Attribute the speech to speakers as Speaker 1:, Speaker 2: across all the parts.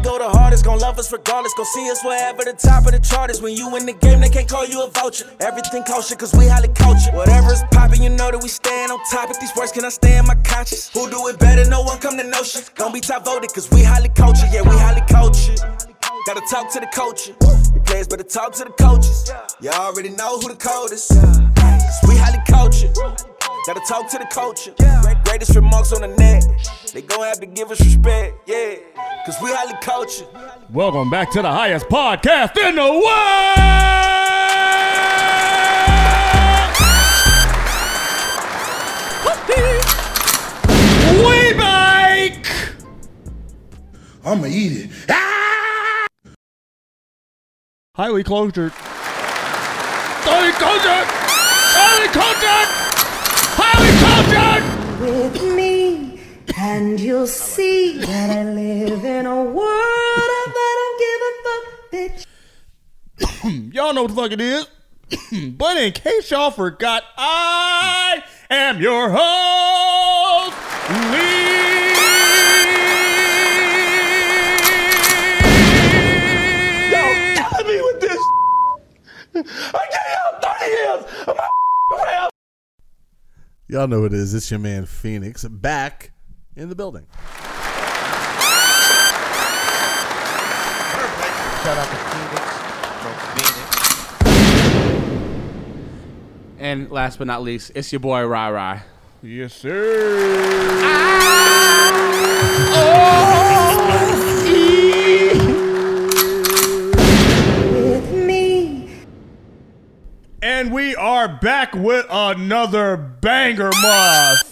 Speaker 1: hardest, gon' love us regardless. Gon' see us wherever the top of the chart is. When you in the game, they can't call you a vulture. Everything kosher, cause we highly cultured. Whatever is poppin', you know that we stand on top. If these words can I stay in my conscience? Who do it better? No one come to know shit. Don't be top voted, cause we highly cultured. Yeah, we highly cultured. Gotta talk to the culture. The players better talk to the coaches. You already know who the code is. Cause we highly cultured. Gotta talk to the culture. Greatest remarks on the net. They gon' have to give us respect. Yeah, cause we highly cultured.
Speaker 2: Welcome back to the highest podcast in the world. we bike.
Speaker 3: I'ma eat it.
Speaker 2: Highway closure. Highway closure. Highway closure. Highway closure.
Speaker 4: with me, and you'll see that I live in a world of I don't give a fuck, bitch.
Speaker 2: Y'all know what the fuck it is. but in case y'all forgot, I am your host, Lee.
Speaker 3: Telling me with this. I gave y'all 30 years of my rap.
Speaker 5: Y'all know what it is. It's your man Phoenix back in the building.
Speaker 6: Shout out to Phoenix from Phoenix.
Speaker 7: And last but not least, it's your boy Rai Rai.
Speaker 2: Yes, sir.
Speaker 3: Ah. Oh, E.
Speaker 4: With me,
Speaker 2: And we are back with another banger, moth.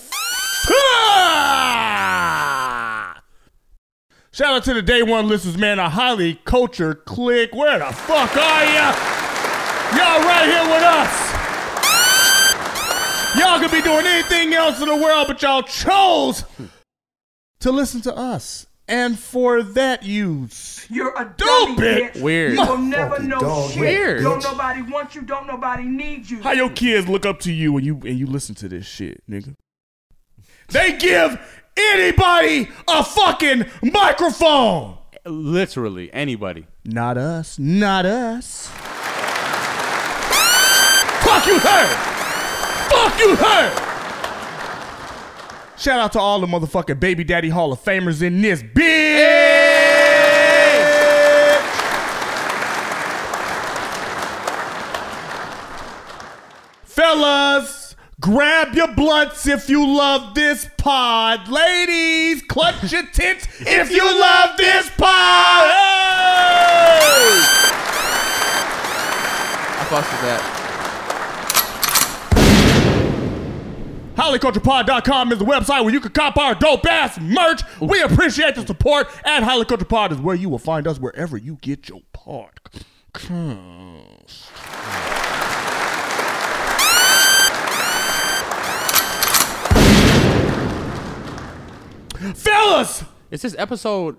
Speaker 2: Shout out to the day one listeners, man. A highly cultured click. Where the fuck are ya? Y'all right here with us. Y'all could be doing anything else in the world, but y'all chose to listen to us. And for that, you
Speaker 8: You're a
Speaker 2: Dumb
Speaker 8: dumb
Speaker 2: bitch.
Speaker 8: bitch.
Speaker 7: Weird.
Speaker 8: You will never
Speaker 3: Fucking
Speaker 8: know
Speaker 3: dog,
Speaker 8: shit.
Speaker 7: weird.
Speaker 8: Don't nobody want you. Don't nobody need you.
Speaker 2: How your kids look up to you and you and you listen to this shit, nigga. They give anybody a fucking microphone.
Speaker 7: Literally anybody.
Speaker 2: Not us. Not us. Fuck you, hey! Fuck you, hey! Shout out to all the motherfucking baby daddy hall of famers in this bitch. Fellas, grab your blunts if you love this pod. Ladies, clutch your tits if you love this pod. Hey!
Speaker 7: I fucked with that.
Speaker 2: HighlyCulturePod.com is the website where you can cop our dope ass merch. We appreciate the support. At Highly Culture Pod is where you will find us wherever you get your pod. Fellas,
Speaker 7: Is this episode?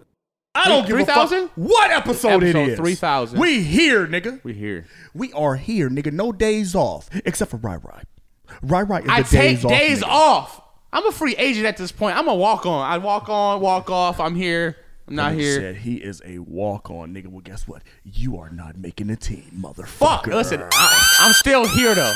Speaker 2: I don't give a fuck
Speaker 7: 3,000?
Speaker 2: what episode, it
Speaker 7: Episode
Speaker 2: is.
Speaker 7: 3,000.
Speaker 2: We here, nigga.
Speaker 7: We here.
Speaker 2: We are here, nigga. No days off except for Rai Rai. Rai Rai is
Speaker 7: I
Speaker 2: the
Speaker 7: take
Speaker 2: days off.
Speaker 7: days
Speaker 2: nigga.
Speaker 7: off. I'm a free agent at this point. I'm a walk on. I walk on, walk off. I'm here. I'm not
Speaker 2: Nigga
Speaker 7: here.
Speaker 2: Said he is a walk on nigga. Well, guess what? You are not making the team, motherfucker.
Speaker 7: Fuck. Listen, I, I'm still here though.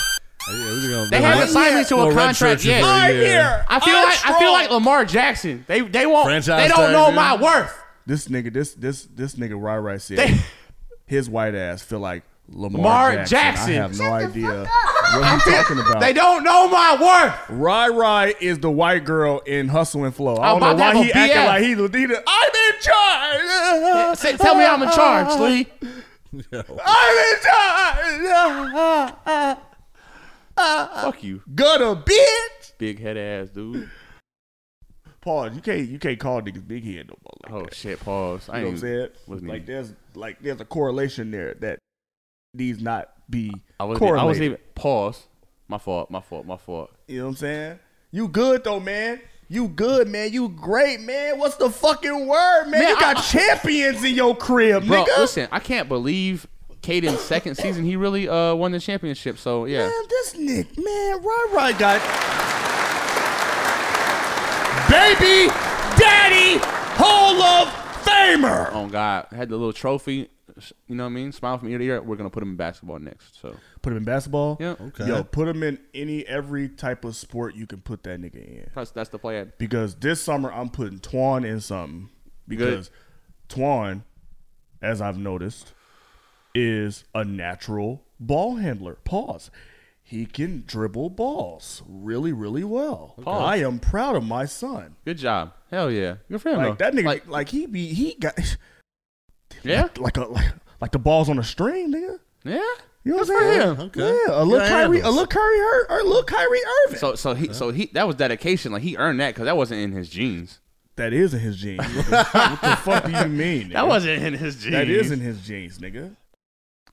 Speaker 7: They haven't signed me to a contract yet. I feel like I feel like Lamar Jackson. They they won't.
Speaker 5: Franchise
Speaker 7: they don't
Speaker 5: tag,
Speaker 7: know
Speaker 5: dude.
Speaker 7: my worth.
Speaker 2: This nigga, this this this nigga Rai Rai said
Speaker 7: They-
Speaker 2: his white ass feel like Lamar,
Speaker 7: Lamar
Speaker 2: Jackson. I
Speaker 7: Jackson.
Speaker 2: have no idea what he's talking about.
Speaker 7: They don't know my worth.
Speaker 2: Rai Rai is the white girl in Hustle and Flow. I
Speaker 7: I'm
Speaker 2: don't know
Speaker 7: about to
Speaker 2: why
Speaker 7: have
Speaker 2: he
Speaker 7: a
Speaker 2: acting
Speaker 7: BF.
Speaker 2: like he, he the, I'm in charge.
Speaker 7: Say, tell me I'm in charge, Lee.
Speaker 2: I'm in charge.
Speaker 7: Fuck you,
Speaker 2: Gutter bitch.
Speaker 7: big head ass dude.
Speaker 2: Pause. You can't you can't call niggas big head no more like
Speaker 7: Oh
Speaker 2: that.
Speaker 7: shit, pause. I
Speaker 2: You know what I'm
Speaker 7: ain't.
Speaker 2: saying?
Speaker 7: wasn't
Speaker 2: Like
Speaker 7: even-
Speaker 2: there's like there's a correlation there that needs not be
Speaker 7: I wasn't.
Speaker 2: correlated.
Speaker 7: I wasn't even. Pause. My fault. My fault. My fault.
Speaker 2: You know what I'm saying? You good though, man. You good, man. You great, man. What's the fucking word, man?
Speaker 7: Man,
Speaker 2: you got
Speaker 7: I-
Speaker 2: champions in your crib,
Speaker 7: Bro,
Speaker 2: nigga.
Speaker 7: listen. I can't believe Caden's second season. He really uh won the championship. So yeah.
Speaker 2: Man, this Nick, man, Rai Rai got baby daddy hall of Famer.
Speaker 7: Oh God, I had the little trophy. You know what I mean? Smile from ear to ear. We're gonna put him in basketball next. So
Speaker 2: Put him in basketball.
Speaker 7: Yeah.
Speaker 5: Okay.
Speaker 2: Yo, put him in any every type of sport you can put that nigga in.
Speaker 7: that's that's the plan.
Speaker 2: Because this summer I'm putting Twan in something. Because Twan, as I've noticed, is a natural ball handler. Pause. He can dribble balls really, really well. I am proud of my son.
Speaker 7: Good job. Hell yeah. Good for him.
Speaker 2: Like
Speaker 7: though.
Speaker 2: that nigga, like,
Speaker 7: Like,
Speaker 2: he be he got
Speaker 7: yeah.
Speaker 2: like a like, like the balls on a string, nigga.
Speaker 7: Yeah.
Speaker 2: You know what I'm saying?
Speaker 5: him. Okay.
Speaker 2: Yeah, a little
Speaker 5: Yeah,
Speaker 2: Kyrie, a
Speaker 5: handles.
Speaker 2: little Kyrie, Ir- or a little Kyrie Irving.
Speaker 7: So so he so he that was dedication. Like he earned that because that wasn't in his jeans.
Speaker 2: that is in his jeans. what the fuck do you mean?
Speaker 7: That
Speaker 2: nigga?
Speaker 7: wasn't in his jeans.
Speaker 2: That is in his jeans, nigga.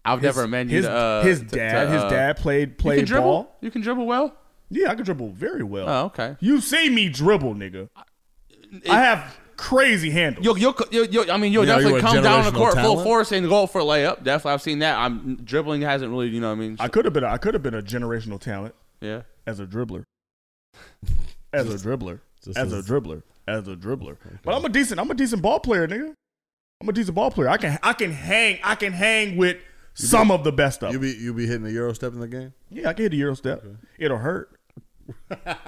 Speaker 7: I've
Speaker 2: His-
Speaker 7: never imagined
Speaker 2: his,
Speaker 7: uh,
Speaker 2: his
Speaker 7: to- to,
Speaker 2: dad. his
Speaker 7: uh,
Speaker 2: dad played
Speaker 7: You can
Speaker 2: played
Speaker 7: dribble.
Speaker 2: ball.
Speaker 7: You can dribble well.
Speaker 2: Yeah, I can dribble very well.
Speaker 7: Oh okay.
Speaker 2: You see me dribble, nigga. I have crazy handles.
Speaker 7: You'll, you'll, you'll, you'll, I mean, you'll
Speaker 5: Yeah,
Speaker 7: definitely
Speaker 5: you want
Speaker 7: come down the
Speaker 5: generational
Speaker 7: court full
Speaker 5: talent?
Speaker 7: force and go for a layup. Definitely, I've seen that. I'm dribbling hasn't really, you know, what I mean,
Speaker 2: I could have been. A, I could have been a generational talent
Speaker 7: yeah.
Speaker 2: as a dribbler. As a dribbler.
Speaker 5: just
Speaker 2: As a
Speaker 5: as-
Speaker 2: dribbler. As a dribbler. But I'm a decent. I'm a decent ball player, nigga. I'm a decent ball player. I can. I can hang. I can hang with some of the best of.
Speaker 5: You
Speaker 2: them.
Speaker 5: be you be hitting the euro step in the game.
Speaker 2: yeah, I can hit the euro step. It'll hurt.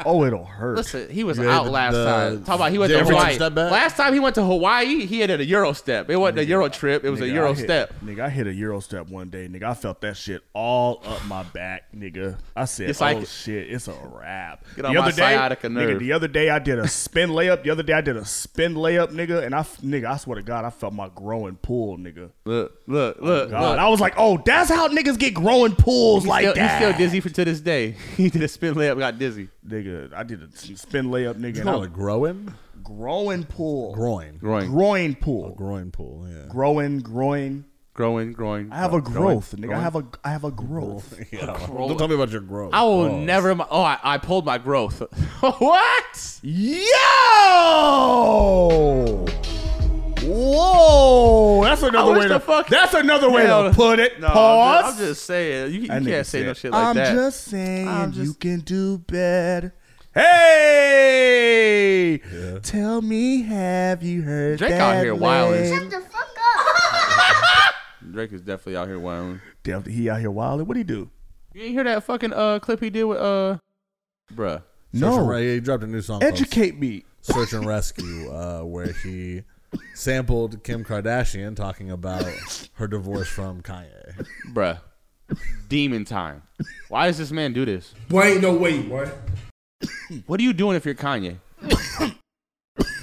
Speaker 2: oh, it'll hurt.
Speaker 7: Listen, he was
Speaker 5: You had
Speaker 7: out
Speaker 5: the-
Speaker 7: last
Speaker 5: the-
Speaker 7: time. Talk about he went
Speaker 5: the
Speaker 7: to
Speaker 5: average
Speaker 7: Hawaii.
Speaker 5: step back?
Speaker 7: Last time he went to Hawaii, he had a Euro step. It wasn't a Euro trip. It was a
Speaker 2: Nigga,
Speaker 7: Euro
Speaker 2: I hit-
Speaker 7: step.
Speaker 2: Nigga, I hit a Euro step one day, nigga. I felt that shit all up my back, nigga. I said,
Speaker 7: It's
Speaker 2: oh
Speaker 7: like-
Speaker 2: shit, it's a wrap.
Speaker 7: Get on my sciatica
Speaker 2: nigga,
Speaker 7: nerve.
Speaker 2: the other day I did a spin layup. The other day I did a spin layup, nigga. And I, f- nigga, I swear to God, I felt my growing pull, nigga.
Speaker 7: Look, look, look.
Speaker 2: Oh, God,
Speaker 7: look.
Speaker 2: I was like, oh, that's how niggas get growing pulls
Speaker 7: He's
Speaker 2: like
Speaker 7: still,
Speaker 2: that.
Speaker 7: He's still dizzy for to this day. He did a spin layup, got dizzy.
Speaker 2: Nigga, I did a s- spin layup, nigga.
Speaker 5: You
Speaker 2: And I
Speaker 5: call
Speaker 2: was
Speaker 5: it growing?
Speaker 2: growing pull.
Speaker 5: Groin.
Speaker 7: Growing,
Speaker 2: Groin pull.
Speaker 5: Groin pool. Yeah.
Speaker 2: Growing, growing.
Speaker 7: growing, growing.
Speaker 2: I have a growth, nigga. I
Speaker 7: growing.
Speaker 2: have a, I have a growth.
Speaker 5: Don't tell me about your growth.
Speaker 7: I will
Speaker 5: Pause.
Speaker 7: never. in my- Oh, I, I pulled my growth. what?
Speaker 2: Yo! Whoa! That's
Speaker 7: I
Speaker 2: another
Speaker 7: wish
Speaker 2: way
Speaker 7: the
Speaker 2: to
Speaker 7: fuck-
Speaker 2: that's another way
Speaker 7: Hell,
Speaker 2: to put it.
Speaker 7: No,
Speaker 2: Pause.
Speaker 7: I'm just, I'm just saying. You, you
Speaker 2: That nigga
Speaker 7: can't say no
Speaker 2: said,
Speaker 7: shit like
Speaker 2: I'm
Speaker 7: that.
Speaker 2: just saying
Speaker 7: I'm
Speaker 2: you
Speaker 7: just-
Speaker 2: can do better. Hey! Tell me, have you heard
Speaker 7: Drake
Speaker 2: that
Speaker 7: out here wildin'.
Speaker 2: lately?
Speaker 7: Drake is definitely out here wilding.
Speaker 2: Damn, he out here wilding. What would he do?
Speaker 7: You didn't hear that fucking uh clip he did with uh, bruh.
Speaker 5: Search
Speaker 2: no.
Speaker 5: and Re- he dropped a new song. called
Speaker 2: Educate me.
Speaker 5: Search and Rescue, uh, where he sampled Kim Kardashian talking about her divorce from Kanye.
Speaker 7: bruh. Demon time. Why does this man do this?
Speaker 3: Boy, ain't no way, boy.
Speaker 7: What are you doing if you're Kanye?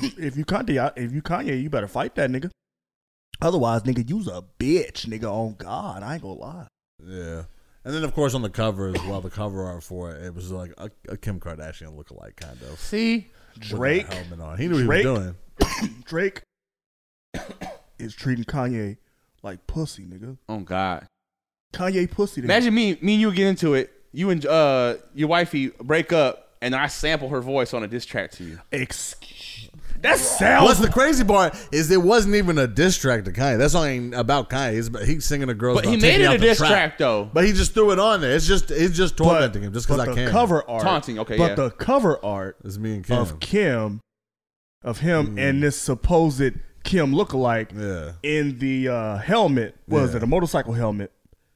Speaker 2: If you Kanye, if you Kanye, you better fight that nigga. Otherwise, nigga, you's a bitch, nigga. On God, I ain't gonna lie.
Speaker 5: Yeah. And then, of course, on the cover as well, the cover art for it, it was like a, a Kim Kardashian lookalike, kind of. with
Speaker 7: See,
Speaker 5: the
Speaker 2: Drake,
Speaker 5: helmet on. He knew
Speaker 2: Drake.
Speaker 5: he was doing.
Speaker 2: Drake is treating Kanye like pussy, nigga.
Speaker 7: oh god.
Speaker 2: Kanye pussy. Nigga.
Speaker 7: Imagine me, me and you get into it. You and uh your wifey break up, and I sample her voice on a diss track to you.
Speaker 2: Ex- that
Speaker 5: What's
Speaker 2: sounds.
Speaker 5: the crazy part is it wasn't even a diss track to Kanye. That song ain't about Kanye. It's about, he's singing a girl.
Speaker 7: But he made it a diss track, though.
Speaker 5: But he just threw it on there. It's just it's just tormenting him just because
Speaker 2: but
Speaker 5: I
Speaker 2: the
Speaker 5: can.
Speaker 2: cover art
Speaker 7: Taunting, okay,
Speaker 2: But
Speaker 7: yeah.
Speaker 2: the cover art
Speaker 5: It's me and Kim.
Speaker 2: of Kim, of him and this supposed Kim lookalike
Speaker 5: Mm-hmm. yeah,
Speaker 2: in the uh, helmet. What was
Speaker 5: Yeah.
Speaker 2: it a motorcycle helmet?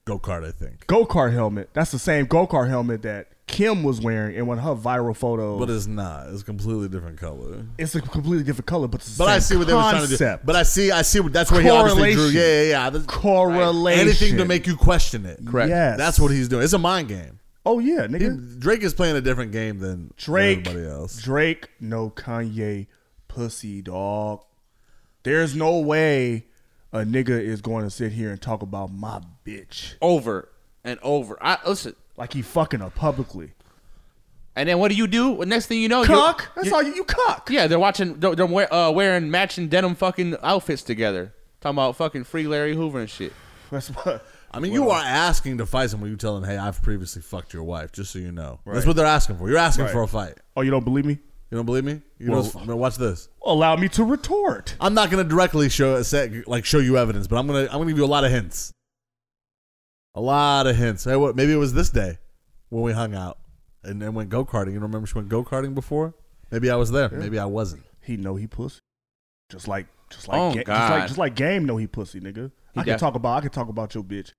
Speaker 5: go kart. I think,
Speaker 2: Go kart helmet. That's the same go kart helmet that Kim was wearing in one of her viral photos.
Speaker 5: but it's not. It's a completely different color.
Speaker 2: it's a completely different color, but it's the
Speaker 5: But I
Speaker 2: same
Speaker 5: see what they were trying to do.
Speaker 2: concept.
Speaker 5: But I see, I see. what That's where he obviously drew.
Speaker 2: Correlation.
Speaker 5: Yeah, yeah, yeah. That's-
Speaker 2: correlation.
Speaker 5: Anything to make you question it.
Speaker 7: Correct.
Speaker 2: Yes.
Speaker 5: That's what he's doing. It's a mind game.
Speaker 2: Oh yeah,
Speaker 5: He-
Speaker 2: nigga.
Speaker 5: Drake is playing a different game than
Speaker 2: Drake.
Speaker 5: Everybody else.
Speaker 2: Drake, no Kanye, pussy dog. There's no way a nigga is going to sit here and talk about my bitch
Speaker 7: Over and over. I listen.
Speaker 2: like he fucking her publicly.
Speaker 7: And then what do you do? Well, next thing Oh, you know, you're-
Speaker 2: Cock. That's all you. You cock.
Speaker 7: Yeah, they're watching. They're, they're wear, uh, wearing matching denim fucking outfits together. Talking about fucking free Larry Hoover and shit.
Speaker 2: That's what.
Speaker 5: I mean, you are asking to fight someone. You tell them, "Hey, I've previously fucked your wife," just so you know. That's what they're asking for. You're asking
Speaker 2: Right.
Speaker 5: for a fight.
Speaker 2: Oh, you don't believe me?
Speaker 5: You don't believe me? You
Speaker 2: Well-
Speaker 5: don't, no, watch this.
Speaker 2: Allow me to retort.
Speaker 5: I'm not going to directly show say, like show you evidence, but I'm gonna I'm gonna give you a lot of hints. A lot of hints. Hey, what? Maybe it was this day when we hung out and then went go karting. You remember she went go karting before? Maybe I was there. Maybe I wasn't.
Speaker 2: He know he pussy. Just like Just like,
Speaker 9: Oh,
Speaker 2: ga- just
Speaker 9: God.
Speaker 2: like just like game know he pussy nigga. I can
Speaker 9: def-
Speaker 2: talk about I can talk about your bitch.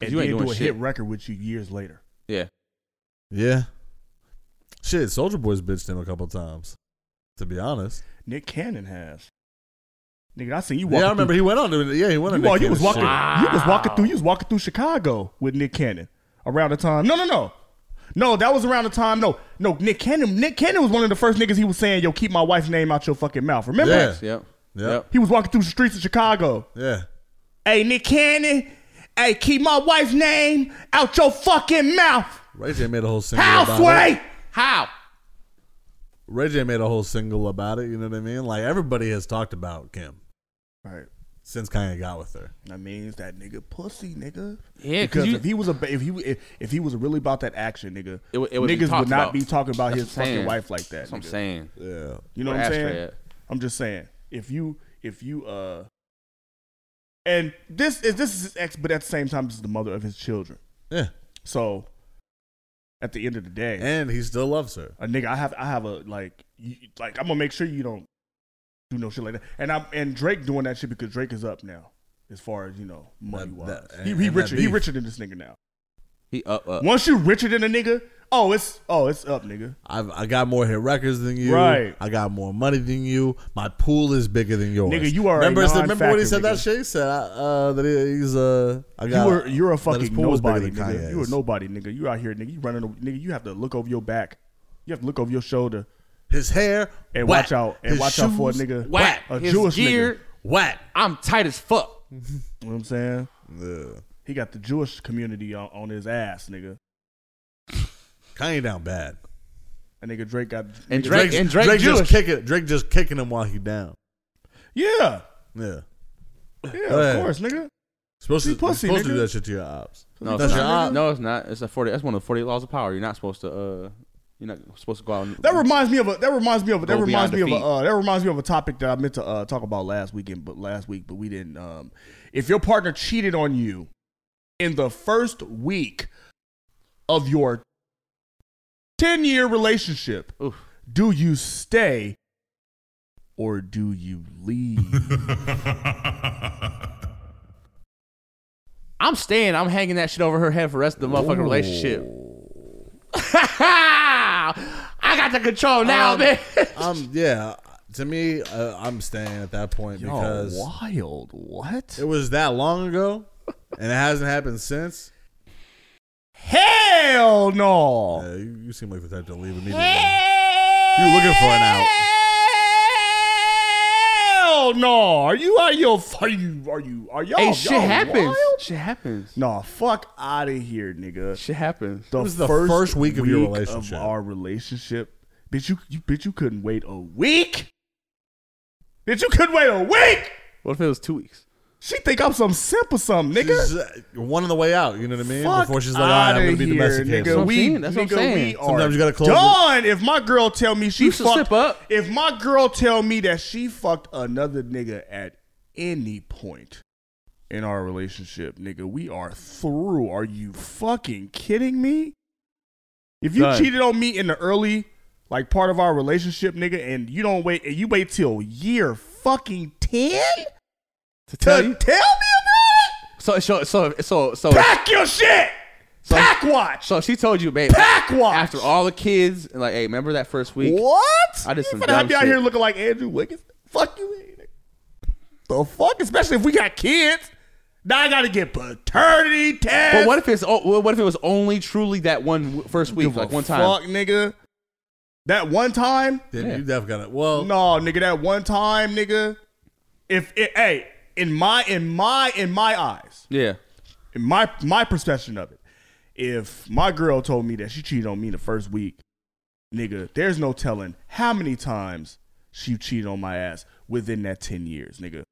Speaker 2: And
Speaker 9: you ain't
Speaker 2: then do
Speaker 9: doing
Speaker 2: a
Speaker 9: shit.
Speaker 2: hit record with you years later.
Speaker 9: Yeah.
Speaker 5: Yeah. Shit, Soldier Boy's bitched him a couple times. To be honest.
Speaker 2: Nick Cannon has. Nigga, I seen you walking.
Speaker 5: yeah, I remember
Speaker 2: through,
Speaker 5: he went on to Yeah, he went on
Speaker 2: you,
Speaker 5: to
Speaker 2: wa- you
Speaker 5: Nick
Speaker 2: was
Speaker 5: Cannon's
Speaker 2: walking.
Speaker 5: shit.
Speaker 2: You was walking through. You was walking through Chicago with Nick Cannon around the time. No, no, no, no. That was around the time. No, no. Nick Cannon. Nick Cannon was one of the first niggas. He was saying, "Yo, keep my wife's name out your fucking mouth." Remember?
Speaker 5: Yeah.
Speaker 9: Yep.
Speaker 5: Yep.
Speaker 2: He was walking through the streets of Chicago.
Speaker 5: Yeah.
Speaker 2: Hey, Nick Cannon. Hey, keep my wife's name out your fucking mouth.
Speaker 5: Ray J made a whole single about it.
Speaker 2: Houseway.
Speaker 9: How?
Speaker 5: Ray J made a whole single about it, you know what I mean? Like everybody has talked about Kim
Speaker 2: Right.
Speaker 5: since Kanye got with her.
Speaker 2: That means that nigga pussy, nigga.
Speaker 9: Yeah, 'cause
Speaker 2: because
Speaker 9: you-
Speaker 2: if he was a ba- if he if, if he was really about that action, nigga,
Speaker 9: It would- it would be
Speaker 2: niggas would
Speaker 9: talked
Speaker 2: not
Speaker 9: about.
Speaker 2: be talking about
Speaker 9: That's
Speaker 2: his
Speaker 9: what I'm
Speaker 2: fucking
Speaker 9: saying.
Speaker 2: wife like that.
Speaker 9: That's what I'm
Speaker 2: nigga.
Speaker 9: saying.
Speaker 5: Yeah.
Speaker 2: You know
Speaker 9: Where
Speaker 2: what I'm
Speaker 9: Ashtray
Speaker 2: saying?
Speaker 9: at?
Speaker 2: I'm just saying if you if you uh, and this is this is his ex, but at the same time, this is the mother of his children.
Speaker 5: Yeah.
Speaker 2: So at the end of the day,
Speaker 5: And he still loves her.
Speaker 2: a nigga, I have I have a like you, like I'm gonna make sure you don't do no shit like that. And I'm and Drake doing that shit because Drake is up now as far as you know money wise.
Speaker 5: That- that-
Speaker 2: he
Speaker 5: and-
Speaker 2: he
Speaker 5: and that
Speaker 2: richer he
Speaker 5: beef.
Speaker 2: richer than this nigga now.
Speaker 9: He up up.
Speaker 2: Once you richer than a nigga, oh it's oh it's up nigga.
Speaker 5: I've, I got more hit records than you.
Speaker 2: Right.
Speaker 5: I got more money than you. My pool is bigger than yours.
Speaker 2: Nigga, you are a
Speaker 5: Remember, remember when he
Speaker 2: non-factor,
Speaker 5: said that
Speaker 2: nigga.
Speaker 5: shit? He said uh, that he- he's uh, I got.
Speaker 2: you were you're a
Speaker 5: that his
Speaker 2: fucking
Speaker 5: pool was bigger
Speaker 2: nobody
Speaker 5: than
Speaker 2: nigga. You a
Speaker 5: Kanye's.
Speaker 2: nobody nigga. You out here nigga. You running over- nigga. You have to look over your back. You have to look over your shoulder
Speaker 5: His hair
Speaker 2: and
Speaker 5: whack.
Speaker 2: watch out and
Speaker 5: His
Speaker 2: watch out for a
Speaker 5: shoes,
Speaker 2: nigga
Speaker 9: Whack.
Speaker 2: a
Speaker 9: His
Speaker 2: Jewish
Speaker 9: gear.
Speaker 2: nigga.
Speaker 5: Whack.
Speaker 9: I'm tight as fuck.
Speaker 2: You know what I'm saying?
Speaker 5: Ugh.
Speaker 2: He got the Jewish community on, on his ass, nigga.
Speaker 5: Kanye down bad.
Speaker 2: That nigga Drake got
Speaker 9: And
Speaker 2: nigga
Speaker 9: Drake- and Drake
Speaker 5: just
Speaker 9: Jewish.
Speaker 5: kicking. Drake just kicking him while he down.
Speaker 2: Yeah.
Speaker 5: Yeah.
Speaker 2: Yeah,
Speaker 5: Go ahead.
Speaker 2: of course, nigga.
Speaker 5: Supposed
Speaker 2: He
Speaker 5: to
Speaker 2: pussy,
Speaker 5: supposed to
Speaker 2: nigga.
Speaker 5: do that shit to your ops.
Speaker 9: No, it's
Speaker 5: That's your
Speaker 9: not.
Speaker 5: aunt.
Speaker 9: No, it's not. It's a forty. That's one of the forty laws of power. You're not supposed to. Uh, you're not supposed to go out. And,
Speaker 2: That reminds me of a that reminds me of a, that
Speaker 9: Go
Speaker 2: reminds
Speaker 9: beyond
Speaker 2: me of a
Speaker 9: defeat.
Speaker 2: uh, that reminds me of a topic that I meant to uh, talk about last weekend, but last week, but we didn't. Um, if your partner cheated on you in the first week of your ten year relationship,
Speaker 9: Oof.
Speaker 2: do you stay or do you leave?
Speaker 9: I'm staying. I'm hanging that shit over her head for the rest of the motherfucking relationship. I got the control now,
Speaker 5: Um,
Speaker 9: man.
Speaker 5: Um. Yeah. To me, uh, I'm staying at that point
Speaker 2: Y'all
Speaker 5: because
Speaker 2: wild. What?
Speaker 5: it was that long ago, and it hasn't happened since.
Speaker 2: Hell no.
Speaker 5: Uh, you, you seem like the type to leave immediately. You're looking for an out.
Speaker 2: Hell no! Are you are you are you are you are y'all?
Speaker 9: hey,
Speaker 2: y'all
Speaker 9: shit happens.
Speaker 2: wild?
Speaker 9: Shit happens.
Speaker 2: Nah, fuck out of here, nigga.
Speaker 9: Shit happens.
Speaker 2: The
Speaker 5: was the first week of your relationship.
Speaker 2: Of our relationship, bitch. You, you bitch. You couldn't wait a week. Bitch, you couldn't wait a week.
Speaker 9: What if it was two weeks?
Speaker 2: She think I'm some simp or something, nigga.
Speaker 5: She's, uh, one on the way out. You know what I mean?
Speaker 2: Fuck
Speaker 5: Before she's like, "All right, I'm
Speaker 2: outta
Speaker 5: gonna be
Speaker 2: here,
Speaker 5: domesticated.
Speaker 2: Nigga.
Speaker 9: I'm
Speaker 2: We,
Speaker 9: saying. That's what I'm
Speaker 2: nigga,
Speaker 9: saying.
Speaker 2: we are
Speaker 5: Sometimes you gotta close it.
Speaker 2: done. If my girl tell me she
Speaker 9: You should
Speaker 2: fucked
Speaker 9: slip up.
Speaker 2: if my girl tell me that she fucked another nigga at any point in our relationship, nigga, we are through. Are you fucking kidding me? If you
Speaker 9: Done.
Speaker 2: cheated on me in the early like part of our relationship, nigga, and you don't wait and you wait till year fucking 10
Speaker 9: To
Speaker 2: to
Speaker 9: tell
Speaker 2: tell
Speaker 9: you. Oh.
Speaker 2: me about
Speaker 9: So so so so so.
Speaker 2: it? Pack your shit.
Speaker 9: So-
Speaker 2: Pack watch.
Speaker 9: So she told you, babe.
Speaker 2: Pack watch.
Speaker 9: After all the kids, and like, hey, remember that first week?
Speaker 2: What?
Speaker 9: I did some
Speaker 2: you finna
Speaker 9: dumb
Speaker 2: have me out
Speaker 9: shit.
Speaker 2: here looking like Andrew Wiggins? Fuck you, ain't it? The fuck? Especially if we got kids. Now I gotta get paternity tests.
Speaker 9: But what if it's oh, well, what if it was only truly that one w- first week,
Speaker 2: Give a
Speaker 9: like one time?
Speaker 2: Fuck, nigga. That one time?
Speaker 5: Then you definitely gotta. Well,
Speaker 2: No, nigga. That one time, nigga. If it, hey, in my in my in my eyes,
Speaker 9: Yeah,
Speaker 2: in my my perception of it, if my girl told me that she cheated on me the first week, nigga, there's no telling how many times she cheated on my ass within that ten years, nigga.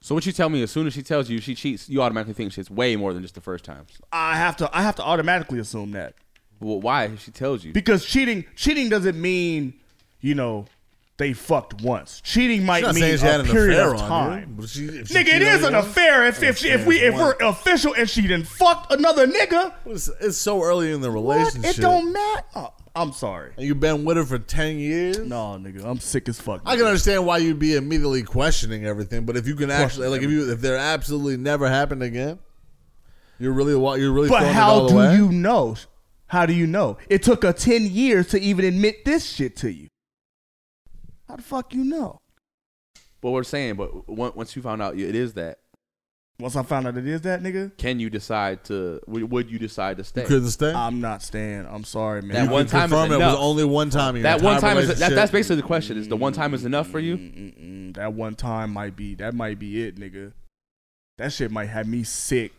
Speaker 9: So what you tell me? As soon as she tells you she cheats, you automatically think she's way more than just the first time.
Speaker 2: I have to I have to automatically assume that
Speaker 9: Well, why? If She tells you.
Speaker 2: because cheating cheating doesn't mean you know they fucked once. Cheating might
Speaker 5: she's not
Speaker 2: mean
Speaker 5: saying she had
Speaker 2: a
Speaker 5: an
Speaker 2: period
Speaker 5: affair
Speaker 2: of
Speaker 5: on you,
Speaker 2: time.
Speaker 5: but she- if she
Speaker 2: Nigga, it
Speaker 5: cheated
Speaker 2: is
Speaker 5: on
Speaker 2: an
Speaker 5: you once-
Speaker 2: affair if if, she, if we if we're
Speaker 5: Once.
Speaker 2: official and she done fucked another nigga.
Speaker 5: It's, it's so early in the
Speaker 2: What?
Speaker 5: relationship.
Speaker 2: It don't matter. I'm sorry.
Speaker 5: and you've been with her for ten years.
Speaker 2: No, nigga, I'm sick as fuck.
Speaker 5: I can understand why you'd be immediately questioning everything, but if you can actually, like, if you if they're absolutely never happened again, you're really wa- you're really.
Speaker 2: But
Speaker 5: throwing it
Speaker 2: how
Speaker 5: all
Speaker 2: do
Speaker 5: away?
Speaker 2: you know? How do you know? It took her 10 years to even admit this shit to you. How the fuck you know?
Speaker 7: But we're saying, but on- once you found out it is that,
Speaker 2: Once I found out it is that nigga,
Speaker 7: can you decide to? Would would you decide to stay?
Speaker 5: You couldn't stay.
Speaker 2: I'm not staying. I'm sorry, man.
Speaker 7: That
Speaker 5: You
Speaker 7: Uh, one
Speaker 5: can
Speaker 7: time is
Speaker 5: confirm it was
Speaker 7: enough.
Speaker 5: only one time. in your
Speaker 7: that one
Speaker 5: entire
Speaker 7: time is that,
Speaker 5: relationship.
Speaker 7: that's basically the question. Is the one time is enough for you?
Speaker 2: Mm-mm-mm. That one time might be that might be it, nigga. That shit might have me sick,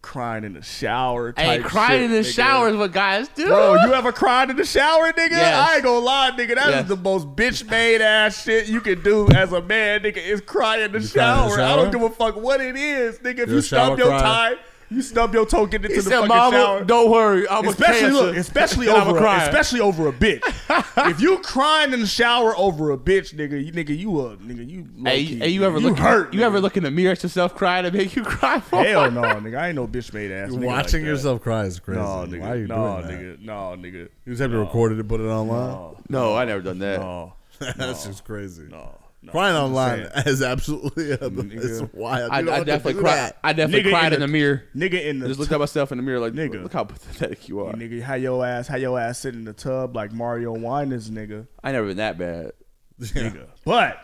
Speaker 2: crying in the shower. Type
Speaker 9: Hey, crying in
Speaker 2: shit,
Speaker 9: the
Speaker 2: nigga.
Speaker 9: shower is what guys do.
Speaker 2: Bro, you ever cried in the shower, nigga?
Speaker 9: Yes.
Speaker 2: I ain't gonna lie, nigga. That is
Speaker 9: Yes.
Speaker 2: the most bitch made ass shit you can do as a man, nigga, is cry in the,
Speaker 5: You cry in
Speaker 2: shower.
Speaker 5: the
Speaker 2: I
Speaker 5: shower?
Speaker 2: don't give a fuck what it is, nigga. If
Speaker 5: You're a
Speaker 2: you
Speaker 5: shower
Speaker 2: stub your
Speaker 5: crier.
Speaker 2: tie, you stub your toe getting into
Speaker 9: He
Speaker 2: the
Speaker 9: said,
Speaker 2: fucking
Speaker 9: "Mama,
Speaker 2: shower.
Speaker 9: don't worry, I'm
Speaker 2: Especially
Speaker 9: a cancer.
Speaker 2: look, especially
Speaker 9: And I'm a
Speaker 2: over a,
Speaker 9: crier.
Speaker 2: especially over a bitch. if you crying in the shower over a bitch, nigga, you nigga, you a nigga, you.
Speaker 9: Hey,
Speaker 2: low-key,
Speaker 9: you- hey, you ever
Speaker 2: you
Speaker 9: look
Speaker 2: hurt?
Speaker 9: You ever
Speaker 2: nigga.
Speaker 9: look in the mirror at yourself crying to make you cry? For
Speaker 2: Hell no, nigga, I ain't no bitch made ass.
Speaker 5: You're
Speaker 2: nigga like
Speaker 5: watching
Speaker 2: that.
Speaker 5: yourself cry is
Speaker 2: No,
Speaker 5: crazy.
Speaker 2: nigga,
Speaker 5: Why are you
Speaker 2: no,
Speaker 5: doing
Speaker 2: nigga,
Speaker 5: that?
Speaker 2: no, nigga,
Speaker 5: You just have to record it and put it online.
Speaker 7: No, I never done that.
Speaker 2: no,
Speaker 5: That's just crazy.
Speaker 2: no, no.
Speaker 5: Crying
Speaker 2: I'm just
Speaker 5: online
Speaker 2: saying.
Speaker 5: is absolutely it's
Speaker 2: Nigga.
Speaker 5: wild.
Speaker 7: I,
Speaker 5: You don't
Speaker 7: I
Speaker 5: have to
Speaker 7: definitely
Speaker 5: do
Speaker 7: cried.
Speaker 5: that.
Speaker 7: I definitely
Speaker 2: Nigga
Speaker 7: cried
Speaker 2: in
Speaker 7: in the mirror.
Speaker 2: nigga in the
Speaker 7: I just looked at myself in the mirror like,
Speaker 2: Nigga.
Speaker 7: look how pathetic you are.
Speaker 2: nigga, how your ass, how your ass sit in the tub like Mario Winers, nigga,
Speaker 7: I never been that bad.
Speaker 5: Yeah.
Speaker 2: nigga. But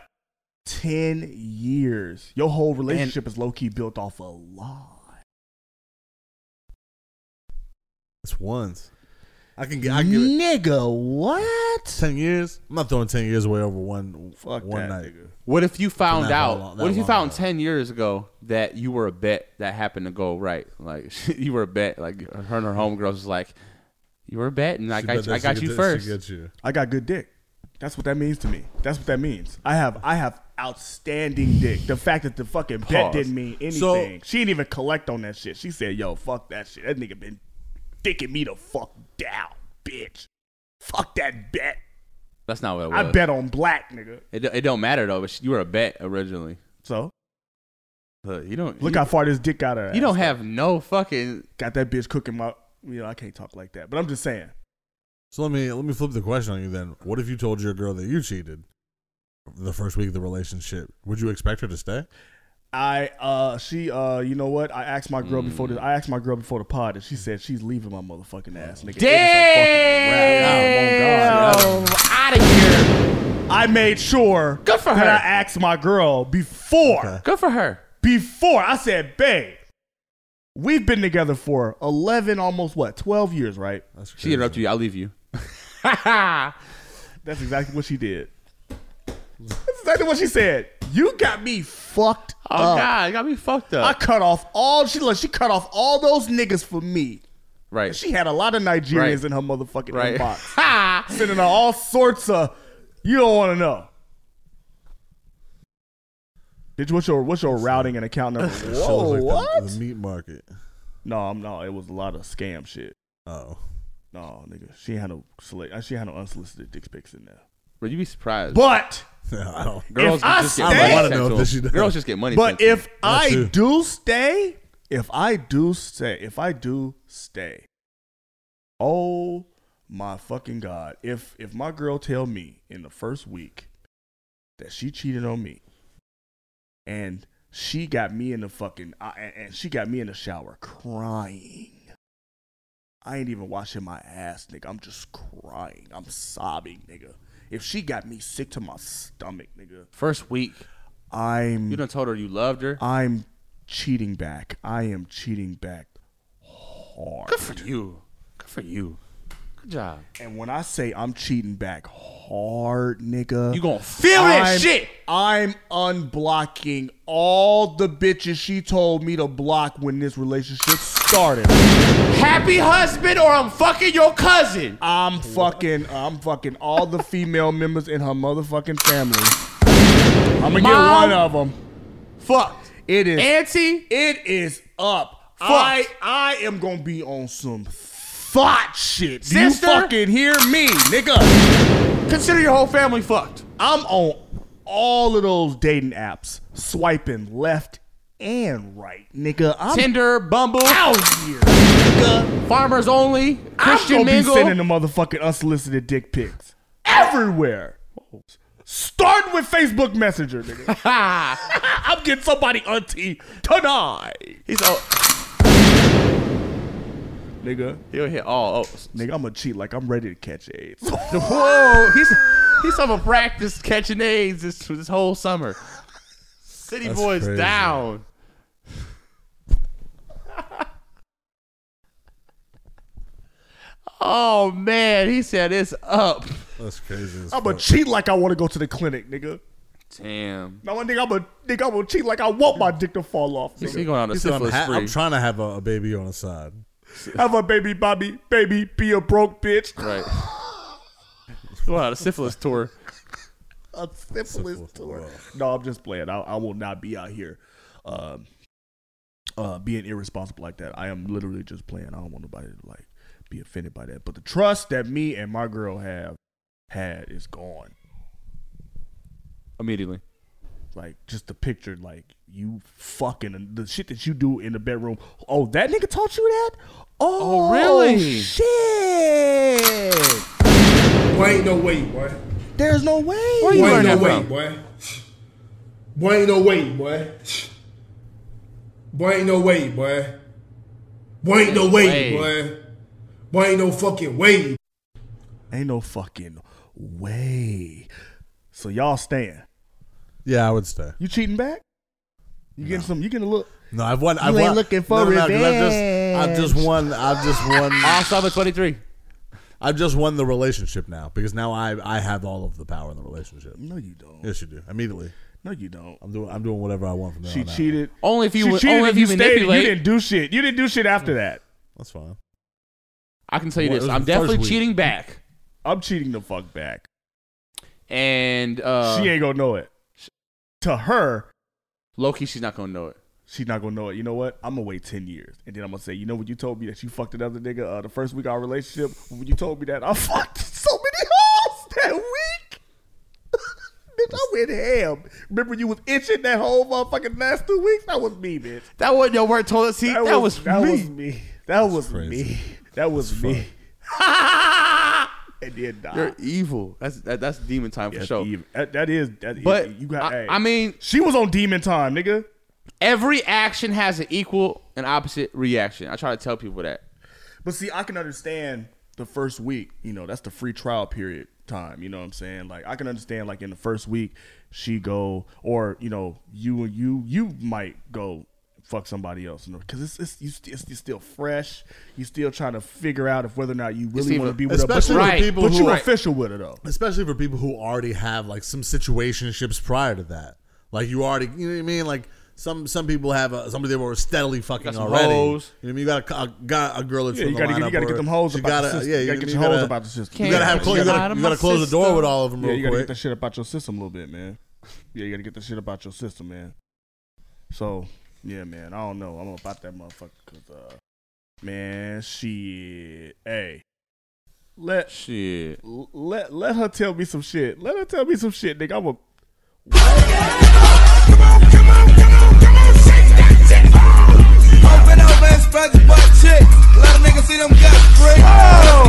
Speaker 2: ten years, your whole relationship is low key built off a lie.
Speaker 5: It's once. I can get. I can give it
Speaker 2: Nigga, what?
Speaker 5: ten years. I'm not throwing ten years away over one
Speaker 2: Fuck that,
Speaker 5: one night.
Speaker 2: nigga.
Speaker 7: What if you found
Speaker 5: Not how
Speaker 7: out?
Speaker 5: long- that
Speaker 7: what if you
Speaker 5: long
Speaker 7: found
Speaker 5: ago.
Speaker 7: ten years ago that you were a bet that happened to go right? Like you were a bet. Like her and her homegirls was like, you were a bet, and I
Speaker 5: She
Speaker 7: got
Speaker 5: bet
Speaker 7: you, I
Speaker 5: that
Speaker 7: got
Speaker 5: she
Speaker 7: you
Speaker 5: get that-
Speaker 7: first.
Speaker 5: She get you.
Speaker 2: I got good dick. That's what that means to me. That's what that means. I have I have outstanding dick. The fact that the fucking bet
Speaker 7: Pause.
Speaker 2: didn't mean anything. she didn't even collect on that shit. She said, "Yo, fuck that shit. That nigga been dicking me the fuck down, bitch. Fuck that bet.
Speaker 7: That's not what it was.
Speaker 2: I bet on black, nigga."
Speaker 7: It, don't- it don't matter though. But you were a bet originally.
Speaker 2: So
Speaker 7: Look, you don't
Speaker 2: look
Speaker 7: you,
Speaker 2: how far this dick got her.
Speaker 7: you don't
Speaker 2: ass.
Speaker 7: have no fucking.
Speaker 2: got that bitch cooking my. You know I can't talk like that, but I'm just saying.
Speaker 5: So let me let me flip the question on you then. What if you told your girl that you cheated the first week of the relationship? Would you expect her to stay?
Speaker 2: I uh she uh you know what I asked my girl before this
Speaker 9: Mm.
Speaker 2: I asked my girl before the pod and she said she's leaving my motherfucking ass nigga. It is a fucking wrap. I'm on God.
Speaker 9: Damn, out of here.
Speaker 2: I made sure
Speaker 9: Good for
Speaker 2: that
Speaker 9: her.
Speaker 2: I asked my girl before
Speaker 9: Good for her.
Speaker 2: before I said babe we've been together for 11 almost what 12 years right
Speaker 5: That's
Speaker 7: She interrupted you. I'll leave you.
Speaker 2: Oh, that's exactly what she did that's exactly what she said you got me fucked
Speaker 9: Oh
Speaker 2: up
Speaker 9: God, you got me fucked
Speaker 2: I
Speaker 9: up.
Speaker 2: cut off all she look she cut off all those niggas for me
Speaker 7: Right.
Speaker 2: She had a lot of Nigerians
Speaker 7: Right.
Speaker 2: in her motherfucking
Speaker 7: Right.
Speaker 2: inbox,
Speaker 9: Ha!
Speaker 2: sending her all sorts of. You don't want to know. Bitch, what's your what's your routing and account number?
Speaker 5: She
Speaker 2: Whoa,
Speaker 5: looks like
Speaker 2: what?
Speaker 5: The, the meat market.
Speaker 2: no, I'm no. It was a lot of scam shit.
Speaker 5: Oh,
Speaker 2: No, nigga, she had no select. She had no unsolicited dick pics in there.
Speaker 7: But you'd be surprised.
Speaker 2: But
Speaker 5: no, I don't.
Speaker 7: girls
Speaker 2: if I
Speaker 7: just
Speaker 2: stay-
Speaker 7: get money
Speaker 2: I
Speaker 5: wanna
Speaker 7: sent
Speaker 5: know
Speaker 7: to
Speaker 5: if
Speaker 7: them.
Speaker 5: she does.
Speaker 7: Girls just get money. sent
Speaker 2: but
Speaker 7: to them.
Speaker 2: if I
Speaker 5: too.
Speaker 2: do stay, if I do stay, if I do stay, oh my fucking god! If if my girl tell me in the first week that she cheated on me, and she got me in the fucking I- and and she got me in the shower crying. I ain't even washing my ass, nigga. I'm just crying. I'm sobbing, nigga. If she got me sick to my stomach, nigga,
Speaker 7: first week
Speaker 2: I'm
Speaker 7: you done told her you loved her,
Speaker 2: I'm cheating back. I am cheating back hard.
Speaker 7: good for you. Good for you. Good job.
Speaker 2: And when I say I'm cheating back hard, nigga,
Speaker 9: You gonna feel that shit.
Speaker 2: I'm unblocking all the bitches she told me to block when this relationship started.
Speaker 9: Happy husband, or I'm fucking your cousin.
Speaker 2: I'm fucking, I'm fucking all the female members in her motherfucking family. I'm gonna get
Speaker 9: Mom.
Speaker 2: one of them.
Speaker 9: Fucked.
Speaker 2: It is
Speaker 9: Auntie,
Speaker 2: It is up. I I am gonna be on some thought shit. Do
Speaker 9: Sister?
Speaker 2: you fucking hear me, nigga?
Speaker 9: consider your whole family fucked.
Speaker 2: I'm on all of those dating apps, swiping left and right, nigga. I'm
Speaker 7: Tinder, Bumble,
Speaker 2: out here, nigga.
Speaker 7: Farmers Only, Christian
Speaker 2: I'm gonna
Speaker 7: Mingle.
Speaker 2: be sending the motherfucking unsolicited dick pics everywhere. Starting with Facebook Messenger, nigga.
Speaker 7: Ha!
Speaker 2: I'm getting somebody auntie tonight,
Speaker 7: He's oh,
Speaker 2: nigga.
Speaker 7: he'll hit all. Oh,
Speaker 2: Nigga, I'm gonna cheat like I'm ready to catch AIDS.
Speaker 7: whoa! He's he's on a practice catching AIDS this this whole summer. City
Speaker 5: That's
Speaker 7: boys
Speaker 5: crazy.
Speaker 7: down. oh man, he said it's up.
Speaker 5: That's crazy. as
Speaker 2: I'm gonna
Speaker 5: fuck.
Speaker 2: cheat like I want to go to the clinic, nigga.
Speaker 10: Damn.
Speaker 2: Now, nigga, I'm gonna nigga, I'm gonna cheat like I want my dick to fall off.
Speaker 10: He's
Speaker 2: Nigga.
Speaker 10: going on a
Speaker 5: He said, I'm,
Speaker 10: syphilis
Speaker 5: ha- I'm
Speaker 10: spree.
Speaker 5: trying to have a, a baby on the side.
Speaker 2: Have a baby, Bobby, baby, be a broke bitch.
Speaker 10: Right. Going on a syphilis tour.
Speaker 2: a syphilis
Speaker 5: Syphilis
Speaker 2: tour.
Speaker 5: tour.
Speaker 2: No, I'm just playing. I, I will not be out here um, uh, being irresponsible like that. I am literally just playing. I don't want nobody to like be offended by that. But the trust that me and my girl have had is gone.
Speaker 10: Immediately.
Speaker 2: Like just the picture, like you fucking the shit that you do in the bedroom. Oh, that nigga taught you that? Oh,
Speaker 10: really?
Speaker 2: Shit.
Speaker 3: Boy, ain't no way, boy.
Speaker 2: There's no way.
Speaker 3: Boy, ain't
Speaker 10: learned
Speaker 3: no
Speaker 10: that
Speaker 3: way,
Speaker 10: from?
Speaker 3: boy. Boy, ain't no way, boy. Boy, ain't no way, boy. Boy, ain't no way, boy. Boy, ain't no fucking way.
Speaker 2: Ain't no fucking way. So y'all staying.
Speaker 5: Yeah, I would stay.
Speaker 2: You cheating back? You getting some? You getting a look?
Speaker 5: No, I've won. I've
Speaker 2: ain't
Speaker 5: won.
Speaker 2: looking for
Speaker 5: no, no, no, 'cause I've just, I've just won. I've just won.
Speaker 7: Awesome Ah, at 23.
Speaker 5: I've just won the relationship now because now I I have all of the power in the relationship.
Speaker 2: No, you don't.
Speaker 5: Yes, you do immediately.
Speaker 2: No, you don't.
Speaker 5: I'm doing. I'm doing whatever I want from there.
Speaker 2: She
Speaker 5: on out.
Speaker 2: cheated.
Speaker 7: Only if you
Speaker 2: she
Speaker 7: would-
Speaker 2: cheated.
Speaker 7: only if you
Speaker 2: stayed.
Speaker 7: manipulate.
Speaker 2: You didn't do shit. You didn't do shit after that.
Speaker 5: That's fine.
Speaker 7: I can tell you
Speaker 5: Well, it
Speaker 7: this.
Speaker 5: was
Speaker 7: I'm
Speaker 5: the first
Speaker 7: definitely
Speaker 5: week.
Speaker 7: cheating back.
Speaker 2: I'm cheating the fuck back.
Speaker 7: And uh
Speaker 2: she ain't gonna know it. To her,
Speaker 10: Loki, she's not gonna know it.
Speaker 2: she's not gonna know it. You know what? I'm gonna wait ten years, and then I'm gonna say, you know what? You told me that you fucked another nigga uh, the first week of our relationship. When you told me that, I fucked so many hoes that week. bitch, I went ham. Remember you was itching that whole motherfucking last two weeks? That was me, bitch.
Speaker 7: that wasn't your work toilet seat. That, was,
Speaker 2: that
Speaker 7: me.
Speaker 2: was me. That was
Speaker 5: crazy.
Speaker 2: me. That was me. and then died.
Speaker 10: You're evil. That's that, that's demon time for
Speaker 2: That's
Speaker 10: sure.
Speaker 2: even- that- that is that is-
Speaker 7: But
Speaker 2: you got.
Speaker 7: I,
Speaker 2: hey.
Speaker 7: I mean,
Speaker 2: she was on demon time, nigga.
Speaker 7: every action has an equal and opposite reaction. I try to tell people that.
Speaker 2: But see, I can understand the first week. You know, that's the free trial period time. You know what I'm saying? Like, I can understand like in the first week, she go or you know, you and you you might go fuck somebody else because it's, it's you st- it's, you're still fresh. You still trying to figure out if whether or not you really
Speaker 7: even-
Speaker 2: want to be with her. But,
Speaker 5: Especially
Speaker 7: Right.
Speaker 5: for people
Speaker 2: but
Speaker 5: who
Speaker 2: you
Speaker 5: are
Speaker 2: official with her though.
Speaker 5: especially for people who already have like some situationships prior to that. Like you already, you know what I mean? Like some some people have a, somebody they were steadily fucking
Speaker 10: some
Speaker 5: already.
Speaker 10: hoes.
Speaker 5: You know, what I mean? you got a, a, got a girl that's
Speaker 2: Yeah,
Speaker 5: from
Speaker 2: you
Speaker 5: the
Speaker 2: gotta get- you
Speaker 5: lineup
Speaker 2: gotta get
Speaker 5: or
Speaker 2: them hoes
Speaker 5: you
Speaker 2: about the
Speaker 5: gotta-
Speaker 2: system.
Speaker 5: Yeah,
Speaker 2: You
Speaker 5: you
Speaker 2: gotta
Speaker 5: know
Speaker 2: get your
Speaker 5: what I mean? You
Speaker 2: hoes
Speaker 5: gotta-
Speaker 2: about the system.
Speaker 5: You gotta have
Speaker 7: Get
Speaker 5: close. You
Speaker 7: out
Speaker 5: gotta,
Speaker 7: of
Speaker 5: you
Speaker 7: my
Speaker 5: gotta close the door
Speaker 7: system.
Speaker 5: with all of them
Speaker 2: Yeah, you
Speaker 5: real
Speaker 2: gotta
Speaker 5: quick.
Speaker 2: get that shit about your system a little bit, man. Yeah, you gotta get the shit about your system, man. So, yeah, man, I don't know. I'm about that motherfucker, cause, uh, man, shit. Hey, let
Speaker 10: Shit.
Speaker 2: let let her tell me some shit. Let her tell me some shit, nigga. I'm a
Speaker 1: Open up and scratch butt chick. Let a nigga see them guts prick.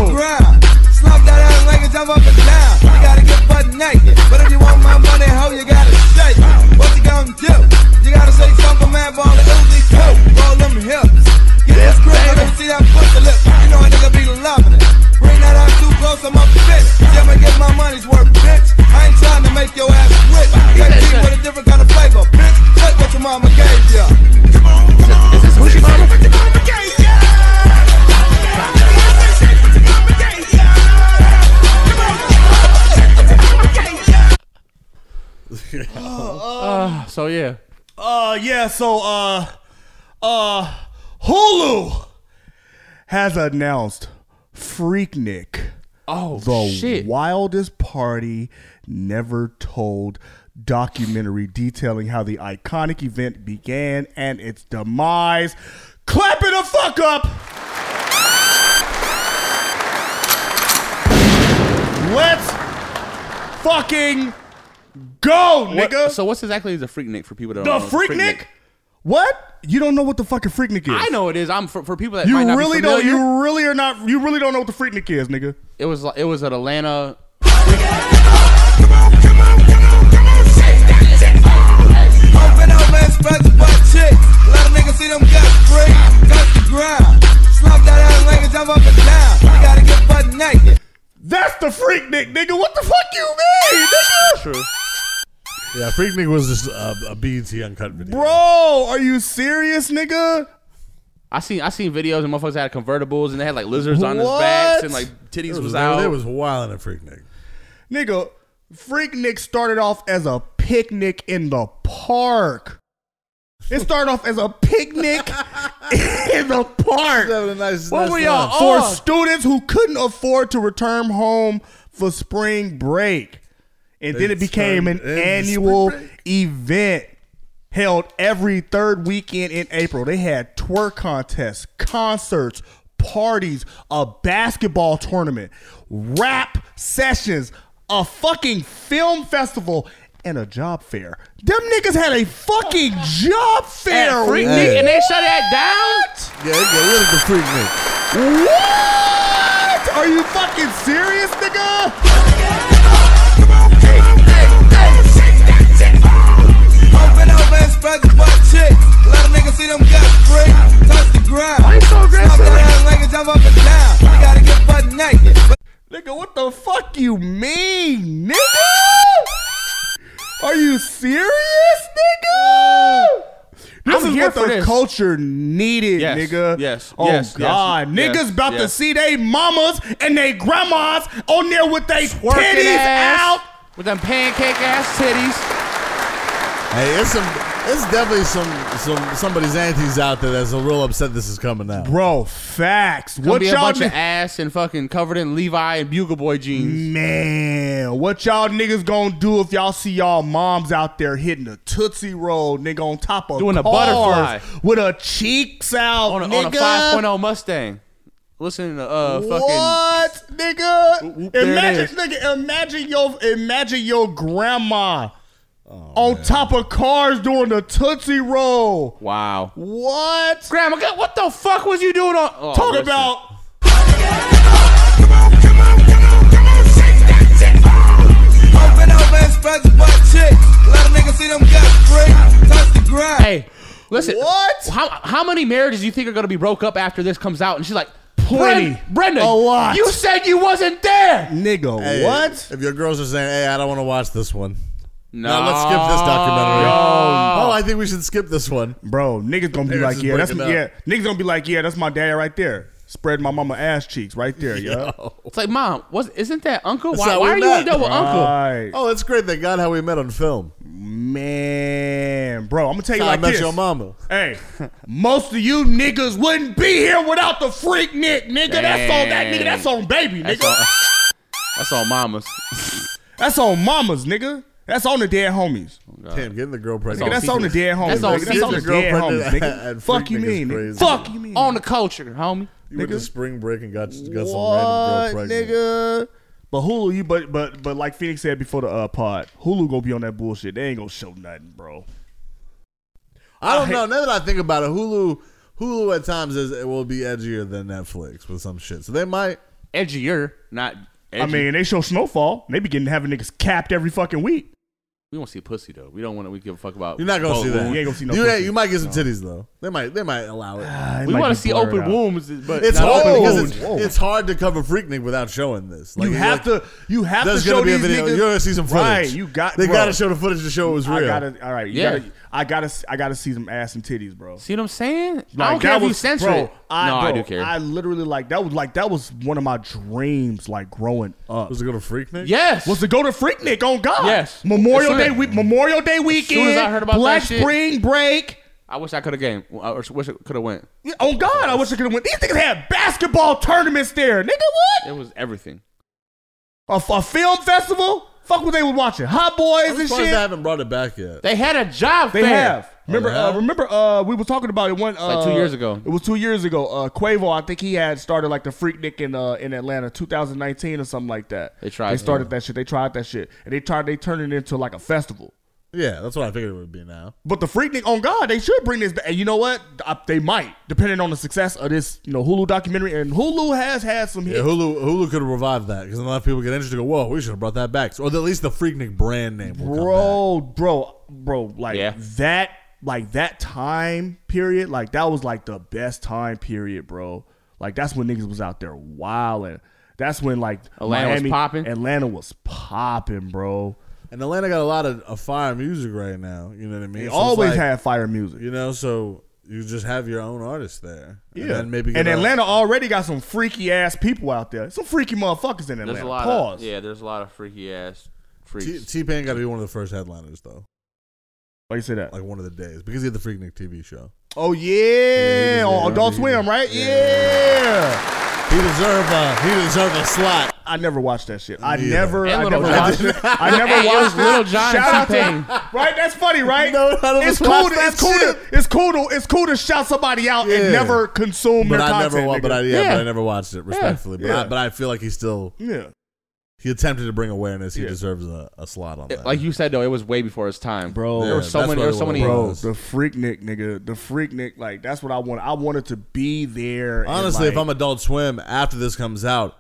Speaker 1: Grind. Slump that ass like it jump up and down. You gotta get butt naked. But if you want my money, hoe, you gotta shake. it. What you gonna do? You gotta shake something, man, ball the Uzi too. Roll them hips. Get this grip, let me see that pussy lip. You know a nigga be loving it. Bring that ass too close, I'm up fit. Yeah, i get my money's worth, bitch. I ain't trying to make your ass rich. Got you with a different kind of flavor, bitch. Take what your mama gave ya.
Speaker 7: So yeah,
Speaker 2: Uh, yeah, so, uh, uh, Hulu has announced Freaknik. Oh, the
Speaker 7: shit.
Speaker 2: wildest party never told documentary detailing how the iconic event began and its demise. Clap it the fuck up! Let's fucking go,
Speaker 10: What-
Speaker 2: nigga!
Speaker 10: so what's exactly is a freaknik for people that
Speaker 2: The
Speaker 7: Uh,
Speaker 10: don't know?
Speaker 2: Freaknik What? You don't know what the fucking Freaknik is?
Speaker 7: I know it is. I'm for, for people that
Speaker 2: You
Speaker 7: might not
Speaker 2: really
Speaker 7: be
Speaker 2: don't.
Speaker 7: familiar.
Speaker 2: You really are not. You really don't know what the Freaknik is, nigga.
Speaker 7: It was like- it was at Atlanta.
Speaker 1: Open up, let's spread the butt chick. Let a nigga see them guts break, guts the ground. Slump that ass like a jump up and down. We gotta get butt naked.
Speaker 2: That's the freak, Nick, nigga. What the fuck you mean, nigga?
Speaker 5: True. Yeah, Freak Nick was just uh, a, a BET uncut video.
Speaker 2: Bro, are you serious, nigga?
Speaker 7: I seen I seen videos and motherfuckers had convertibles and they had like lizards on his backs
Speaker 2: What?
Speaker 7: and like titties
Speaker 2: It
Speaker 7: was,
Speaker 2: was-
Speaker 7: out.
Speaker 2: it was
Speaker 5: wild at Freak Nick.
Speaker 2: Nigga, Freak Nick started off as a picnic in the park. It started off as a picnic in the park.
Speaker 5: What nice were y'all time.
Speaker 2: for
Speaker 5: on?
Speaker 2: students who couldn't afford to return home for spring break, and then
Speaker 5: They
Speaker 2: it became an
Speaker 5: turned into
Speaker 2: annual event held every third weekend in April. They had twerk contests, concerts, parties, a basketball tournament, rap sessions, a fucking film festival, and a job fair. Them niggas had a fucking job fair.
Speaker 9: At Freak
Speaker 2: What?
Speaker 9: Nick, and they shut that down.
Speaker 5: Yeah, it got rid of the Freak Nick.
Speaker 2: What? Are you fucking serious, nigga?
Speaker 1: Open up, let's spread the butt chick. Let a nigga see them guts break, touch the ground. Why so aggressive? Slump that ass like a jump up and down. We gotta get butt naked.
Speaker 2: Nigga, what the fuck you mean, nigga? Are you serious, nigga? This
Speaker 9: I'm
Speaker 2: is
Speaker 9: here
Speaker 2: what
Speaker 9: for
Speaker 2: the
Speaker 9: this.
Speaker 2: culture needed,
Speaker 9: Yes,
Speaker 2: nigga.
Speaker 9: yes,
Speaker 2: Oh
Speaker 9: yes, yes,
Speaker 2: God,
Speaker 9: yes,
Speaker 2: niggas about to
Speaker 9: yes.
Speaker 2: see they mamas and they grandmas on there with they titties out.
Speaker 9: with them pancake ass titties.
Speaker 5: Hey, it's some, it's definitely some, some somebody's aunties out there that's a real upset this is coming out.
Speaker 2: Bro, facts.
Speaker 7: Gonna
Speaker 2: What
Speaker 7: be a
Speaker 2: y'all
Speaker 7: bunch
Speaker 2: ni-
Speaker 7: of ass and fucking covered in Levi and Bugle Boy jeans.
Speaker 2: Man, what y'all niggas gonna do if y'all see y'all moms out there hitting a tootsie roll, nigga, on top of
Speaker 7: Doing a
Speaker 2: cars
Speaker 7: butterfly.
Speaker 2: with her cheeks out,
Speaker 7: On a, oh, on a
Speaker 2: nigga?
Speaker 7: 5.0 Mustang. Listen to uh fucking
Speaker 2: what, nigga?
Speaker 7: there it
Speaker 2: imagine,
Speaker 7: is.
Speaker 2: nigga, imagine your, imagine your grandma on top of cars doing the tootsie roll.
Speaker 7: Wow.
Speaker 2: What?
Speaker 9: Grandma, God, what the fuck was you doing on?
Speaker 7: Oh,
Speaker 2: Talk
Speaker 7: listen.
Speaker 2: about
Speaker 1: Open up, let's spread the butt chick. Let a nigga see them guts break, touch the ground.
Speaker 9: Hey, listen.
Speaker 2: what?
Speaker 9: How how many marriages you think are gonna be broke up after this comes out? And she's like,
Speaker 2: Plenty.
Speaker 9: "Bren- Brenda,
Speaker 2: A lot.
Speaker 9: You said you wasn't there.
Speaker 2: Nigga,
Speaker 5: Hey,
Speaker 2: what?
Speaker 5: If your girls are saying, "Hey, I don't want to watch this one,"
Speaker 7: No,
Speaker 5: now let's skip this documentary. Oh, I think we should skip this one.
Speaker 2: Bro, niggas gonna be
Speaker 5: Niggas
Speaker 2: like,
Speaker 5: is
Speaker 2: yeah, that's
Speaker 5: breaking
Speaker 2: yeah.
Speaker 5: up.
Speaker 2: Niggas gonna be like, yeah, that's my dad right there. Spread my mama ass cheeks right there, yeah.
Speaker 9: It's like, mom, was isn't that uncle?
Speaker 5: That's
Speaker 9: Why,
Speaker 5: how
Speaker 9: why
Speaker 5: we
Speaker 9: are you
Speaker 5: met.
Speaker 9: in there with uncle?
Speaker 2: Right.
Speaker 5: Oh, that's great. Thank God how we met on film.
Speaker 2: Man, bro, I'm gonna tell you
Speaker 5: How I
Speaker 2: like
Speaker 5: met
Speaker 2: this.
Speaker 5: your mama.
Speaker 2: Hey, most of you niggas wouldn't be here without the freak Nick, nigga. That's on that nigga. That's on baby, nigga.
Speaker 7: That's on, that's on mamas.
Speaker 2: that's on mamas, nigga. That's on the dead homies.
Speaker 5: Damn, getting the girl
Speaker 2: Nigga,
Speaker 5: pregnant.
Speaker 2: that's on the dead homies.
Speaker 9: That's on
Speaker 2: nigga. That's on the
Speaker 9: Caesar's
Speaker 2: dead
Speaker 5: girlfriend
Speaker 2: homies,
Speaker 5: at-
Speaker 2: nigga.
Speaker 5: at
Speaker 2: Fuck
Speaker 5: Freak
Speaker 2: you
Speaker 5: Nick is
Speaker 2: mean? nigga?
Speaker 5: crazy.
Speaker 2: Fuck you mean?
Speaker 9: On the culture, homie.
Speaker 5: you went to spring break and got, got some random girl
Speaker 2: What,
Speaker 5: pregnant.
Speaker 2: nigga? But Hulu, you but but but like Phoenix said before the uh, pod, Hulu gonna be on that bullshit. They ain't gonna show nothing, bro.
Speaker 5: I don't
Speaker 2: I
Speaker 5: know. Now that I think about it, Hulu, Hulu at times is it will be edgier than Netflix with some shit. So they might.
Speaker 7: Edgier, not edgy.
Speaker 2: I mean, they show Snowfall. They be getting having niggas capped every fucking week.
Speaker 7: we won't see pussy though. We don't want to. We give a fuck about.
Speaker 5: You're not gonna
Speaker 7: Oh,
Speaker 5: see that.
Speaker 2: you ain't gonna see no
Speaker 5: You,
Speaker 2: pussy.
Speaker 5: you might get some titties though. They might. They might allow it.
Speaker 2: It
Speaker 7: We
Speaker 2: might
Speaker 7: want
Speaker 2: be
Speaker 7: to see
Speaker 2: blurred
Speaker 7: open
Speaker 2: out.
Speaker 7: wombs, but
Speaker 5: It's
Speaker 7: not
Speaker 5: hard
Speaker 7: open
Speaker 5: because
Speaker 7: wombs.
Speaker 5: it's, it's hard to cover Freaknik without showing this. Like
Speaker 2: You have to. You have to
Speaker 5: There's
Speaker 2: show
Speaker 5: gonna be a
Speaker 2: these
Speaker 5: video.
Speaker 2: niggas.
Speaker 5: You're gonna see some footage.
Speaker 2: Right, you got-
Speaker 5: They
Speaker 2: bro.
Speaker 5: gotta show the footage to show it was
Speaker 2: I
Speaker 5: real.
Speaker 2: gotta. All right. You
Speaker 7: Yeah.
Speaker 2: Gotta, I gotta. I gotta see some ass and titties, bro.
Speaker 7: See what I'm saying?
Speaker 2: Like,
Speaker 9: I don't care
Speaker 2: that
Speaker 9: if you
Speaker 2: was-
Speaker 9: censor
Speaker 2: bro,
Speaker 9: it.
Speaker 2: I,
Speaker 7: No,
Speaker 2: bro,
Speaker 7: I do care.
Speaker 2: I literally like that was like that was one of my dreams, like growing up.
Speaker 5: Was it gonna Freaknik?
Speaker 9: Yes.
Speaker 2: was to go to Freaknik on God.
Speaker 7: Yes.
Speaker 2: Memorial
Speaker 7: As soon
Speaker 2: Day
Speaker 7: as-
Speaker 2: week, Memorial Day weekend.
Speaker 7: soon as I heard about
Speaker 2: Black
Speaker 7: that shit-
Speaker 2: Spring Break.
Speaker 7: I wish I could have game. I wish- wish I could have went.
Speaker 2: Yeah, On God, I wish I could have went. These niggas had basketball tournaments there. Nigga, what?
Speaker 7: It was everything.
Speaker 2: A, f- a film festival? Fuck what they was watching. Hot Boys
Speaker 5: I'm
Speaker 2: and
Speaker 5: surprised they
Speaker 2: shit.
Speaker 5: haven't brought it back yet.
Speaker 9: They had a job
Speaker 2: They
Speaker 9: fair.
Speaker 2: have. Remember,
Speaker 5: they have?
Speaker 2: uh, remember, uh, we were talking about it one uh,
Speaker 7: Like two years ago.
Speaker 2: It was two years ago. Uh, Quavo, I think he had started like the Freaknik in uh, in Atlanta, 2019 or something like that.
Speaker 7: They tried
Speaker 2: They
Speaker 7: it.
Speaker 2: started that shit. They tried that shit, and they tried. They turned it into like a festival.
Speaker 5: Yeah, that's what I figured it would be now.
Speaker 2: But the Freaknik on God, they should bring this back. And you know what? I, they might, depending on the success of this, you know, Hulu documentary. And Hulu has had some hits.
Speaker 5: Yeah, Hulu Hulu could have revived that because a lot of people get interested. and Go, whoa, we should have brought that back, or at least the Freaknik brand name. will
Speaker 2: bro,
Speaker 5: come
Speaker 2: bro, bro, like that, like that time period, like that was like the best time period, bro. Like that's when niggas was out there wilding. That's when like
Speaker 5: Atlanta was
Speaker 2: popping. Atlanta was popping, bro.
Speaker 5: And Atlanta got a lot of, of fire music right now. You know what I mean?
Speaker 2: They
Speaker 5: it's
Speaker 2: always
Speaker 5: like,
Speaker 2: had fire music.
Speaker 5: You know, so you just have your own artist there.
Speaker 2: Yeah,
Speaker 5: and then maybe
Speaker 2: and
Speaker 5: get a-
Speaker 2: Atlanta already got some freaky ass people out there. Some freaky motherfuckers in Atlanta.
Speaker 7: There's a lot
Speaker 2: Pause.
Speaker 7: Of, yeah, there's a lot of freaky ass freaks.
Speaker 5: T Pain got to be one of the first headliners, though.
Speaker 2: Why you say that?
Speaker 5: Like one of the days because he had the Freaknik TV show.
Speaker 2: Oh yeah,
Speaker 5: Yeah,
Speaker 2: on
Speaker 5: yeah,
Speaker 2: Adult
Speaker 5: yeah.
Speaker 2: Swim, right? Yeah.
Speaker 5: He deserved a he deserved a slot.
Speaker 2: I never watched that shit. I
Speaker 5: Me either.
Speaker 2: never,
Speaker 5: And
Speaker 2: I
Speaker 5: Little
Speaker 2: never
Speaker 5: John.
Speaker 2: watched it. I never
Speaker 5: Hey, it
Speaker 2: watched
Speaker 5: was Little John and
Speaker 2: Shout out
Speaker 5: T-Pain.
Speaker 2: to right. That's funny, right?
Speaker 5: No, none of
Speaker 2: it's
Speaker 5: us
Speaker 2: cool.
Speaker 5: watched
Speaker 2: To,
Speaker 5: that
Speaker 2: it's cool. To, it's cool. To, it's cool to shout somebody out
Speaker 5: Yeah.
Speaker 2: and never consume
Speaker 5: But
Speaker 2: their
Speaker 5: I
Speaker 2: content.
Speaker 5: never, wa-
Speaker 2: nigga.
Speaker 5: but I yeah, but I never watched it respectfully. But
Speaker 2: Yeah.
Speaker 5: I, but I feel like he still
Speaker 2: yeah.
Speaker 5: He attempted to bring awareness. He
Speaker 7: Yeah.
Speaker 5: deserves a, a slot on that.
Speaker 7: Like you said though, it was way before his time,
Speaker 2: bro.
Speaker 7: There were so many. There were so many.
Speaker 2: Bro, the Freaknik nigga, the Freaknik, like that's what I wanted. I wanted to be there. and,
Speaker 5: Honestly, if
Speaker 2: like-
Speaker 5: I'm Adult Swim after this comes out,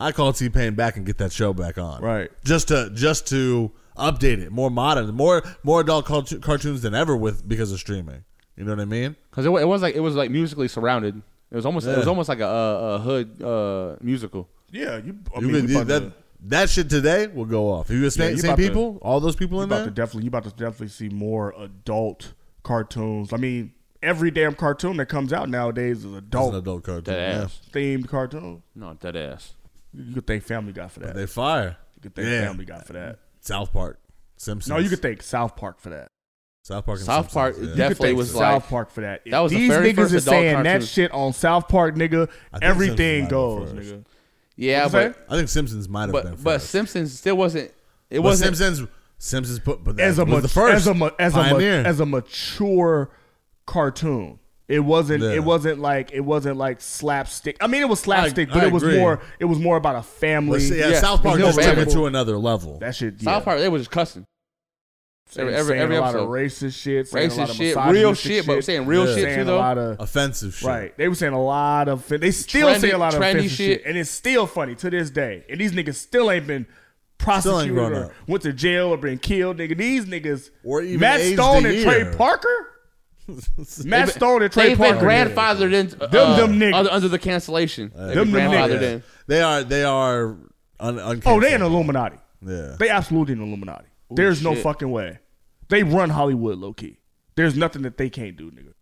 Speaker 5: I call T Pain back and get that show back on. Right. Just to just to update it, more modern, more more adult carto- cartoons than ever with because of streaming. You know what I mean?
Speaker 7: Because it, wa- it was like it was like musically surrounded. It was almost it was
Speaker 5: Yeah.
Speaker 7: almost like a, a, a hood uh, musical.
Speaker 2: yeah, you. I
Speaker 5: You
Speaker 2: mean,
Speaker 5: could-
Speaker 2: we about
Speaker 5: that
Speaker 2: to-
Speaker 5: that shit today will go off. If you
Speaker 2: Yeah,
Speaker 5: same,
Speaker 2: you
Speaker 5: same
Speaker 2: about to-
Speaker 5: people, all those people
Speaker 2: you
Speaker 5: in
Speaker 2: about
Speaker 7: Uh-huh.
Speaker 5: there.
Speaker 2: To definitely, you about to definitely see more adult cartoons. I mean, every damn cartoon that comes out nowadays is adult.
Speaker 5: adult cartoon.
Speaker 7: Dead ass.
Speaker 2: Themed cartoon.
Speaker 7: No, dead ass.
Speaker 2: You could thank Family Guy for that.
Speaker 5: They fire.
Speaker 2: You could thank Family Guy for that.
Speaker 5: South Park, Simpsons.
Speaker 2: No, you could thank South Park for that.
Speaker 5: South Park. And
Speaker 7: South Park
Speaker 5: Simpsons, yeah.
Speaker 7: definitely
Speaker 2: thank
Speaker 7: was
Speaker 2: South
Speaker 7: like
Speaker 2: Park for that.
Speaker 7: That was
Speaker 2: These
Speaker 7: the very
Speaker 2: niggas
Speaker 7: first
Speaker 2: is
Speaker 7: adult
Speaker 2: saying that
Speaker 7: cartoon.
Speaker 2: shit on South Park, nigga.
Speaker 5: think
Speaker 2: Everything
Speaker 5: Simpsons might
Speaker 2: goes,
Speaker 5: have been
Speaker 2: nigga.
Speaker 7: Yeah,
Speaker 2: What'd you
Speaker 7: but
Speaker 5: I think Simpsons might have been
Speaker 7: but, but Simpsons still wasn't. It
Speaker 5: But
Speaker 7: wasn't
Speaker 5: Simpsons. Simpsons put but that
Speaker 2: as a
Speaker 5: was
Speaker 2: ma-
Speaker 5: the first
Speaker 2: as a ma- as a, ma-
Speaker 5: pioneer.
Speaker 2: as a mature cartoon. It wasn't.
Speaker 5: Yeah.
Speaker 2: It wasn't like. It wasn't like slapstick. I mean, it was slapstick,
Speaker 5: I-
Speaker 2: but
Speaker 5: I
Speaker 2: it was
Speaker 5: agree.
Speaker 2: more. It was more about a family.
Speaker 5: But see, yeah, South Park
Speaker 2: It was
Speaker 5: just took it
Speaker 2: relatable.
Speaker 5: to another level.
Speaker 2: That shit. Yeah.
Speaker 7: South Park. They was just cussing.
Speaker 2: Saying-
Speaker 7: Every, every,
Speaker 2: saying
Speaker 7: every
Speaker 2: a lot
Speaker 7: episode.
Speaker 2: of racist shit, saying a lot
Speaker 7: racist
Speaker 2: of
Speaker 7: shit, real
Speaker 2: misogynistic
Speaker 7: shit, but I'm saying real shit
Speaker 2: Saying
Speaker 7: too
Speaker 2: A
Speaker 7: though.
Speaker 2: lot of
Speaker 5: offensive shit.
Speaker 2: Right. They were saying a lot of. offen- They still
Speaker 7: Trendy-
Speaker 2: say a lot of
Speaker 7: trendy
Speaker 2: offensive shit.
Speaker 7: shit.
Speaker 2: and it's still funny to this day. And these niggas still ain't been
Speaker 5: Still ain't
Speaker 2: prosecuted
Speaker 5: grown up.
Speaker 2: or went to jail or been killed. Nigga, these niggas.
Speaker 5: Or even
Speaker 2: Matt
Speaker 5: aged
Speaker 2: Stone
Speaker 5: a
Speaker 2: and
Speaker 5: year.
Speaker 2: Trey Parker. Matt
Speaker 7: They've-
Speaker 2: Stone and Trey
Speaker 7: they've
Speaker 2: Parker.
Speaker 7: been grandfathered in. Uh,
Speaker 2: Them- them niggas.
Speaker 7: Under, under the cancellation. They've
Speaker 2: Them them
Speaker 7: been grandfathered
Speaker 2: niggas.
Speaker 7: in.
Speaker 5: They are. They are. Un- un-
Speaker 2: Oh, they an Illuminati.
Speaker 5: Yeah.
Speaker 2: They absolutely an Illuminati. There's no
Speaker 7: shit.
Speaker 2: fucking way. They run Hollywood low key. There's nothing that they can't do, nigga.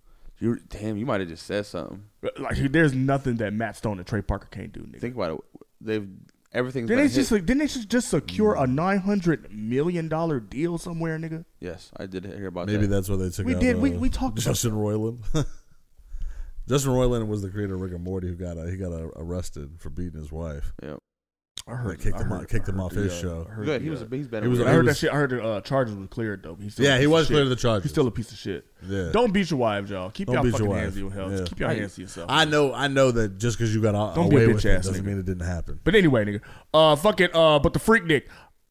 Speaker 7: You damn, you might have just said something.
Speaker 2: Like there's nothing that Matt Stone and Trey Parker can't do, nigga.
Speaker 7: Think about it. They've everything's.
Speaker 2: Didn't they
Speaker 7: been a hit.
Speaker 2: just like, didn't they just, just secure a nine hundred million dollar deal somewhere, nigga?
Speaker 7: Yes, I did hear about
Speaker 5: Maybe
Speaker 7: that.
Speaker 5: that's why they took.
Speaker 2: We
Speaker 5: out,
Speaker 2: did- we-
Speaker 5: uh,
Speaker 2: we talked about
Speaker 5: Justin Roiland. Justin Roiland was the creator of Rick and Morty who got uh, he got uh, arrested for beating his wife.
Speaker 7: Yep.
Speaker 2: I heard-
Speaker 5: They kicked
Speaker 2: I
Speaker 5: him
Speaker 2: heard-
Speaker 5: out. Kicked
Speaker 2: I
Speaker 5: him off
Speaker 2: heard the, uh,
Speaker 5: his show.
Speaker 2: I heard
Speaker 7: Good,
Speaker 2: the,
Speaker 7: he was
Speaker 2: uh,
Speaker 7: a- he's better
Speaker 2: I
Speaker 7: than
Speaker 5: Rick.
Speaker 2: heard
Speaker 5: He
Speaker 2: that
Speaker 5: was-
Speaker 2: shit. I heard the uh, charges were cleared though. but He's still a
Speaker 5: Yeah, he
Speaker 2: piece of
Speaker 5: was
Speaker 2: shit.
Speaker 5: cleared of the charges.
Speaker 2: He's still a piece of shit.
Speaker 5: Yeah.
Speaker 2: Don't beat your wives, y'all. Keep
Speaker 5: Don't
Speaker 2: y'all
Speaker 5: beat
Speaker 2: fucking
Speaker 5: your
Speaker 2: hands to
Speaker 5: wife.
Speaker 2: your health.
Speaker 5: Yeah.
Speaker 2: Keep your hands to yourself.
Speaker 5: I know. I know that just because you got a-
Speaker 2: Don't be a
Speaker 5: away with
Speaker 2: bitch-ass
Speaker 5: it doesn't
Speaker 2: nigga.
Speaker 5: mean it didn't happen.
Speaker 2: But anyway, nigga. Uh, fuck it. Uh, but the Freak Nick.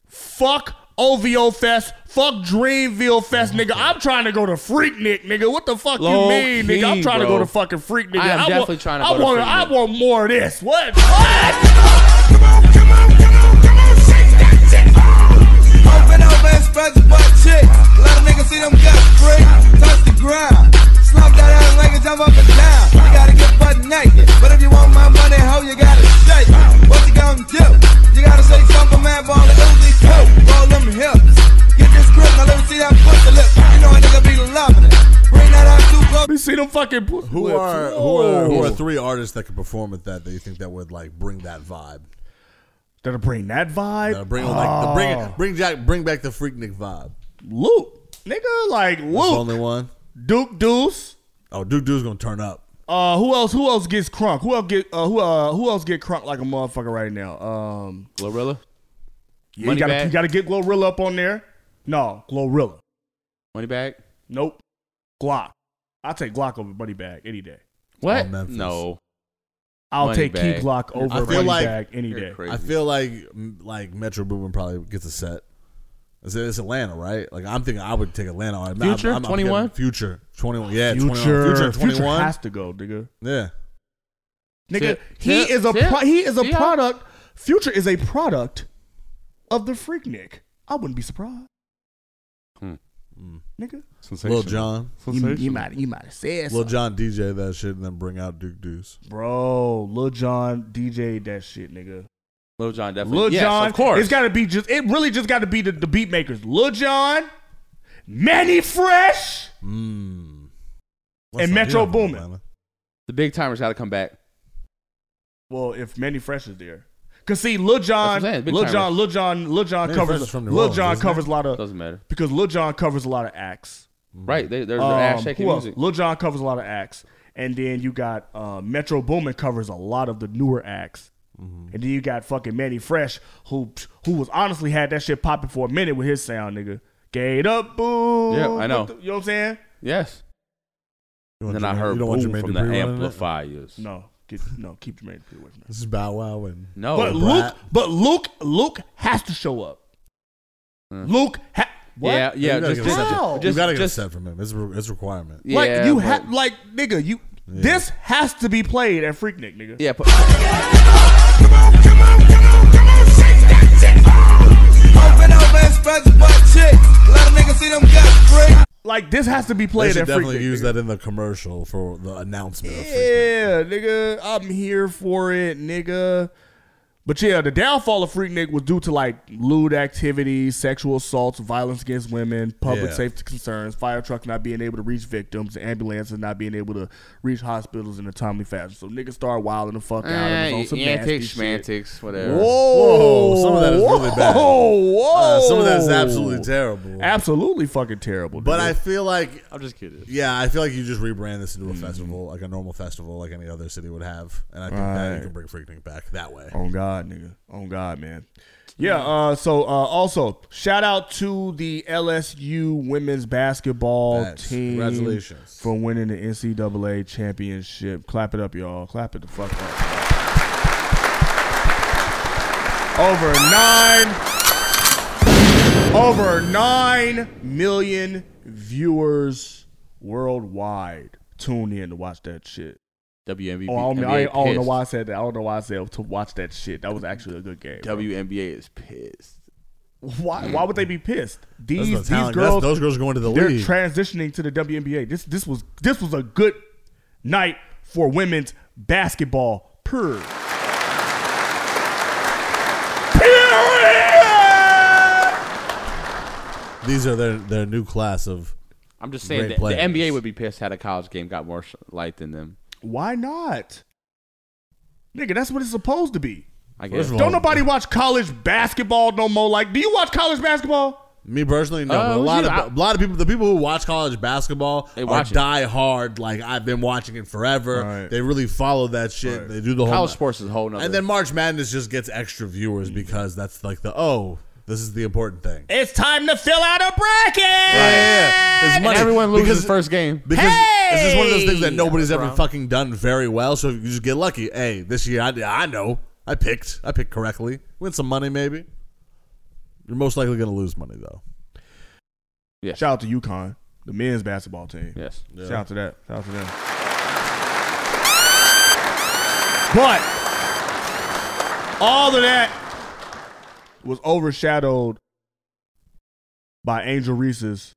Speaker 2: Fuck OVO Fest. Fuck Dreamville Fest,
Speaker 5: Mm-hmm.
Speaker 2: nigga. I'm trying to go to Freak Nick, nigga. What the fuck
Speaker 7: Low
Speaker 2: you mean, nigga? I'm
Speaker 7: key,
Speaker 2: trying to
Speaker 7: bro.
Speaker 2: go to fucking Freak Nick.
Speaker 7: I am
Speaker 2: want-
Speaker 7: definitely trying to
Speaker 2: I
Speaker 7: go to
Speaker 2: want,
Speaker 7: Freak
Speaker 2: I
Speaker 7: Nick.
Speaker 2: want more of this. What?
Speaker 1: Open up and spread the butt chick. Let a nigga see them guts free. Touch the ground. Slump that ass like a jump up and down. You gotta get butt naked. But if you want my money, hoe, you gotta shake. it. What you gonna do? You gotta shake something, man, ball the Uzi too. Roll them hips. Get this grip, now let me see that pussy lip. You know a nigga be loving it. Bring that out too close.
Speaker 2: Let me see them fucking pussy
Speaker 5: Who are who are who are three artists that could perform at that that you think that would like bring that vibe?
Speaker 2: That'll bring that vibe. Oh,
Speaker 5: That'll bring like the bring bring Jack bring back the Freaknik vibe.
Speaker 2: Luke, nigga, like Luke.
Speaker 5: That's the only one.
Speaker 2: Duke Deuce.
Speaker 5: Oh, Duke Deuce gonna turn up.
Speaker 2: Uh, who else? Who else gets crunk? Who else get? Uh, who? Uh, who else get crunk like a motherfucker right now? Um,
Speaker 7: Glorilla.
Speaker 2: yeah, you gotta,
Speaker 7: Moneybag?
Speaker 2: you gotta get Glorilla up on there. No, Glorilla.
Speaker 7: Moneybag.
Speaker 2: Nope. Glock. I'll take Glock over Buddy Bag any day.
Speaker 7: What?
Speaker 5: Oh, Memphis.
Speaker 7: no.
Speaker 2: I'll take Key
Speaker 7: Moneybag.
Speaker 2: Glock over
Speaker 5: I feel
Speaker 2: Buddy
Speaker 5: like-
Speaker 2: Bag any
Speaker 7: You're
Speaker 2: day.
Speaker 7: crazy.
Speaker 5: I feel like m- like Metro Boomin probably gets a set. It's, it's Atlanta, right? Like I'm thinking, I would take Atlanta. I'm,
Speaker 2: Future?
Speaker 5: I'm, I'm, I'm
Speaker 2: 21?
Speaker 5: getting Future, twenty one. Yeah,
Speaker 2: Future,
Speaker 5: 21. Future,
Speaker 2: future,
Speaker 5: twenty one.
Speaker 2: has to go, nigga.
Speaker 5: Yeah.
Speaker 2: Nigga,
Speaker 5: See-
Speaker 2: he
Speaker 5: see-
Speaker 2: is a
Speaker 5: see-
Speaker 2: pro- he is a
Speaker 5: see how-
Speaker 2: product. Future is a product of the Freaknik. I wouldn't be surprised,
Speaker 7: Hmm.
Speaker 2: Mm. nigga.
Speaker 5: Lil John,
Speaker 2: You, you might you might have said
Speaker 5: Lil
Speaker 2: something.
Speaker 5: John DJ that shit and then bring out Duke Deuce.
Speaker 2: bro. Lil John DJ that shit, nigga.
Speaker 7: Lil John definitely.
Speaker 2: Lil
Speaker 7: yes,
Speaker 2: John,
Speaker 7: of course.
Speaker 2: It's got to be just. It really just got to be the, the beat makers. Lil John, Manny Fresh, Mm. and Metro Boomin.
Speaker 7: The big timers got to come back.
Speaker 2: Well, if Manny Fresh is there, cause see, Lil John,
Speaker 7: That's what I'm saying, big
Speaker 2: Lil
Speaker 7: timers.
Speaker 2: John, Lil John, Lil John
Speaker 7: Manny Fresh
Speaker 2: covers
Speaker 7: is from New
Speaker 2: Lil
Speaker 7: Orleans,
Speaker 2: John
Speaker 7: isn't
Speaker 2: covers
Speaker 7: it?
Speaker 2: a lot of
Speaker 7: Doesn't matter.
Speaker 2: because Lil John covers a lot of acts.
Speaker 7: Right, they- they're- they're ass shaking
Speaker 2: Um, who else?
Speaker 7: music.
Speaker 2: Lil John covers a lot of acts, and then you got uh, Metro Boomin covers a lot of the newer acts.
Speaker 5: Mm-hmm.
Speaker 2: And then you got fucking Manny Fresh, who who was honestly had that shit popping for a minute with his sound, nigga. Gate up, boo.
Speaker 7: Yeah, I know.
Speaker 2: What the- you know what I'm saying?
Speaker 7: Yes.
Speaker 5: want
Speaker 7: then I
Speaker 5: Jermaine-
Speaker 7: heard
Speaker 5: you don't want
Speaker 7: boom
Speaker 5: Jermaine
Speaker 7: from
Speaker 5: Dupri
Speaker 7: the
Speaker 5: running it?
Speaker 7: amplifiers.
Speaker 2: No, get, no, keep Jermaine Dupri away from
Speaker 5: This is Bow Wow and
Speaker 7: No,
Speaker 2: but Luke, but Luke, Luke has to show up. Luke, ha- what?
Speaker 7: Uh. Yeah, yeah,
Speaker 5: you gotta
Speaker 7: just-
Speaker 5: get a set
Speaker 2: How?
Speaker 5: from- you
Speaker 2: Just-
Speaker 5: gotta get
Speaker 2: just-
Speaker 5: a set from him. It's a, re- it's a requirement.
Speaker 2: like
Speaker 7: Yeah,
Speaker 2: you
Speaker 7: but-
Speaker 2: have, like nigga, you. This has to be played at Freaknik, nigga.
Speaker 7: Yeah, but
Speaker 1: Open up and spread the butt chick. Let a nigga see them guts free.
Speaker 2: like this has to be played
Speaker 5: They should
Speaker 2: at
Speaker 5: definitely
Speaker 2: Freaknik.
Speaker 5: use that in the commercial for the announcement. of
Speaker 2: Yeah, nigga, I'm here for it, nigga. But yeah, the downfall of Freaknik was due to like lewd activities, sexual assaults, violence against women, public
Speaker 5: Yeah.
Speaker 2: safety concerns, fire trucks not being able to reach victims, and ambulances not being able to reach hospitals in a timely fashion. So niggas start wilding the fuck out.
Speaker 7: Eh,
Speaker 2: It was on some nasty
Speaker 7: antics,
Speaker 2: shit.
Speaker 7: schmantics, whatever.
Speaker 2: Whoa,
Speaker 5: Whoa, some of that is really bad.
Speaker 2: Whoa,
Speaker 5: Uh, some of that is
Speaker 7: Oh.
Speaker 5: absolutely terrible.
Speaker 2: Absolutely fucking terrible.
Speaker 5: But
Speaker 2: dude.
Speaker 5: I feel like
Speaker 7: I'm just kidding.
Speaker 5: Yeah, I feel like you just rebrand this
Speaker 7: Mm-hmm.
Speaker 5: into a festival, like a normal festival, like any other city would have, and I think that
Speaker 2: Right.
Speaker 5: you can bring Freaknik back that way.
Speaker 7: Oh.
Speaker 2: On God, nigga. On God, man. Yeah. Uh, so uh, also shout out to the LSU women's basketball
Speaker 5: Facts.
Speaker 2: team.
Speaker 5: Congratulations.
Speaker 2: for winning the NCAA championship. Clap it up, y'all. Clap it the fuck up. Over nine. Over nine million viewers worldwide tuned in to watch that shit.
Speaker 7: WNBA.
Speaker 2: Oh, I don't, I, I don't know why I said that. I don't know why I said to watch that shit. That was actually a good game.
Speaker 7: WNBA is pissed.
Speaker 2: Why? Why would they be pissed? These
Speaker 5: no
Speaker 2: these
Speaker 5: talent. Mm. That's-
Speaker 2: girls,
Speaker 5: those girls are going to the
Speaker 2: they're
Speaker 5: league.
Speaker 2: transitioning to the WNBA. This this was this was a good night for women's basketball. Per.
Speaker 5: These are their their new class of.
Speaker 7: I'm just saying
Speaker 5: great
Speaker 7: that the
Speaker 5: players.
Speaker 7: NBA would be pissed had a college game got more sh- light than them.
Speaker 2: Why not? Nigga, that's what it's supposed to be.
Speaker 7: I guess.
Speaker 5: First of
Speaker 2: Don't
Speaker 5: all-
Speaker 2: nobody watch college basketball no more. Like, do you watch college basketball?
Speaker 5: Me personally, no.
Speaker 7: Uh,
Speaker 5: but a lot
Speaker 7: you-
Speaker 5: of
Speaker 7: I-
Speaker 5: a lot of people, the people who watch college basketball,
Speaker 7: They
Speaker 5: are
Speaker 7: watch it.
Speaker 5: die hard. Like I've been watching it forever.
Speaker 2: Right.
Speaker 5: They really follow that shit. They do the whole
Speaker 7: College sports is a whole nother.
Speaker 5: And then March Madness just gets extra
Speaker 7: Mm.
Speaker 5: viewers because that's like the oh, this is the important thing.
Speaker 2: It's time to fill out a bracket.
Speaker 5: It's
Speaker 7: And
Speaker 5: money.
Speaker 7: everyone loses
Speaker 5: Because-
Speaker 7: first game.
Speaker 5: Because it's just one of those things that
Speaker 2: Hey!
Speaker 5: nobody's ever
Speaker 7: Brown.
Speaker 5: fucking done very well. So you just get lucky. Hey, this year I, I know I picked. I picked correctly. Win some money maybe. You're most likely gonna lose money though.
Speaker 2: Shout out to UConn, the men's basketball team.
Speaker 7: Yes.
Speaker 2: Shout out to that. Shout out to them. But all of that was overshadowed by Angel Reese's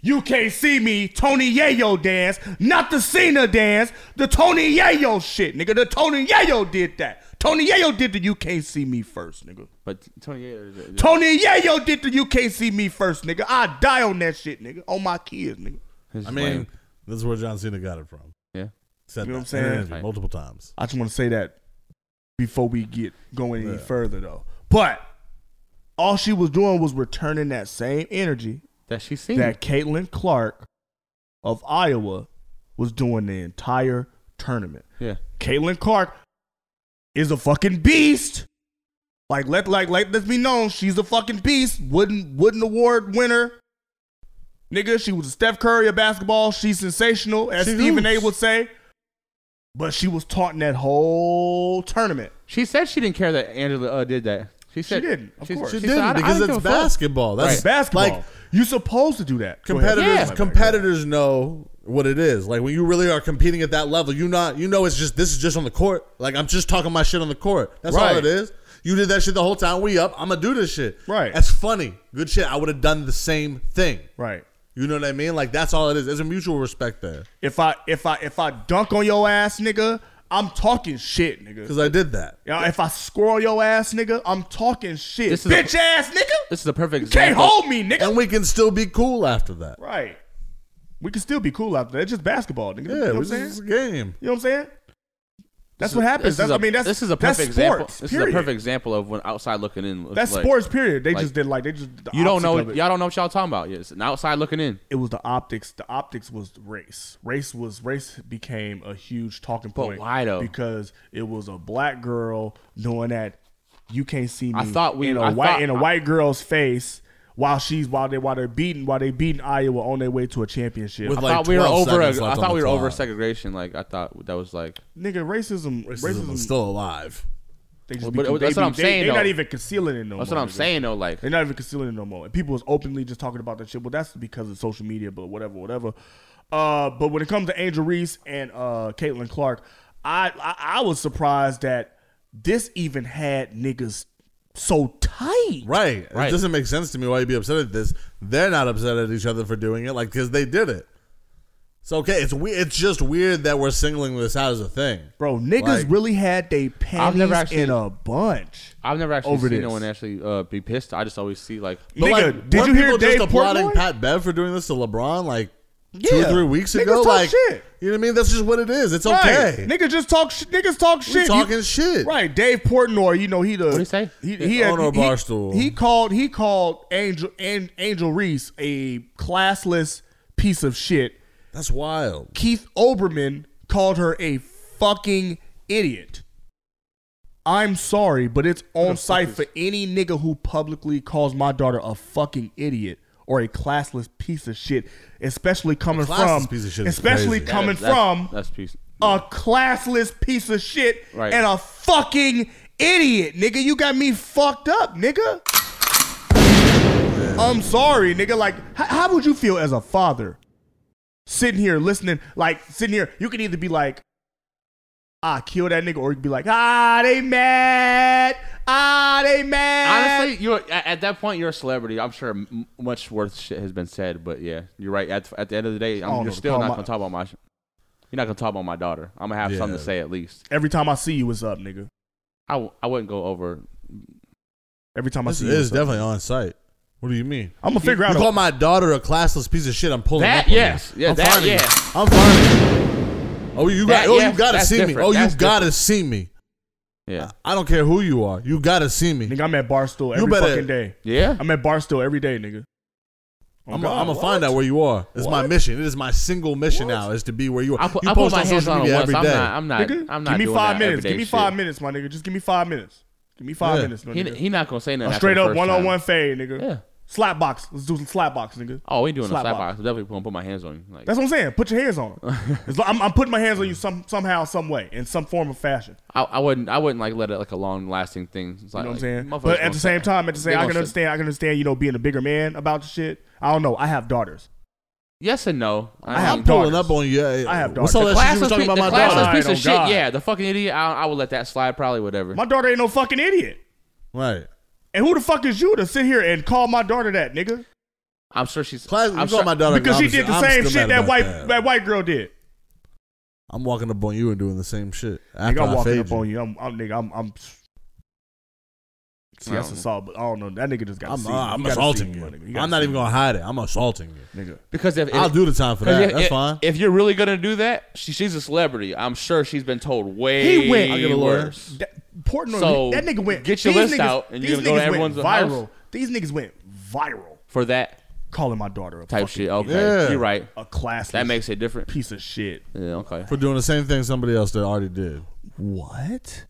Speaker 2: You Can't See Me Tony Yayo dance, not the Cena dance, the Tony Yayo shit, nigga. The Tony Yayo did that. Tony Yayo did the You Can't See Me first, nigga.
Speaker 7: But Tony, yeah,
Speaker 2: Tony Yayo did the You Can't See Me first, nigga. I die on that shit, nigga. On my kids, nigga.
Speaker 7: This is
Speaker 5: I mean,
Speaker 7: lame.
Speaker 5: this is where John Cena got it from.
Speaker 7: Yeah.
Speaker 5: Said
Speaker 2: You know
Speaker 5: that
Speaker 2: what I'm
Speaker 5: in an
Speaker 2: saying?
Speaker 5: interview multiple times.
Speaker 2: I just want to say that before we get going any further, though. But all she was doing was returning that same energy
Speaker 7: that she seen
Speaker 2: that Caitlin Clark of Iowa was doing the entire tournament.
Speaker 7: Yeah.
Speaker 2: Caitlin Clark is a fucking beast. Like let like like let's be known, she's a fucking beast. Wooden Wooden Award winner. Nigga, she was a Steph Curry of basketball. She's sensational, as
Speaker 5: She
Speaker 2: Stephen A
Speaker 5: hoops.
Speaker 2: would say. But she was taunting that whole tournament.
Speaker 7: She said she didn't care that Angela uh, did that. She said
Speaker 2: didn't. Of
Speaker 7: she-
Speaker 2: course,
Speaker 7: she She said, didn't, "I- I because didn't it's give a fuck."
Speaker 5: basketball. That's-
Speaker 2: It's basketball.
Speaker 5: like-
Speaker 2: you're supposed to do that. Go ahead.
Speaker 5: competitors competitors know what it is. Like when you really are competing at that level, you not you know it's just this is just on the court. Like I'm just talking my shit on the court. That's
Speaker 2: Right.
Speaker 5: all it is. You did that shit the whole time. We up. I'm gonna do this shit. Right. That's funny. Good shit. I would have done the same thing.
Speaker 2: Right.
Speaker 5: You know what I mean? Like that's all it is. There's a mutual respect there.
Speaker 2: If I if I if I dunk on your ass, nigga, I'm talking shit, nigga.
Speaker 5: Because I did that.
Speaker 2: Yeah, if I squirrel your ass, nigga, I'm talking shit.
Speaker 7: This is a-
Speaker 2: Bitch ass nigga.
Speaker 7: This is the perfect
Speaker 2: You can't
Speaker 7: example.
Speaker 2: hold me, nigga.
Speaker 5: And we can still be cool after that.
Speaker 2: Right. We can still be cool out there. It's just basketball, nigga.
Speaker 5: Yeah,
Speaker 2: you know what I'm
Speaker 5: this
Speaker 2: saying?
Speaker 5: is a game.
Speaker 2: You know what I'm saying? That's
Speaker 7: This
Speaker 2: what
Speaker 7: is-
Speaker 2: happens.
Speaker 7: this
Speaker 2: That's,
Speaker 7: is a-
Speaker 2: I mean, that's
Speaker 7: this is a
Speaker 2: that's
Speaker 7: perfect example.
Speaker 2: sports,
Speaker 7: This
Speaker 2: period.
Speaker 7: is a perfect example of when outside looking in. looks
Speaker 2: That's
Speaker 7: like-
Speaker 2: sports. Period. They
Speaker 7: like,
Speaker 2: just did like they just. The
Speaker 7: you don't
Speaker 2: opposite
Speaker 7: know.
Speaker 2: of it.
Speaker 7: Y'all don't know what y'all talking about. Yes, an outside looking in.
Speaker 2: It was the optics. The optics was race. Race was race became a huge talking
Speaker 7: But
Speaker 2: point.
Speaker 7: why though?
Speaker 2: Because it was a black girl doing that. You can't see me.
Speaker 7: I thought we-
Speaker 2: in a
Speaker 7: I
Speaker 2: white
Speaker 7: thought-
Speaker 2: in a white girl's face while she's while they while they're beating while they beating Iowa on their way to a championship.
Speaker 7: I thought we were over. I thought we were over segregation. Like I thought that was like.
Speaker 2: Nigga, racism, racism,
Speaker 7: is
Speaker 5: still alive.
Speaker 2: They just
Speaker 7: Well,
Speaker 2: be,
Speaker 7: but that's
Speaker 2: they
Speaker 7: what
Speaker 2: be-
Speaker 7: I'm
Speaker 2: they-
Speaker 7: saying,
Speaker 2: They're not
Speaker 7: though.
Speaker 2: even concealing it no
Speaker 7: That's
Speaker 2: more.
Speaker 7: what I'm
Speaker 2: nigga.
Speaker 7: saying, though, like-
Speaker 2: they're not even concealing it no more. And people is openly just talking about that shit. Well, that's because of social media, but whatever, whatever. Uh, but when it comes to Angel Reese and uh, Caitlin Clark, I, I I was surprised that this even had niggas so tight.
Speaker 5: Right. It
Speaker 2: Right.
Speaker 5: doesn't make sense to me why you'd be upset at this. They're not upset at each other for doing it, like because they did it. It's okay. It's we. It's just weird that we're singling this out as a thing,
Speaker 2: bro. Niggas really had they panties
Speaker 7: never actually-
Speaker 2: in a bunch.
Speaker 7: I've never actually
Speaker 2: Over
Speaker 7: seen
Speaker 2: this.
Speaker 7: no one actually uh, be pissed. I just always see like.
Speaker 2: But, Nigga, like, did
Speaker 5: Weren't
Speaker 2: you hear
Speaker 5: people
Speaker 2: Dave
Speaker 5: just applauding
Speaker 2: Portnoy?
Speaker 5: Pat Bev for doing this to LeBron like two
Speaker 2: Yeah.
Speaker 5: or three weeks
Speaker 2: Niggas
Speaker 5: ago?
Speaker 2: talk
Speaker 5: Like,
Speaker 2: shit.
Speaker 5: you know what I mean? That's just what it is. It's
Speaker 2: Right.
Speaker 5: okay.
Speaker 2: Niggas just talk. Sh- niggas talk shit.
Speaker 5: talking
Speaker 2: He-
Speaker 5: shit.
Speaker 2: Right. Dave Portnoy. You know he the. What he say? He, he
Speaker 5: Yeah,
Speaker 2: had,
Speaker 5: owner of
Speaker 2: he-
Speaker 5: Barstool.
Speaker 2: He called. He called Angel and Angel Reese a classless piece of shit.
Speaker 5: That's wild.
Speaker 2: Keith Oberman called her a fucking idiot. I'm sorry, but it's on site for any nigga who publicly calls my daughter a fucking idiot or a classless piece of shit, especially coming
Speaker 5: classless
Speaker 2: from
Speaker 5: piece of shit is
Speaker 2: especially
Speaker 5: crazy.
Speaker 2: coming
Speaker 7: That's-
Speaker 2: from
Speaker 7: that's piece-
Speaker 2: a classless piece of shit
Speaker 7: Right.
Speaker 2: and a fucking idiot, nigga. You got me fucked up, nigga. I'm sorry, nigga. Like, how, how would you feel as a father sitting here listening? Like, sitting here, you can either be like, ah, kill that nigga, or you can be like, ah, they mad. Ah, they mad.
Speaker 7: Honestly, you at, at that point you're a celebrity. I'm sure m- much worse shit has been said, but yeah, you're right. At, at the end of the day,
Speaker 2: I don't
Speaker 7: I'm,
Speaker 2: know,
Speaker 7: you're still
Speaker 2: call
Speaker 7: not
Speaker 2: my-
Speaker 7: gonna talk about my. sh- You're not gonna talk about my daughter. I'm gonna have something to
Speaker 2: Yeah.
Speaker 7: say at least.
Speaker 2: Every time I see you, what's up, nigga?
Speaker 7: I, w- I wouldn't go over.
Speaker 2: Every time
Speaker 5: This
Speaker 2: I see you,
Speaker 5: is
Speaker 2: what's up?
Speaker 5: definitely on site. What do you mean?
Speaker 2: I'ma figure out
Speaker 5: You
Speaker 2: a-
Speaker 5: call my daughter a classless piece of shit. I'm pulling
Speaker 7: That,
Speaker 5: up on
Speaker 7: yes.
Speaker 5: you.
Speaker 7: Yeah,
Speaker 5: I'm
Speaker 7: that,
Speaker 5: finding
Speaker 7: yeah.
Speaker 5: You. I'm finding you. Oh, you got.
Speaker 7: That,
Speaker 5: oh,
Speaker 7: yes,
Speaker 5: you got to
Speaker 7: that's
Speaker 5: see me.
Speaker 7: different.
Speaker 5: Oh,
Speaker 7: That's
Speaker 5: you got to
Speaker 7: different.
Speaker 5: see me.
Speaker 7: Yeah.
Speaker 5: I don't care who you are. You got to see me.
Speaker 2: Nigga, I'm at Barstool
Speaker 5: You
Speaker 2: every
Speaker 5: better-
Speaker 2: fucking day.
Speaker 7: Yeah.
Speaker 2: I'm at Barstool every day, nigga. Oh,
Speaker 5: I'm
Speaker 2: God,
Speaker 5: gonna
Speaker 2: what?
Speaker 5: find out where you are. It's my
Speaker 2: What?
Speaker 5: mission. It is my single mission now is to be where you are.
Speaker 7: I put-
Speaker 5: you
Speaker 7: I put my hands on it once.
Speaker 5: every
Speaker 7: I'm
Speaker 5: day.
Speaker 7: not- I'm not-
Speaker 2: Nigga,
Speaker 7: I'm not
Speaker 2: give me
Speaker 7: doing
Speaker 2: five
Speaker 7: that
Speaker 2: minutes.
Speaker 7: everyday
Speaker 2: Give me
Speaker 7: shit.
Speaker 2: five minutes, my nigga. Just give me five minutes. Give me five
Speaker 7: Yeah.
Speaker 2: minutes. My
Speaker 7: He-
Speaker 2: nigga.
Speaker 7: he not gonna say nothing
Speaker 2: A
Speaker 7: after
Speaker 2: straight
Speaker 7: the
Speaker 2: up
Speaker 7: first
Speaker 2: one on one
Speaker 7: time.
Speaker 2: fade, nigga.
Speaker 7: Yeah.
Speaker 2: Slap box. Let's do some slap box, nigga.
Speaker 7: Oh, we doing a slap box. I'm definitely gonna put my hands on you. Like
Speaker 2: That's what I'm saying. Put your hands on. 'em. As lo- I'm, I'm putting my hands on you some somehow, some way, in some form of fashion.
Speaker 7: I, I wouldn't. I wouldn't like let it like a long lasting thing. It's
Speaker 2: You
Speaker 7: like,
Speaker 2: know what I'm
Speaker 7: like,
Speaker 2: saying? But
Speaker 7: motherfuckers gonna
Speaker 2: at the
Speaker 7: say-
Speaker 2: same time, at the
Speaker 7: they
Speaker 2: same, I
Speaker 7: gonna
Speaker 2: can
Speaker 7: say-
Speaker 2: understand. I can understand. You know, being a bigger man about the shit. I don't know. I have daughters.
Speaker 7: Yes and no. I,
Speaker 5: I'm
Speaker 7: mean-
Speaker 5: pulling up on you. I
Speaker 2: have
Speaker 5: What's all
Speaker 7: The
Speaker 5: that shit you
Speaker 7: classless
Speaker 5: was talking
Speaker 7: pe-
Speaker 5: about my
Speaker 7: the classless
Speaker 5: daughter?
Speaker 7: piece
Speaker 2: Right,
Speaker 7: of
Speaker 2: oh,
Speaker 7: shit.
Speaker 2: God.
Speaker 7: Yeah, the fucking idiot. I, I would let that slide. Probably whatever.
Speaker 2: My daughter ain't no fucking idiot.
Speaker 5: Right.
Speaker 2: And who the fuck is you to sit here and call my daughter that, nigga?
Speaker 7: I'm sure she's.
Speaker 5: Class, you
Speaker 7: I'm
Speaker 5: call my daughter
Speaker 2: because she
Speaker 5: Robinson.
Speaker 2: did the
Speaker 5: I'm
Speaker 2: same
Speaker 5: still
Speaker 2: shit
Speaker 5: mad
Speaker 2: that
Speaker 5: about
Speaker 2: white
Speaker 5: that.
Speaker 2: that. white girl did.
Speaker 5: I'm walking up on you and doing the same shit.
Speaker 2: Nigga,
Speaker 5: After
Speaker 2: I'm
Speaker 5: I
Speaker 2: walking
Speaker 5: fade
Speaker 2: up
Speaker 5: you.
Speaker 2: on you. I'm, I'm nigga. I'm. I'm See,
Speaker 5: I
Speaker 2: that's
Speaker 5: don't know.
Speaker 2: assault, but I don't know. That nigga just got.
Speaker 5: I'm,
Speaker 2: see
Speaker 5: uh,
Speaker 2: you.
Speaker 5: I'm
Speaker 2: You gotta
Speaker 5: assaulting
Speaker 2: see
Speaker 5: you.
Speaker 2: my nigga. You gotta
Speaker 5: I'm not
Speaker 2: see
Speaker 5: even gonna hide it. I'm assaulting you,
Speaker 2: nigga.
Speaker 7: Because if,
Speaker 5: I'll do the time for
Speaker 7: 'cause
Speaker 5: that.
Speaker 7: if-
Speaker 5: That's
Speaker 7: if-
Speaker 5: fine.
Speaker 7: If you're really gonna do that, she, she's a celebrity. I'm sure she's been told way
Speaker 2: He went.
Speaker 7: i worse.
Speaker 2: That, Portnoy.
Speaker 7: So,
Speaker 2: that nigga went.
Speaker 7: get your
Speaker 2: these
Speaker 7: list
Speaker 2: niggas,
Speaker 7: out, and
Speaker 2: these
Speaker 7: you're gonna go to
Speaker 2: niggas went
Speaker 7: everyone's
Speaker 2: viral.
Speaker 7: house?
Speaker 2: These niggas went viral
Speaker 7: for that
Speaker 2: calling my daughter a
Speaker 7: type
Speaker 2: fucking
Speaker 7: shit. Okay,
Speaker 5: Yeah.
Speaker 7: you're right.
Speaker 2: A class
Speaker 7: that makes it different.
Speaker 2: Piece of shit.
Speaker 7: Yeah. Okay.
Speaker 5: For doing the same thing somebody else that already did.
Speaker 2: What?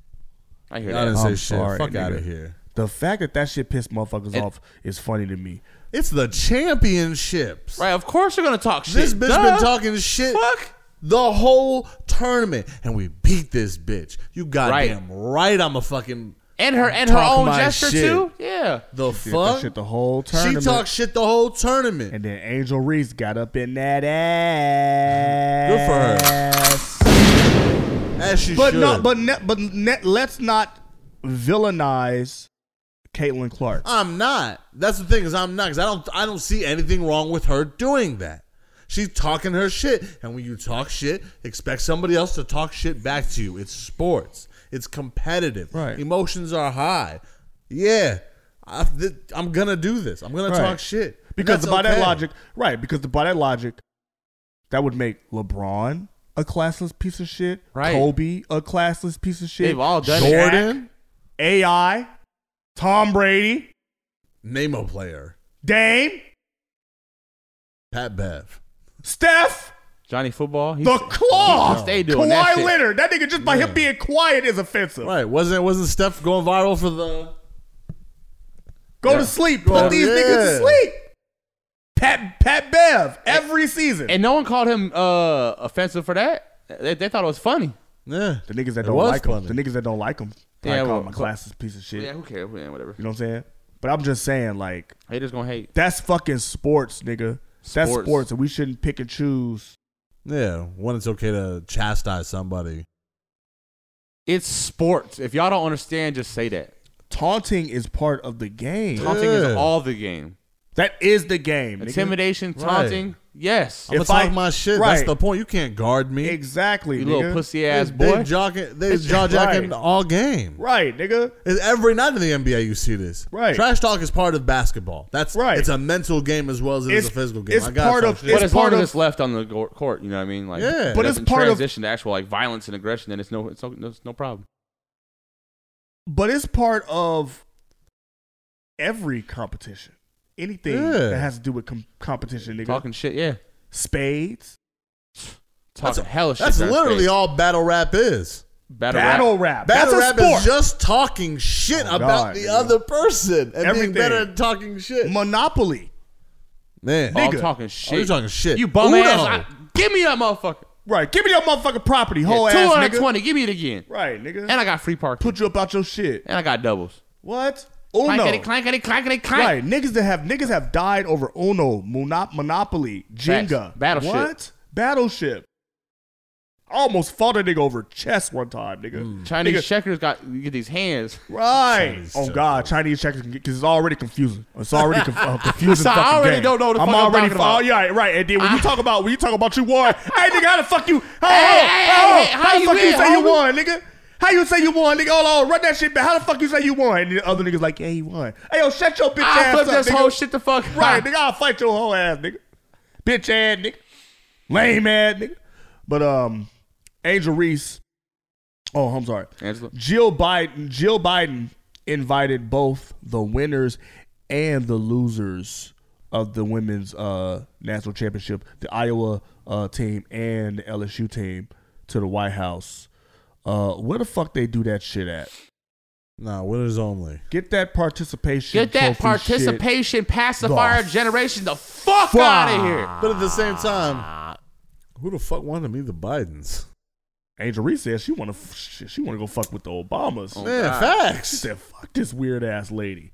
Speaker 7: I hear
Speaker 5: Y'all
Speaker 7: that.
Speaker 5: didn't say
Speaker 2: I'm
Speaker 5: shit.
Speaker 2: sorry,
Speaker 5: Fuck
Speaker 2: nigga.
Speaker 5: out of here.
Speaker 2: The fact that that shit pissed motherfuckers
Speaker 5: It-
Speaker 2: off is funny to me.
Speaker 5: It's the championships.
Speaker 7: Right. Of course you're gonna talk shit.
Speaker 5: This bitch
Speaker 7: Duh.
Speaker 5: been talking shit the whole tournament, and we beat this bitch. You goddamn right. I'm a fucking
Speaker 9: And her and her
Speaker 5: Talk
Speaker 9: own
Speaker 5: my
Speaker 9: gesture
Speaker 5: shit.
Speaker 9: too. Yeah.
Speaker 5: The
Speaker 2: She did
Speaker 5: fuck?
Speaker 2: that shit the whole
Speaker 5: She
Speaker 2: tournament.
Speaker 5: talked shit the whole tournament.
Speaker 2: And then Angel Reese got up in that ass. Good for her.
Speaker 5: As she
Speaker 2: but no,
Speaker 5: should.
Speaker 2: but ne- but ne- let's not villainize Caitlin Clark.
Speaker 5: I'm not. That's the thing is I'm not because I don't I don't see anything wrong with her doing that. She's talking her shit, and when you talk shit, expect somebody else to talk shit back to you. It's sports. It's competitive. Right. Emotions are high. Yeah, I, th- I'm gonna do this. I'm gonna
Speaker 2: Right.
Speaker 5: talk shit And
Speaker 2: Because
Speaker 5: that's
Speaker 2: by that
Speaker 5: okay.
Speaker 2: logic, right? Because by that logic, that would make LeBron a classless piece of shit.
Speaker 9: Right.
Speaker 2: Kobe a classless piece of shit.
Speaker 9: They've all done it.
Speaker 2: Jordan, AI, Tom Brady,
Speaker 5: Name a player.
Speaker 2: Dame,
Speaker 5: Pat Bev.
Speaker 2: Steph,
Speaker 7: Johnny Football. He's,
Speaker 2: the Claw,
Speaker 7: Stay doing
Speaker 2: Kawhi
Speaker 7: that shit.
Speaker 2: Leonard. That nigga just by him being quiet is offensive.
Speaker 5: Right? Wasn't wasn't Steph going viral for the?
Speaker 2: Go
Speaker 5: Yeah.
Speaker 2: to sleep.
Speaker 5: Yeah.
Speaker 2: Put these niggas to
Speaker 5: Yeah.
Speaker 2: sleep. Pat Pat Bev every season.
Speaker 7: And no one called him uh, offensive for that. They, they thought it was funny.
Speaker 5: Yeah.
Speaker 2: The niggas that
Speaker 7: It
Speaker 2: don't
Speaker 7: was
Speaker 2: like him. The niggas that don't like him. Yeah,
Speaker 7: Yeah,
Speaker 2: call
Speaker 7: well,
Speaker 2: him a
Speaker 7: cl-
Speaker 2: classless piece of shit.
Speaker 7: Yeah, who cares? Yeah, whatever.
Speaker 2: You know what I'm saying? But I'm just saying, like,
Speaker 7: Haters gonna hate.
Speaker 2: that's fucking sports, nigga. That's
Speaker 5: Sports.
Speaker 2: sports, and we shouldn't pick and choose.
Speaker 5: Yeah, when it's okay to chastise somebody.
Speaker 7: It's sports. If y'all don't understand, just say that.
Speaker 2: Taunting is part of the game.
Speaker 7: Taunting is all the game.
Speaker 2: That is the game. nigga. Oh,
Speaker 7: Intimidation, taunting. Yes.
Speaker 5: I'm
Speaker 2: If
Speaker 5: gonna
Speaker 2: I-
Speaker 5: talk my shit. That's
Speaker 2: right.
Speaker 5: the point. You can't guard me.
Speaker 2: Exactly,
Speaker 7: You
Speaker 2: nigga.
Speaker 7: little pussy ass
Speaker 5: They-
Speaker 7: boy.
Speaker 5: They jogging, they
Speaker 2: It's-
Speaker 5: jaw jacking
Speaker 2: right.
Speaker 5: all game.
Speaker 2: Right, nigga.
Speaker 5: It's every night in the NBA you see this.
Speaker 2: Right.
Speaker 5: Trash talk is part of basketball. That's
Speaker 2: Right.
Speaker 5: It's a mental game as well as it is
Speaker 2: It's-
Speaker 5: a physical game.
Speaker 2: it's
Speaker 5: I gotta
Speaker 2: part
Speaker 5: talk
Speaker 2: of-
Speaker 5: shit.
Speaker 7: but it's part
Speaker 2: part
Speaker 7: of
Speaker 2: of-
Speaker 7: this left on the go- court. You know what I mean? Like,
Speaker 5: Yeah.
Speaker 7: it
Speaker 2: But it's
Speaker 7: doesn't
Speaker 2: part of-
Speaker 7: transition to actual like violence and aggression. Then it's no, it's no, it's no problem.
Speaker 2: But it's part of every competition. Anything
Speaker 5: Yeah.
Speaker 2: that has to do with com- competition, nigga.
Speaker 7: Talking shit, yeah.
Speaker 2: Spades.
Speaker 5: That's,
Speaker 7: Talking hella shit.
Speaker 5: that's
Speaker 7: down
Speaker 5: literally
Speaker 7: space.
Speaker 5: all battle rap is.
Speaker 7: battle,
Speaker 2: Battle
Speaker 7: rap.
Speaker 2: rap. That's
Speaker 5: Battle
Speaker 2: a
Speaker 5: rap
Speaker 2: sport.
Speaker 5: is just talking shit
Speaker 2: Oh,
Speaker 5: about
Speaker 2: God,
Speaker 5: the
Speaker 2: nigga.
Speaker 5: other person and
Speaker 2: Everything.
Speaker 5: being better at talking shit.
Speaker 2: Monopoly.
Speaker 5: Man,
Speaker 7: All
Speaker 2: Nigga.
Speaker 7: talking
Speaker 5: oh,
Speaker 7: shit.
Speaker 5: you're talking shit.
Speaker 7: You bum
Speaker 5: Uno.
Speaker 7: ass. I- give me that motherfucker.
Speaker 2: Right. Give me your motherfucking property, whole
Speaker 7: yeah,
Speaker 2: ass nigga.
Speaker 7: 220. Give me it again.
Speaker 2: Right, nigga.
Speaker 7: And I got free parking.
Speaker 2: Put you up out your shit.
Speaker 7: and I got doubles.
Speaker 2: What? Uno.
Speaker 7: Clankety, clankety, clankety, clank.
Speaker 2: Right, niggas that have niggas have died over Uno, Monop- Monopoly, Jenga,
Speaker 7: Facts. Battleship.
Speaker 2: What? Battleship. I almost fought a nigga over chess one time, nigga.
Speaker 7: Mm. Chinese
Speaker 2: Nigga,
Speaker 7: checkers got you get these hands.
Speaker 2: Right.
Speaker 5: Chinese
Speaker 2: oh
Speaker 5: checkers.
Speaker 2: God, Chinese checkers because it's already confusing. It's already conf- uh, confusing.
Speaker 7: So I
Speaker 2: fucking
Speaker 7: already
Speaker 2: game.
Speaker 7: don't know what the
Speaker 2: I'm
Speaker 7: fuck I'm
Speaker 2: already
Speaker 7: talking
Speaker 2: fu-
Speaker 7: about.
Speaker 2: Oh, yeah, right, right. And then when you talk about when you talk about you won, hey nigga, how the fuck you? How,
Speaker 7: Hey, hey, hey, hey,
Speaker 2: how,
Speaker 7: how
Speaker 2: the
Speaker 7: you
Speaker 2: fuck you
Speaker 7: win,
Speaker 2: say you
Speaker 7: homie?
Speaker 2: won, nigga? How you say you won, nigga? Hold on, run that shit back. How the fuck you say you won? And the other niggas like, yeah, he won. Hey yo, shut your bitch
Speaker 7: I
Speaker 2: ass
Speaker 7: flip
Speaker 2: up,
Speaker 7: this
Speaker 2: nigga.
Speaker 7: whole shit the fuck. up.
Speaker 2: Right, nigga, I'll fight your whole ass, nigga. Bitch ass nigga. Lame ass nigga. But um Angel Reese. Oh, I'm sorry.
Speaker 7: Angela.
Speaker 2: Jill Biden Jill Biden invited both the winners and the losers of the women's uh, national championship, the Iowa uh, team and the LSU team to the White House. Uh, where the fuck they do that shit at?
Speaker 5: Nah, winners only.
Speaker 2: Get that participation.
Speaker 7: Get that
Speaker 2: trophy shit.
Speaker 7: participation pacifier
Speaker 2: The
Speaker 7: generation the fuck, out of here.
Speaker 5: But at the same
Speaker 2: Ah.
Speaker 5: time, who the fuck wanted me the Bidens?
Speaker 2: Angel Reese said she want to she, she want to go fuck with the Obamas.
Speaker 5: Man,
Speaker 7: God.
Speaker 2: She
Speaker 5: facts.
Speaker 2: said, "Fuck this weird ass lady."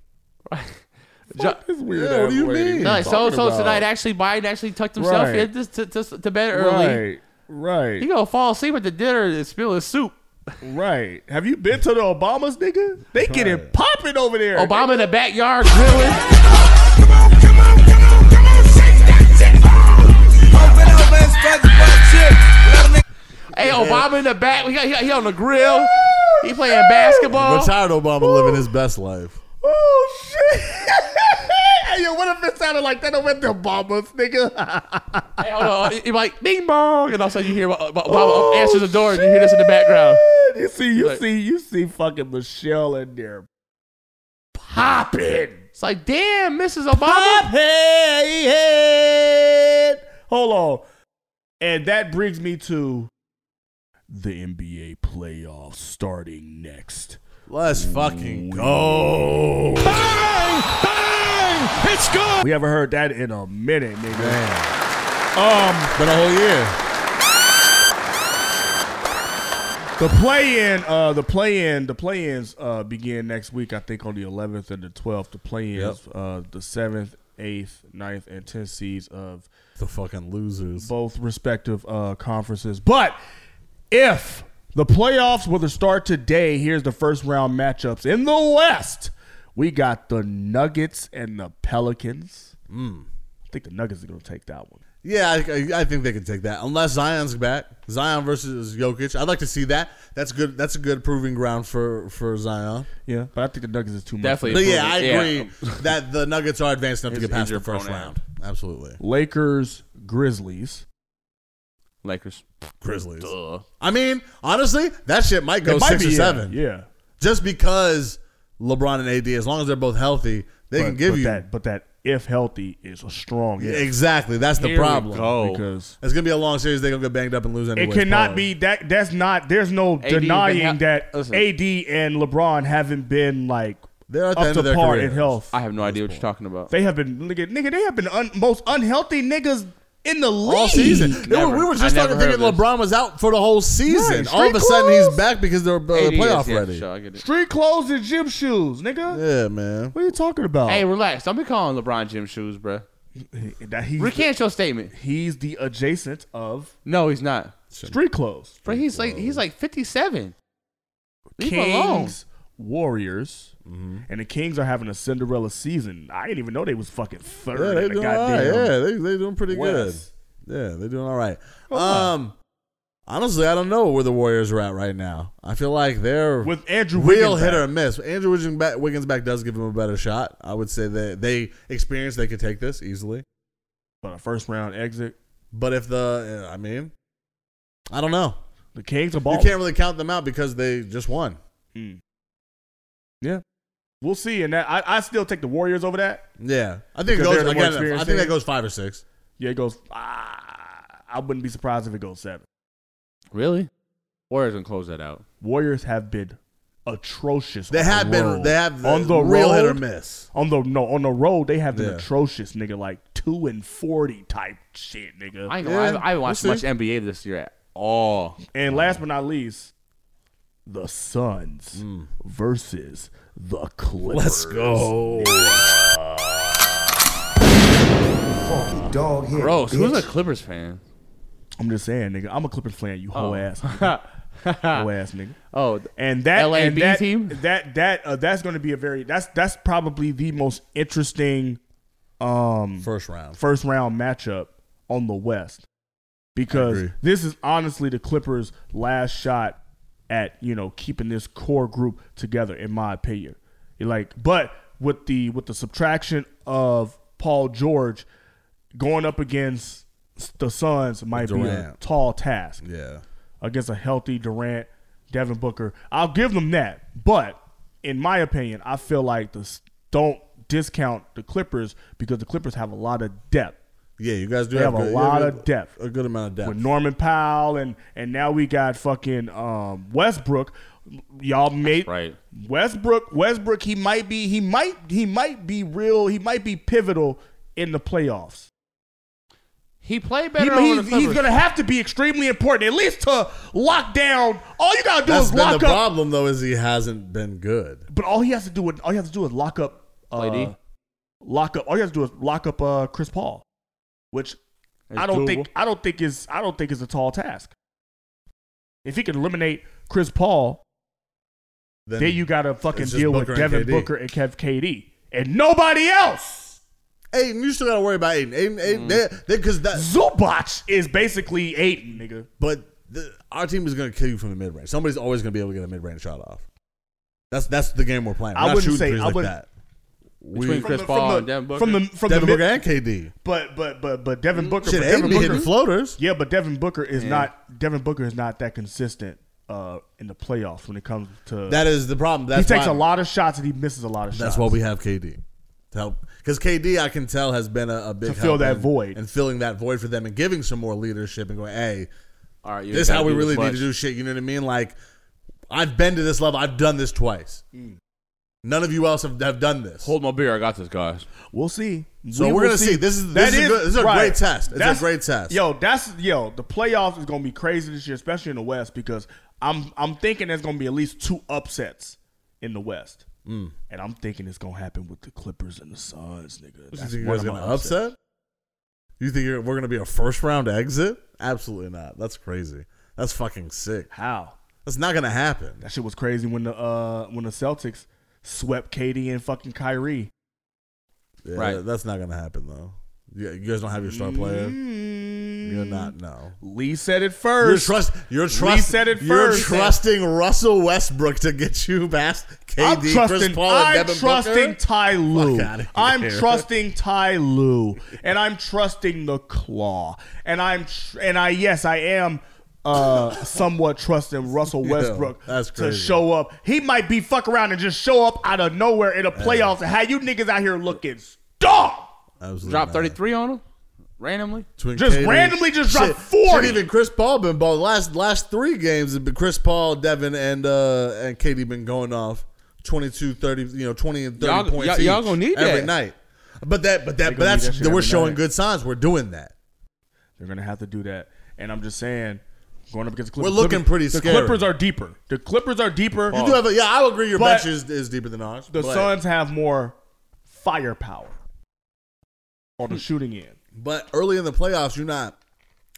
Speaker 7: Jo-
Speaker 2: Fuck this weird
Speaker 5: Yeah,
Speaker 2: ass
Speaker 5: what do you
Speaker 2: lady.
Speaker 5: mean?
Speaker 2: What
Speaker 7: no,
Speaker 2: you
Speaker 7: so
Speaker 2: talking
Speaker 7: so
Speaker 2: about?
Speaker 7: tonight actually Biden actually tucked himself
Speaker 2: Right.
Speaker 7: in to, to, to, to bed early.
Speaker 2: Right,
Speaker 7: He gonna fall asleep at the dinner and spill his soup.
Speaker 2: right, right. Have you been to the Obamas, nigga? They get it popping over there.
Speaker 7: Obama in the backyard grilling.
Speaker 1: Open up and spread the butt shit. Let a nigga
Speaker 7: Hey, Obama in the back. We got he, he on the grill. He playing basketball.
Speaker 5: Retired Obama living his best life.
Speaker 2: Oh shit! hey, yo, what if it sounded like that over at the Obamas, nigga?
Speaker 7: Hey, hold on. You like ding bong, and all of a sudden you hear Ob- Ob- Obama
Speaker 2: Oh,
Speaker 7: answers the door, and you hear this in the background.
Speaker 2: you see, you
Speaker 7: Like-
Speaker 2: see, you see, fucking Michelle in there popping.
Speaker 7: It's like, damn, Mrs. Obama.
Speaker 2: Pop head. Hold on. And that brings me to the NBA playoffs starting next.
Speaker 5: Let's fucking go. Bang! Bang! It's good.
Speaker 2: We haven't heard that in a minute, nigga. Um,
Speaker 5: Been a whole year.
Speaker 2: The play in, uh, the play in, the play ins uh, begin next week. I think on the 11th and the 12th. The play ins, uh, the seventh, eighth, 9th, and 10th seeds of
Speaker 5: the fucking losers,
Speaker 2: both respective uh, conferences. But if the playoffs were to start today, here's the first round matchups in the West. We got the Nuggets and the Pelicans. Mm. I think the Nuggets are going to take that one.
Speaker 5: Yeah, I, I- I think they can take that unless Zion's back. Zion versus Jokic. I'd like to see that. That's good. That's a good proving ground for for Zion.
Speaker 2: Yeah, but I think the Nuggets is too much.
Speaker 5: But yeah, I agree that the Nuggets are advanced enough to get past the first round. Absolutely.
Speaker 2: Lakers, Grizzlies.
Speaker 7: Lakers,
Speaker 5: Grizzlies. I mean, honestly, that shit might go
Speaker 2: It might
Speaker 5: six
Speaker 2: be,
Speaker 5: or
Speaker 2: yeah,
Speaker 5: seven.
Speaker 2: yeah.
Speaker 5: Just because LeBron and AD, as long as they're both healthy, they
Speaker 2: But-
Speaker 5: can give
Speaker 2: but
Speaker 5: you
Speaker 2: that. But that if healthy is a strong.
Speaker 5: Yeah,
Speaker 2: if.
Speaker 5: Exactly. That's the
Speaker 2: Here we
Speaker 5: problem.
Speaker 2: go. Because-
Speaker 5: it's gonna be a long series. They're gonna get banged up and lose anyway.
Speaker 2: it cannot be that. That's not. There's no
Speaker 5: been
Speaker 2: denying
Speaker 5: hel-
Speaker 2: that
Speaker 5: listen.
Speaker 2: AD and LeBron haven't been like
Speaker 5: They're
Speaker 2: up to par in health.
Speaker 7: I have no idea what you're talking about.
Speaker 2: They have been nigga. nigga they have been un, most unhealthy niggas in the league
Speaker 5: All season. They were- we were just
Speaker 7: I never
Speaker 5: talking
Speaker 7: heard
Speaker 5: thinking
Speaker 7: of this.
Speaker 5: LeBron was out for the whole season.
Speaker 2: Right,
Speaker 5: All of a
Speaker 2: straight
Speaker 5: sudden, he's
Speaker 2: clothes.
Speaker 5: back because they're uh,
Speaker 7: AD is,
Speaker 5: playoff
Speaker 7: yeah,
Speaker 5: ready.
Speaker 7: sure, I get it.
Speaker 2: Street clothes and gym shoes, nigga.
Speaker 5: Yeah, man.
Speaker 2: What are you talking about?
Speaker 7: Hey, relax. Don't be calling LeBron gym shoes, bro.
Speaker 2: That he's
Speaker 7: Recant your statement.
Speaker 2: He's the adjacent of
Speaker 7: no, he's not
Speaker 2: street clothes.
Speaker 7: But he's like he's like 57. Leave him alone.
Speaker 2: Kings, Warriors, and the Kings are having a Cinderella season. I didn't even know they was fucking third.
Speaker 5: Yeah, they
Speaker 2: in the
Speaker 5: doing all right.
Speaker 2: goddamn
Speaker 5: Yeah, they they doing pretty
Speaker 2: West.
Speaker 5: good. Yeah, they're doing all right.
Speaker 2: Hold on.
Speaker 5: um, honestly, I don't know where the Warriors are at right now. I feel like they're
Speaker 2: With Andrew
Speaker 5: real
Speaker 2: Wiggins
Speaker 5: hit
Speaker 2: back.
Speaker 5: or miss. Andrew Wiggins back, Wiggins back does give him a better shot. I would say that they experience they could take this easily.
Speaker 2: But a first round exit.
Speaker 5: But if the, I mean, I don't know.
Speaker 2: The Kings are
Speaker 5: You
Speaker 2: balling. Hmm.
Speaker 5: can't really count them out because they just won.
Speaker 2: Yeah, we'll see. And that I, I still take the Warriors over that.
Speaker 5: Yeah, I think it
Speaker 2: Because
Speaker 5: goes.
Speaker 2: they're the more
Speaker 5: Again, I
Speaker 2: experienced
Speaker 5: think that
Speaker 2: team.
Speaker 5: goes five or six.
Speaker 2: Yeah, it goes. ah, I wouldn't be surprised if it goes seven.
Speaker 7: Really? Warriors gonna close that out.
Speaker 2: Warriors have been atrocious.
Speaker 5: They
Speaker 2: on
Speaker 5: have
Speaker 2: the
Speaker 5: been-
Speaker 2: road.
Speaker 5: they have
Speaker 2: on the
Speaker 5: real
Speaker 2: road,
Speaker 5: hit or miss.
Speaker 2: On the no, on the road they have been
Speaker 5: Yeah.
Speaker 2: atrocious, nigga. Like two and forty type shit, nigga.
Speaker 7: I ain't gonna, lie, I haven't- I haven't watched much NBA this year at all.
Speaker 2: And last but not least, the Suns versus the Clippers.
Speaker 5: Let's go.
Speaker 2: Funky dog here.
Speaker 7: Gross. Who's a Clippers fan?
Speaker 2: I'm just saying, nigga. I'm a Clippers fan. You
Speaker 7: Oh.
Speaker 2: whole ass, nigga. whole ass, nigga.
Speaker 7: Oh,
Speaker 2: and that and
Speaker 7: LAB
Speaker 2: that,
Speaker 7: team?
Speaker 2: that that uh, that's going to be a very that's that's probably the most interesting um
Speaker 5: first round
Speaker 2: first round matchup on the West because
Speaker 5: agree.
Speaker 2: this is honestly the Clippers' last shot at you know keeping this core group together, in my opinion. Like, but with the with the subtraction of Paul George going up against the Suns might be a
Speaker 5: Durant.
Speaker 2: tall task.
Speaker 5: Yeah.
Speaker 2: Against a healthy Durant, Devin Booker. I'll give them that. But in my opinion, I feel like the s- don't discount the Clippers because the Clippers have a lot of depth.
Speaker 5: Yeah, you guys do
Speaker 2: They
Speaker 5: have,
Speaker 2: have,
Speaker 5: good-
Speaker 2: a
Speaker 5: you
Speaker 2: lot
Speaker 5: have
Speaker 2: of depth.
Speaker 5: a good amount of depth.
Speaker 2: With Norman Powell and and now we got fucking um, Westbrook. Y'all made
Speaker 7: right.
Speaker 2: Westbrook. Westbrook. He might be. He might. He might be real. He might be pivotal in the playoffs.
Speaker 7: He played
Speaker 2: He,
Speaker 7: better. over the
Speaker 2: he's-
Speaker 7: Clippers.
Speaker 2: he's gonna have to be extremely important, at least to lock down. All you gotta do
Speaker 5: That's
Speaker 2: is
Speaker 5: been the
Speaker 2: lock up.
Speaker 5: problem though is he hasn't been good.
Speaker 2: But all he has to do, with, all you have to do is lock up. Uh,
Speaker 5: Play D.
Speaker 2: Lock up. All you have to do is lock up uh, Chris Paul, which
Speaker 7: That's
Speaker 2: I don't think
Speaker 7: doable.
Speaker 2: I don't think is I don't think is a tall task. If he can eliminate Chris Paul,
Speaker 5: Then
Speaker 2: then, you gotta fucking
Speaker 5: it's just
Speaker 2: deal
Speaker 5: Booker
Speaker 2: with
Speaker 5: and
Speaker 2: Devin
Speaker 5: KD.
Speaker 2: Booker and Kev KD and nobody else.
Speaker 5: Aiden, you still gotta worry about Aiden. Aiden, Aiden, because that
Speaker 2: Zubac is basically Aiden, nigga.
Speaker 5: But the, our team is gonna kill you from the mid range. Somebody's always gonna be able to get a mid range shot off. That's that's the game we're playing. We're
Speaker 2: I
Speaker 5: not
Speaker 2: wouldn't
Speaker 5: shooting
Speaker 2: say-
Speaker 5: threes
Speaker 2: I
Speaker 5: like
Speaker 2: wouldn't-
Speaker 5: that.
Speaker 7: Between
Speaker 5: We-
Speaker 7: Chris
Speaker 2: From the- from
Speaker 7: Paul and
Speaker 2: the-
Speaker 7: Devin Booker.
Speaker 2: From the from
Speaker 5: Devin
Speaker 2: the
Speaker 5: Booker and KD.
Speaker 2: But but but but Devin Booker.
Speaker 5: Mm, Shit,
Speaker 2: but
Speaker 5: Aiden
Speaker 2: Devin
Speaker 5: be
Speaker 2: Booker,
Speaker 5: hitting floaters.
Speaker 2: Yeah, but Devin Booker is
Speaker 5: Yeah.
Speaker 2: not Devin Booker is not that consistent uh, in the playoffs when it comes to
Speaker 5: That is the problem. That's
Speaker 2: he takes
Speaker 5: why-
Speaker 2: a lot of shots and he misses a lot of shots.
Speaker 5: That's why we have KD to help. Because KD, I can tell, has been a, a big
Speaker 2: To fill
Speaker 5: help
Speaker 2: that
Speaker 5: in-
Speaker 2: void.
Speaker 5: and filling that void for them and giving some more leadership and going, hey,
Speaker 7: all right, you
Speaker 5: this is
Speaker 7: gotta
Speaker 5: how we
Speaker 7: do this
Speaker 5: really need
Speaker 7: much."
Speaker 2: Mm.
Speaker 5: to do shit. You know what I mean? Like, I've been to this level. I've done this twice. None of you else have, have done this.
Speaker 7: Hold my beer. I got this, guys.
Speaker 2: We'll see. We
Speaker 5: So we are
Speaker 2: will
Speaker 5: gonna see. This is this
Speaker 2: That
Speaker 5: is, a good- this is a
Speaker 2: right.
Speaker 5: great test. It's
Speaker 2: That's-
Speaker 5: a great test.
Speaker 2: Yo, that's yo. The playoffs is gonna be crazy this year, especially in the West, because I'm I'm thinking there's gonna be at least two upsets in the West,
Speaker 5: Mm.
Speaker 2: and I'm thinking it's gonna happen with the Clippers and the Suns, nigga.
Speaker 5: You
Speaker 2: That's
Speaker 5: think you
Speaker 2: one of
Speaker 5: guys gonna
Speaker 2: my upsets.
Speaker 5: upset? You think you're, we're gonna be a first round exit? Absolutely not. That's crazy. That's fucking sick.
Speaker 2: How?
Speaker 5: That's not gonna happen.
Speaker 2: That shit was crazy when the uh when the Celtics swept KD and fucking Kyrie.
Speaker 5: Yeah,
Speaker 2: Right.
Speaker 5: That's not gonna happen though. You, you guys don't have your star player.
Speaker 2: Mm.
Speaker 5: You're not. No.
Speaker 2: Lee said it first.
Speaker 5: You're trust. You're
Speaker 2: Lee
Speaker 5: trust.
Speaker 2: said it
Speaker 5: You're
Speaker 2: first.
Speaker 5: trusting Russell Westbrook to get you past
Speaker 2: I'm
Speaker 5: KD, Chris
Speaker 2: trusting,
Speaker 5: Paul, and
Speaker 2: I'm
Speaker 5: Devin
Speaker 2: trusting
Speaker 5: Booker.
Speaker 2: Ty Lue.
Speaker 5: Fuck outta here.
Speaker 2: I'm trusting Ty Lue, and I'm trusting the Claw, and I'm tr- and I yes I am uh somewhat trusting Russell
Speaker 5: Yeah,
Speaker 2: Westbrook
Speaker 5: that's
Speaker 2: to
Speaker 5: crazy.
Speaker 2: show up. He might be fuck around and just show up out of nowhere in a playoffs. And how you niggas out here looking dog?
Speaker 5: Absolutely
Speaker 7: Drop
Speaker 5: not.
Speaker 7: 33 on him randomly.
Speaker 5: Twin
Speaker 2: Just
Speaker 5: KD.
Speaker 2: randomly just
Speaker 5: Shit.
Speaker 2: dropped 40.
Speaker 5: Shit, even Chris Paul been balling. Last last three games have been Chris Paul, Devin, and uh and Katie been going off 22, 30, you know, twenty and 30
Speaker 7: Y'all-
Speaker 5: points.
Speaker 7: y'all- y'all
Speaker 5: each
Speaker 7: gonna need
Speaker 5: every
Speaker 7: that.
Speaker 5: night. But that but
Speaker 2: They
Speaker 5: that
Speaker 2: gonna
Speaker 5: but
Speaker 2: need
Speaker 5: that's
Speaker 2: that shit
Speaker 5: we're
Speaker 2: every
Speaker 5: showing
Speaker 2: night.
Speaker 5: good signs. We're doing that.
Speaker 2: They're gonna have to do that, and I'm just saying, going up against the
Speaker 5: We're
Speaker 2: Clippers.
Speaker 5: looking
Speaker 2: Clippers-
Speaker 5: pretty
Speaker 2: The
Speaker 5: scary.
Speaker 2: Clippers are deeper. The Clippers are deeper.
Speaker 5: You do have a, yeah, I would agree your
Speaker 2: But
Speaker 5: bench is, is deeper than ours.
Speaker 2: The
Speaker 5: but,
Speaker 2: Suns have more firepower on the shooting end.
Speaker 5: but early in the playoffs, you're not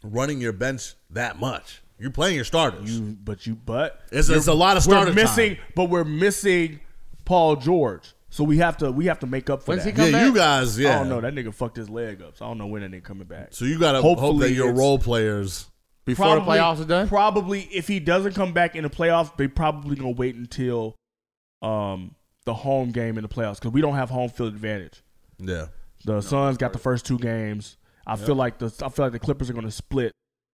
Speaker 5: running your bench that much. You're playing your starters.
Speaker 2: You but you but
Speaker 5: it's, it's a lot of
Speaker 2: We're
Speaker 5: starter time.
Speaker 2: missing, but we're missing Paul George. So we have to we have to make up for
Speaker 5: When's
Speaker 2: that.
Speaker 5: he come Yeah, back? you guys, yeah.
Speaker 2: I don't know. That nigga fucked his leg up. So I don't know when that nigga coming back.
Speaker 5: So you got to hope that your role players
Speaker 2: are done. Probably if he doesn't come back in the playoffs, they probably gonna wait until um the home game in the playoffs because we don't have home field advantage.
Speaker 5: Yeah.
Speaker 2: The Suns got the first two games. I
Speaker 5: Yep.
Speaker 2: feel like the I feel like the Clippers are going to split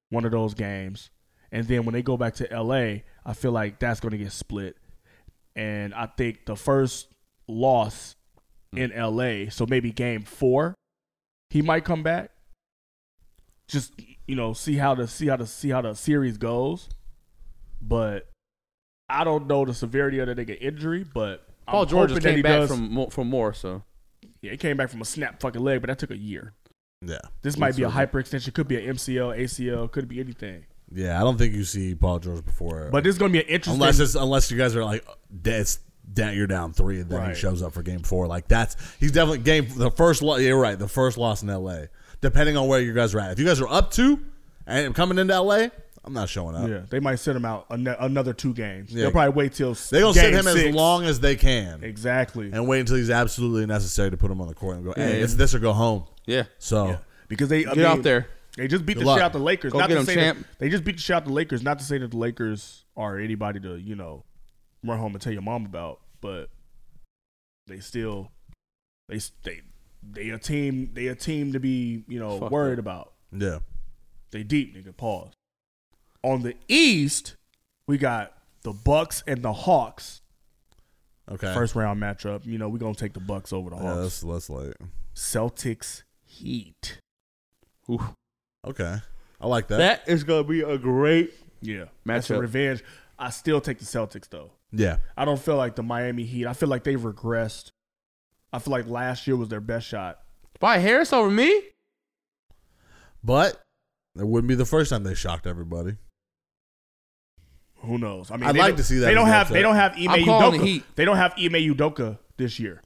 Speaker 2: one of those games, and then when they go back to L.A., I feel like that's going to get split. And I think the first loss
Speaker 7: Hmm.
Speaker 2: in L.A., so maybe Game Four, he might come back. Just you know, see how the see how the see how the series goes. But I don't know the severity of that nigga injury, but
Speaker 7: Paul
Speaker 2: I'm
Speaker 7: George
Speaker 2: hoping
Speaker 7: just
Speaker 2: that
Speaker 7: came
Speaker 2: he
Speaker 7: back
Speaker 2: does-
Speaker 7: from more, from more. So
Speaker 2: yeah, he came back from a snap fucking leg, but that took a year.
Speaker 5: Yeah.
Speaker 2: This might be a
Speaker 5: Absolutely.
Speaker 2: hyperextension. Could be an MCL, ACL. Could be anything.
Speaker 5: Yeah, I don't think you see Paul George before.
Speaker 2: But this is gonna be an interesting-
Speaker 5: unless it's, unless you guys are like that's that you're down three and then he
Speaker 2: Right.
Speaker 5: shows up for game four. Like that's he's definitely game the first. Lo- yeah, you're right. The first loss in L.A. Depending on where you guys are at, if you guys are up two and coming into L.A., I'm not showing up.
Speaker 2: Yeah, they might send him out an- another two games.
Speaker 5: Yeah.
Speaker 2: They'll probably wait till
Speaker 5: They're gonna
Speaker 2: game
Speaker 5: sit him as
Speaker 2: six.
Speaker 5: long as they can,
Speaker 2: exactly,
Speaker 5: and wait until he's absolutely necessary to put him on the court and go,
Speaker 2: Yeah.
Speaker 5: "Hey, it's this or go home."
Speaker 7: Yeah.
Speaker 5: So
Speaker 2: because they I
Speaker 7: Get out
Speaker 2: mean,
Speaker 7: there.
Speaker 2: They just beat
Speaker 5: Good
Speaker 2: the
Speaker 5: luck.
Speaker 2: shit out the Lakers.
Speaker 7: Go
Speaker 2: not
Speaker 7: get
Speaker 2: to
Speaker 7: him,
Speaker 2: say
Speaker 7: champ.
Speaker 2: That, they just beat the shit out the Lakers. Not to say that the Lakers are anybody to you know run home and tell your mom about, but they still they they they a team they a team to be you know
Speaker 5: Fuck
Speaker 2: worried
Speaker 5: yeah.
Speaker 2: about.
Speaker 5: yeah,
Speaker 2: They deep, nigga. Pause. On the East, we got the Bucks and the Hawks.
Speaker 5: okay.
Speaker 2: First round matchup. You know, we're gonna take the Bucks over the
Speaker 5: yeah,
Speaker 2: Hawks.
Speaker 5: that's that's late.
Speaker 2: Celtics Heat.
Speaker 5: Okay, I like that.
Speaker 7: that is gonna be a great
Speaker 2: Yeah. That's a
Speaker 7: matchup.
Speaker 2: revenge. I still take the Celtics though.
Speaker 5: Yeah.
Speaker 2: I don't feel like the Miami Heat. I feel like they've regressed. I feel like last year was their best shot.
Speaker 7: By Harris over me?
Speaker 5: But it wouldn't be the first time they shocked everybody.
Speaker 2: Who knows? I mean,
Speaker 5: I'd
Speaker 2: they
Speaker 5: like
Speaker 2: don't-
Speaker 5: to see that
Speaker 2: They
Speaker 5: as
Speaker 2: don't
Speaker 5: an
Speaker 2: have. They
Speaker 5: upset.
Speaker 2: don't have Ime
Speaker 7: I'm calling the
Speaker 2: Udoka.
Speaker 7: Heat.
Speaker 2: They don't have Ime Udoka this year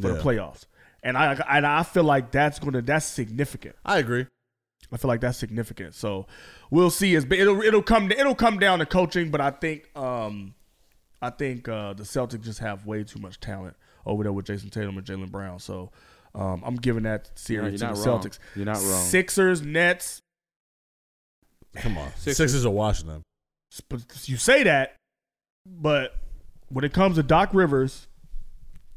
Speaker 2: for the
Speaker 5: Yeah.
Speaker 2: playoffs, and I and I feel like that's gonna that's significant.
Speaker 5: I agree.
Speaker 2: I feel like that's significant. So we'll see. It's, it'll it'll come it'll come down to coaching, but I think um I think uh, the Celtics just have way too much talent over there with Jason Tatum and Jalen Brown. So um, I'm giving that series
Speaker 7: you're
Speaker 2: to
Speaker 7: not
Speaker 2: the
Speaker 7: wrong.
Speaker 2: Celtics.
Speaker 7: You're not wrong.
Speaker 2: Sixers Nets.
Speaker 5: Come on.
Speaker 7: Sixers.
Speaker 5: Sixers, are Washington.
Speaker 2: But you say that, but when it comes to Doc Rivers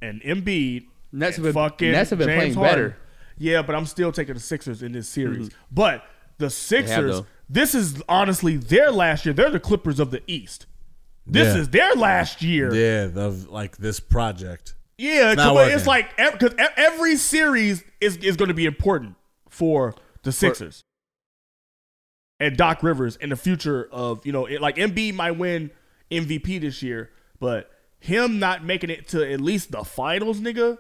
Speaker 2: and Embiid,
Speaker 7: Nets
Speaker 2: and
Speaker 7: have been-
Speaker 2: fucking
Speaker 7: Nets have been
Speaker 2: James
Speaker 7: playing
Speaker 2: Harden,
Speaker 7: better. Mm-hmm.
Speaker 2: Yeah, but I'm still taking the Sixers in this series. But the Sixers,
Speaker 7: though.
Speaker 2: this is honestly their last year. They're the Clippers of the East. This
Speaker 5: Yeah.
Speaker 2: is their last year.
Speaker 5: Yeah, the, like this project.
Speaker 2: Yeah,
Speaker 5: It's not
Speaker 2: 'cause
Speaker 5: working.
Speaker 2: it's like because every series is is going to be important for the Sixers and Doc Rivers and the future of you know it, like MB might win MVP this year, but him not making it to at least the finals, nigga,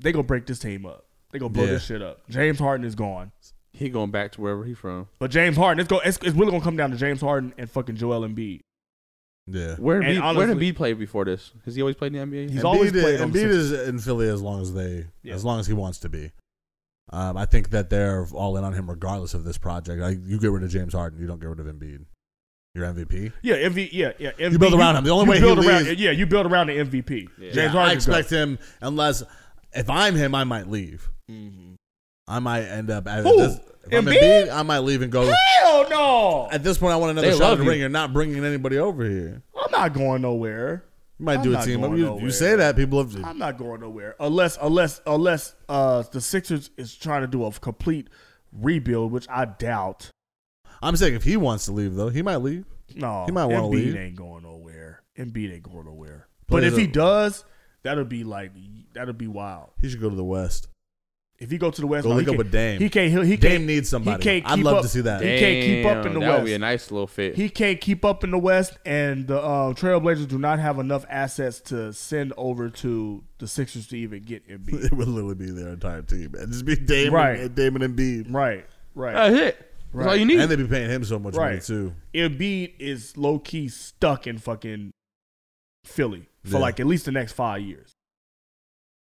Speaker 2: they gonna break this team up. They gonna blow
Speaker 7: Yeah.
Speaker 2: this shit up. James Harden is gone.
Speaker 7: He going back to wherever he from.
Speaker 2: But James Harden, it's go. It's, it's really gonna come down to James Harden and fucking Joel Embiid.
Speaker 5: Yeah.
Speaker 7: Where
Speaker 2: And
Speaker 7: did Embiid- where did
Speaker 2: honestly-
Speaker 7: Embiid play before this? Has he always played in the NBA?
Speaker 2: He's always played on the
Speaker 5: Embiid is in Philly as long as they,
Speaker 2: Yeah.
Speaker 5: as long as he wants to be. Um, I think that they're all in on him regardless of this project. Like, you get rid of James Harden, you don't get rid of Embiid. Your MVP.
Speaker 2: Yeah, MV, yeah, yeah. MV,
Speaker 5: You build around him. The only
Speaker 2: you
Speaker 5: way he
Speaker 2: build around,
Speaker 5: leaves-
Speaker 2: yeah, you build around the MVP.
Speaker 5: Yeah,
Speaker 2: James
Speaker 5: I
Speaker 2: Harden.
Speaker 5: expect him unless if I'm him, I might leave.
Speaker 2: Mm-hmm.
Speaker 5: I might end up at
Speaker 2: Who?
Speaker 5: this. If I'm
Speaker 2: Embiid?
Speaker 5: Embiid, I might leave and go.
Speaker 2: Hell no!
Speaker 5: At this point, I want another
Speaker 2: They
Speaker 5: shot at
Speaker 2: love
Speaker 5: the
Speaker 2: you.
Speaker 5: ring. You're not bringing anybody over here.
Speaker 2: I'm not going nowhere.
Speaker 5: You might
Speaker 2: I'm
Speaker 5: do a
Speaker 2: not
Speaker 5: team up.
Speaker 2: going
Speaker 5: You,
Speaker 2: nowhere.
Speaker 5: you say that people have.
Speaker 2: I'm not going nowhere unless unless unless uh the Sixers is trying to do a complete rebuild, which I doubt.
Speaker 5: I'm saying if he wants to leave though, he might leave.
Speaker 2: No,
Speaker 5: he might want to
Speaker 2: Embiid
Speaker 5: leave.
Speaker 2: ain't going nowhere. Embiid ain't going nowhere. but
Speaker 5: Plays
Speaker 2: if he
Speaker 5: a-
Speaker 2: does, that'll be like that'll be wild.
Speaker 5: He should go to the West.
Speaker 2: If he go to the West,
Speaker 5: Go
Speaker 2: no, he
Speaker 5: link up
Speaker 2: can't-
Speaker 5: with Dame.
Speaker 2: He can't. He, he
Speaker 5: Dame
Speaker 2: can't,
Speaker 5: needs
Speaker 2: He
Speaker 5: somebody.
Speaker 2: can't keep
Speaker 5: I'd love
Speaker 2: up,
Speaker 5: to see that.
Speaker 2: He can't keep up in
Speaker 7: Damn,
Speaker 2: the
Speaker 7: that
Speaker 2: West.
Speaker 7: would be a nice little fit.
Speaker 2: He can't keep up in the West, and the um, Trailblazers do not have enough assets to send over to the Sixers to even get Embiid.
Speaker 5: It would literally be their entire team. It'd just be Damon,
Speaker 2: Right.
Speaker 5: and Damon and Embiid.
Speaker 2: Right, right.
Speaker 7: That's it.
Speaker 2: That's all you need.
Speaker 5: And they'd be paying him so much money too.
Speaker 2: Embiid is low key stuck in fucking Philly for
Speaker 5: Yeah.
Speaker 2: like at least the next five years.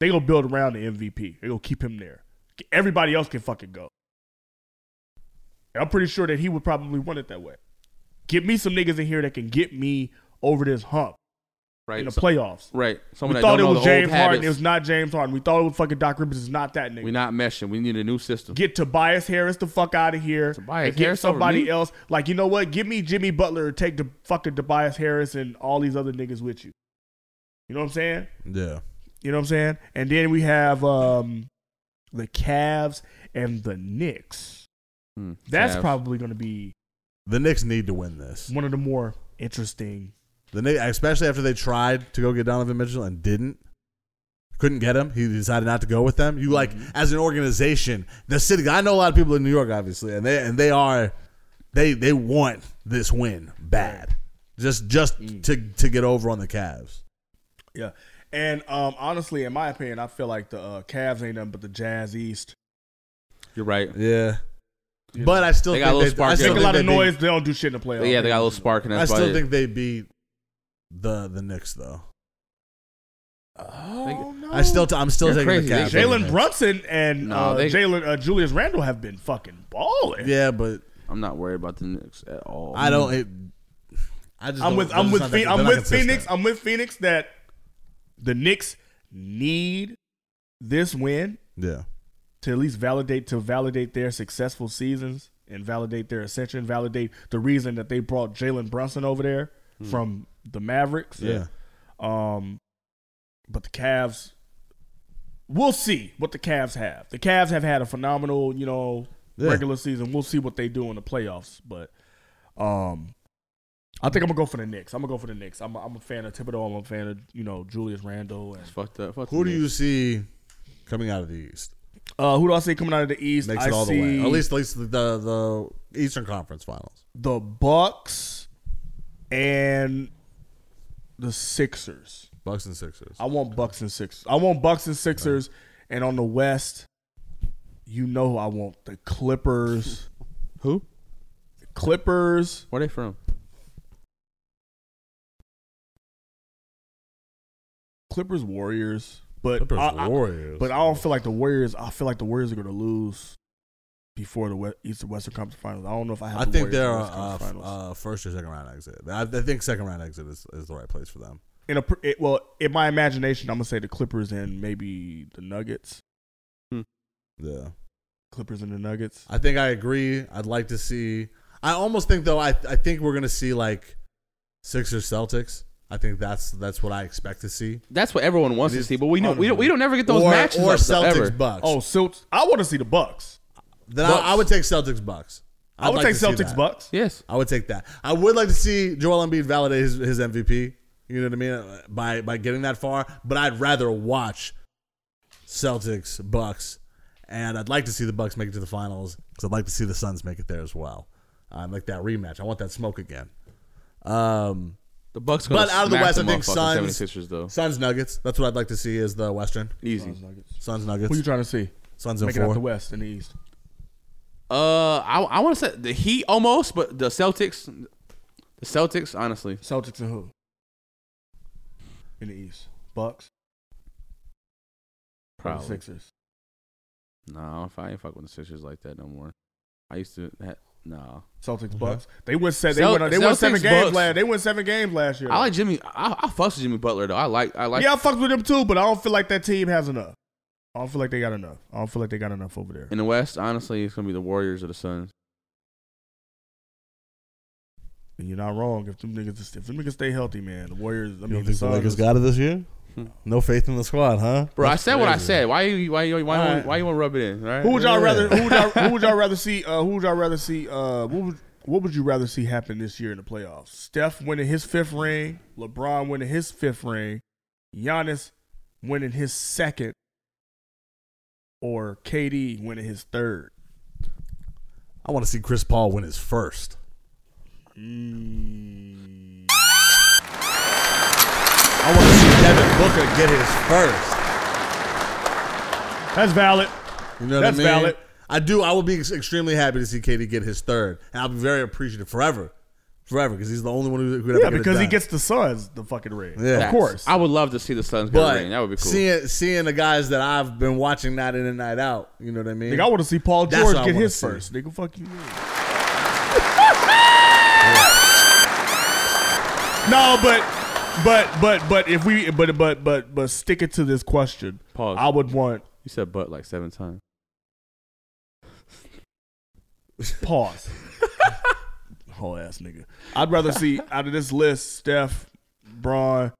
Speaker 2: They gonna build around the MVP. They gonna keep him there. Everybody else can fucking go. And I'm pretty sure that he would probably want it that way. Get me some niggas in here that can get me over this hump.
Speaker 7: right
Speaker 2: in the
Speaker 7: so-
Speaker 2: playoffs.
Speaker 7: Right. Someone
Speaker 2: we
Speaker 7: that
Speaker 2: thought
Speaker 7: don't
Speaker 2: it
Speaker 7: know
Speaker 2: was
Speaker 7: the old
Speaker 2: James Harden.
Speaker 7: habits.
Speaker 2: It was not James Harden. We thought it was fucking Doc Rivers. It's not that nigga.
Speaker 7: We're not meshing. We need a new system.
Speaker 2: Get Tobias Harris the fuck out of here.
Speaker 7: Tobias
Speaker 2: and get
Speaker 7: Harris over
Speaker 2: somebody
Speaker 7: me?
Speaker 2: else. Like you know what? Give me Jimmy Butler. and Take the fucking Tobias Harris and all these other niggas with you. You know what I'm saying?
Speaker 5: Yeah.
Speaker 2: You know what I'm saying? And then we have um, the Cavs and the Knicks. That's
Speaker 5: Cavs.
Speaker 7: Hmm.
Speaker 2: probably going to be
Speaker 5: The Knicks need to win this.
Speaker 2: one of the more interesting.
Speaker 5: The Knicks, especially after they tried to go get Donovan Mitchell and didn't, couldn't get him. He decided not to go with them. You like
Speaker 2: Mm-hmm.
Speaker 5: as an organization, the city. I know a lot of people in New York, obviously, and they and they are, they they want this win bad, just just
Speaker 2: Mm.
Speaker 5: to to get over on the Cavs.
Speaker 2: Yeah. And um, honestly, in my opinion, I feel like the uh, Cavs ain't nothing but the Jazz East.
Speaker 7: You're right.
Speaker 5: Yeah. But I still
Speaker 7: They
Speaker 5: think
Speaker 7: got a little
Speaker 5: they,
Speaker 7: spark
Speaker 5: I
Speaker 7: in
Speaker 5: still think
Speaker 7: them. Make a lot
Speaker 5: they
Speaker 7: of
Speaker 5: beat-
Speaker 2: noise, they don't do shit in the playoffs.
Speaker 7: Yeah, they got a little spark in that.
Speaker 5: I still think they beat the the Knicks though.
Speaker 2: Oh, no.
Speaker 5: I still, t- I'm still taking the Cavs. over the
Speaker 2: Jalen
Speaker 5: Knicks.
Speaker 2: Brunson and
Speaker 7: No,
Speaker 2: uh,
Speaker 7: they-
Speaker 2: Jalen uh, Julius Randle have been fucking balling.
Speaker 5: Yeah, but
Speaker 7: I'm not worried about the Knicks at all.
Speaker 5: I don't. It, I just
Speaker 2: I'm
Speaker 5: don't-
Speaker 2: with
Speaker 5: they're
Speaker 2: I'm
Speaker 5: just
Speaker 2: with
Speaker 5: not
Speaker 2: Phoe-
Speaker 5: that-
Speaker 2: I'm
Speaker 5: they're not
Speaker 2: with
Speaker 5: consistent.
Speaker 2: Phoenix. I'm with Phoenix that the Knicks need this win
Speaker 5: Yeah.
Speaker 2: to at least validate to validate their successful seasons and validate their ascension, validate the reason that they brought Jalen Brunson over there
Speaker 5: Hmm.
Speaker 2: from the Mavericks.
Speaker 5: Yeah.
Speaker 2: Um, but the Cavs, we'll see what the Cavs have. The Cavs have had a phenomenal, you know,
Speaker 5: Yeah.
Speaker 2: regular season. We'll see what they do in the playoffs. But um, I think I'm gonna go for the Knicks. I'm gonna go for the Knicks. I'm a, I'm a fan of Thibodeau. I'm a fan of you know Julius Randle. And
Speaker 7: fucked up.
Speaker 5: Who do you see coming out of the East?
Speaker 2: Uh, who do I see coming out of the East?
Speaker 5: Makes
Speaker 2: I
Speaker 5: it all
Speaker 2: see
Speaker 5: the way. At least, at least the, the the Eastern Conference Finals.
Speaker 2: the Bucks and the Sixers.
Speaker 5: Bucks and Sixers.
Speaker 2: I want Bucks and Sixers. I want Bucks and Sixers. And on the West, you know who I want the Clippers.
Speaker 7: who?
Speaker 2: The Clippers.
Speaker 7: Where they from?
Speaker 2: Clippers Warriors. But
Speaker 5: Clippers,
Speaker 2: I, I-
Speaker 5: Warriors.
Speaker 2: but I don't feel like the Warriors. I feel like the Warriors are going to lose before the West, Eastern Western Conference Finals. I don't know if I have.
Speaker 5: I
Speaker 2: the
Speaker 5: think
Speaker 2: Warriors in the
Speaker 5: they're uh,
Speaker 2: Western Conference
Speaker 5: f-
Speaker 2: Finals.
Speaker 5: uh, first or second round exit. I, I think second round exit is, is the right place for them.
Speaker 2: in a pr- it, well, in my imagination, I'm gonna say the Clippers and maybe the Nuggets.
Speaker 5: Yeah.
Speaker 2: Clippers and the Nuggets.
Speaker 5: I think I agree. I'd like to see. I almost think though. I I think we're gonna see like Sixers Celtics. I think that's that's what I expect to see.
Speaker 7: That's what everyone wants to see, but we know we don't, we don't never get those
Speaker 5: Or-
Speaker 7: matches
Speaker 5: or
Speaker 7: up, though,
Speaker 5: Celtics
Speaker 7: ever.
Speaker 5: Bucks.
Speaker 2: Oh, so I want to see the Bucks.
Speaker 5: Then I, I would take Celtics Bucks.
Speaker 2: I would take Celtics Bucks.
Speaker 7: Yes,
Speaker 5: I would take that. I would like to see Joel Embiid validate his, his MVP. You know what I mean Uh, by by getting that far. But I'd rather watch Celtics Bucks, and I'd like to see the Bucks make it to the finals because I'd like to see the Suns make it there as well. I like that rematch. I want that smoke again. Um,
Speaker 7: The Bucks gonna
Speaker 5: But out of the
Speaker 7: smack
Speaker 5: West, I
Speaker 7: the
Speaker 5: think
Speaker 7: motherfucking
Speaker 5: Suns,
Speaker 7: 76ers though.
Speaker 5: Suns Nuggets. That's what I'd like to see is the Western. Easy. Suns Nuggets.
Speaker 2: Who you trying to see?
Speaker 5: Suns in
Speaker 2: Make it out
Speaker 5: four.
Speaker 2: the West and the East.
Speaker 7: Uh, I, I want to say the Heat almost, but the Celtics, the Celtics, honestly.
Speaker 2: Celtics and who? In the East. Bucks.
Speaker 7: Probably.
Speaker 2: Sixers.
Speaker 7: No, I don't- I ain't fuck with the Sixers like that no more. I used to. Ha- no.
Speaker 5: Mm-hmm.
Speaker 2: Celtics Bucks. They went set. They
Speaker 7: Cel-
Speaker 2: went. They won seven
Speaker 7: Celtics,
Speaker 2: games
Speaker 7: Bucks.
Speaker 2: last. They won seven games last year.
Speaker 7: I like Jimmy. I, I fucks with Jimmy Butler though. I like. I like.
Speaker 2: yeah, I fucked with them too, but I don't feel like that team has enough. I don't feel like they got enough. I don't feel like they got enough over there.
Speaker 7: In the West, honestly, it's gonna be the Warriors or the Suns.
Speaker 2: And you're not wrong. If them niggas, if them niggas stay healthy, man, the Warriors. I mean,
Speaker 5: You don't
Speaker 2: the
Speaker 5: think the
Speaker 2: Suns.
Speaker 5: Lakers got it this year? No faith in the squad, huh?
Speaker 7: Hmm. Bro,
Speaker 5: That's
Speaker 7: I said what I
Speaker 5: crazy.
Speaker 7: said. Why you? Why you? Why,
Speaker 2: All
Speaker 7: you- why,
Speaker 2: right.
Speaker 7: you want to rub it in? all Right?
Speaker 2: Who would y'all rather? Who would y'all, who would y'all rather see? Uh, who would y'all rather see? Uh, what would what would you rather see happen this year in the playoffs? Steph winning his fifth ring, LeBron winning his fifth ring, Giannis winning his second, or KD winning his third.
Speaker 5: I want to see Chris Paul win his first. I want to see Devin Booker get his first.
Speaker 2: That's valid.
Speaker 5: You know
Speaker 2: That's
Speaker 5: what I mean?
Speaker 2: valid.
Speaker 5: I do. I would be ex- extremely happy to see KD get his third, and I'll be very appreciative forever, forever, because he's the only one who who could
Speaker 2: Yeah,
Speaker 5: ever get it
Speaker 2: because he
Speaker 5: done.
Speaker 2: gets the Suns the fucking ring.
Speaker 5: Yeah.
Speaker 2: Of course.
Speaker 7: I would love to see the Suns get a
Speaker 5: But
Speaker 7: ring. That would be cool.
Speaker 5: seeing seeing the guys that I've been watching night in and night out, you know what I mean?
Speaker 2: Nigga, I want to see Paul
Speaker 5: That's
Speaker 2: George
Speaker 5: what I
Speaker 2: get
Speaker 5: wanna
Speaker 2: his
Speaker 5: see.
Speaker 2: first. Nigga, fuck you. No, but but but but if we but but but but stick it to this question.
Speaker 7: Pause.
Speaker 2: I would want
Speaker 7: you said but like seven times.
Speaker 2: pause. Whole ass nigga. I'd rather see out of this list Steph, Braun,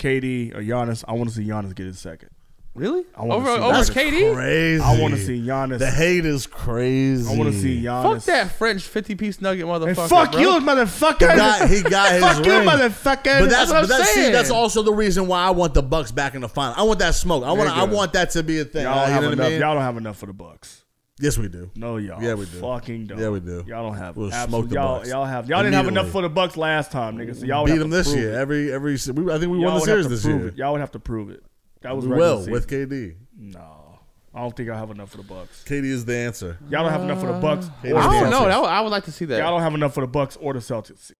Speaker 2: KD, or Giannis. I want to see Giannis get his second.
Speaker 7: Really?
Speaker 2: I want
Speaker 7: Over-
Speaker 2: to see
Speaker 7: over
Speaker 2: That's
Speaker 7: KD?
Speaker 5: Crazy.
Speaker 2: I want to see Giannis.
Speaker 5: The hate is crazy.
Speaker 2: I want to see Giannis.
Speaker 7: Fuck that French fifty-piece nugget
Speaker 2: And
Speaker 7: motherfucker.
Speaker 2: fuck
Speaker 7: bro.
Speaker 2: you, motherfucker.
Speaker 5: He got, he got his
Speaker 2: fuck you,
Speaker 5: ring.
Speaker 2: motherfucker.
Speaker 5: But that's
Speaker 7: That's what I'm
Speaker 5: but that's, see,
Speaker 7: saying.
Speaker 5: that's also the reason why I want the Bucks back in the final. I want that smoke. I want I
Speaker 2: Nigga.
Speaker 5: want that to be a thing. Uh,
Speaker 2: y'all, don't
Speaker 5: you
Speaker 2: have
Speaker 5: know what
Speaker 2: enough,
Speaker 5: I mean?
Speaker 2: y'all don't have enough for the Bucks.
Speaker 5: yes, we do.
Speaker 2: No, y'all.
Speaker 5: Yeah, we do.
Speaker 2: Fucking don't.
Speaker 5: Yeah, we do.
Speaker 2: Y'all don't have.
Speaker 5: We'll
Speaker 2: absolute-
Speaker 5: smoke the
Speaker 2: y'all,
Speaker 5: Bucks
Speaker 2: y'all have. Y'all didn't have enough
Speaker 5: immediately.
Speaker 2: for the Bucks last time, nigga. So y'all would
Speaker 5: beat
Speaker 2: have
Speaker 5: them
Speaker 2: to
Speaker 5: this
Speaker 2: prove
Speaker 5: year.
Speaker 2: it.
Speaker 5: Every every se- we, I think we
Speaker 2: Y'all would
Speaker 5: won the
Speaker 2: have
Speaker 5: series
Speaker 2: to
Speaker 5: this
Speaker 2: prove
Speaker 5: year.
Speaker 2: it. Y'all would have to prove it. That was
Speaker 5: We
Speaker 2: regular
Speaker 5: will with
Speaker 2: season.
Speaker 5: KD.
Speaker 2: No, I don't think I have enough for the Bucks.
Speaker 5: KD is the answer.
Speaker 2: Y'all don't have enough for the Bucks.
Speaker 5: I
Speaker 2: or the
Speaker 7: I don't know.
Speaker 2: Celtics.
Speaker 7: That would- I would like to see that.
Speaker 2: Y'all don't have enough for the Bucks or the Celtics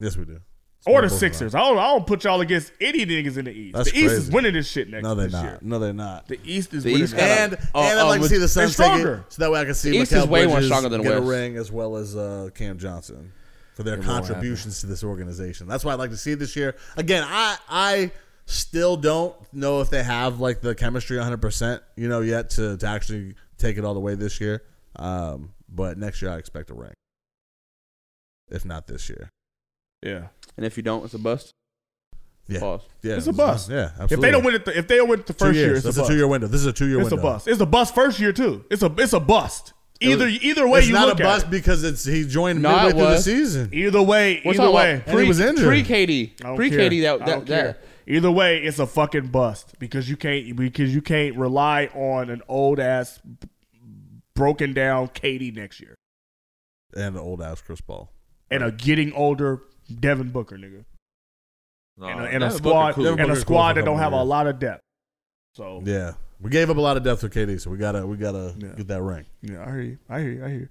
Speaker 5: Yes, we do.
Speaker 2: or the
Speaker 5: Both of
Speaker 2: Sixers. I don't, I don't put y'all against any niggas in the East.
Speaker 5: That's
Speaker 2: the East is
Speaker 5: crazy.
Speaker 2: winning this shit next.
Speaker 5: No, they're
Speaker 2: this
Speaker 5: not.
Speaker 2: Year.
Speaker 5: No, they're not.
Speaker 2: The East is
Speaker 7: The
Speaker 2: winning.
Speaker 7: East
Speaker 2: this shit.
Speaker 7: gotta-
Speaker 5: And
Speaker 7: Oh,
Speaker 5: and I'd
Speaker 7: oh,
Speaker 5: like to
Speaker 7: with-
Speaker 5: see the
Speaker 2: They're
Speaker 5: Suns take it,
Speaker 2: stronger.
Speaker 5: so that way I can see
Speaker 7: The East
Speaker 5: Mikal
Speaker 7: is way more
Speaker 5: Bridges
Speaker 7: stronger than the
Speaker 5: get a
Speaker 7: West.
Speaker 5: ring as well as uh, Cam Johnson for their
Speaker 7: won't happen.
Speaker 5: contributions to this organization. That's why I'd like to see it this year. Again, I I still don't know if they have like the chemistry 100 percent you know yet to, to actually take it all the way this year. Um, but next year I expect a ring, if not this year.
Speaker 2: yeah.
Speaker 7: And if you don't, it's a bust.
Speaker 5: Yeah.
Speaker 7: Pause.
Speaker 5: Yeah,
Speaker 2: It's a
Speaker 5: it was
Speaker 2: bust.
Speaker 5: Yeah, absolutely.
Speaker 2: If they don't win it, the, if they don't win it the
Speaker 5: Two
Speaker 2: first
Speaker 5: years.
Speaker 2: year, it's
Speaker 5: that's
Speaker 2: a,
Speaker 5: a,
Speaker 2: bust.
Speaker 5: two-year window. This is a two-year
Speaker 2: It's
Speaker 5: window.
Speaker 2: a bust. It's a bust first year too. It's a it's a bust. Either either way
Speaker 5: it's
Speaker 2: you
Speaker 5: not
Speaker 2: look
Speaker 5: a bust
Speaker 2: at
Speaker 5: because it's he joined
Speaker 7: No,
Speaker 5: midway
Speaker 7: it
Speaker 5: through the
Speaker 7: was.
Speaker 5: season.
Speaker 2: it. Either way,
Speaker 7: We're
Speaker 2: either
Speaker 7: talking
Speaker 2: way,
Speaker 7: about
Speaker 5: And he was injured.
Speaker 7: Pre KD.
Speaker 2: I don't
Speaker 7: Pre
Speaker 2: care.
Speaker 7: KD.
Speaker 2: I
Speaker 7: That
Speaker 2: don't
Speaker 7: that that.
Speaker 2: care. Either way, it's a fucking bust because you can't because you can't rely on an old ass b- broken down Katie next year
Speaker 5: and the old ass Chris Paul.
Speaker 2: and a getting older Devin Booker nigga
Speaker 6: No,
Speaker 2: and a, and a
Speaker 7: Devin Booker
Speaker 2: squad
Speaker 7: cool. Devin
Speaker 2: and a
Speaker 5: Booker
Speaker 2: squad
Speaker 5: cool for
Speaker 2: that don't
Speaker 5: a
Speaker 2: have
Speaker 5: couple
Speaker 2: a
Speaker 5: years.
Speaker 2: lot of depth. So
Speaker 5: Yeah, we gave up a lot of depth for KD, so we gotta we gotta get that ring.
Speaker 2: Yeah, I hear you. I hear you. I hear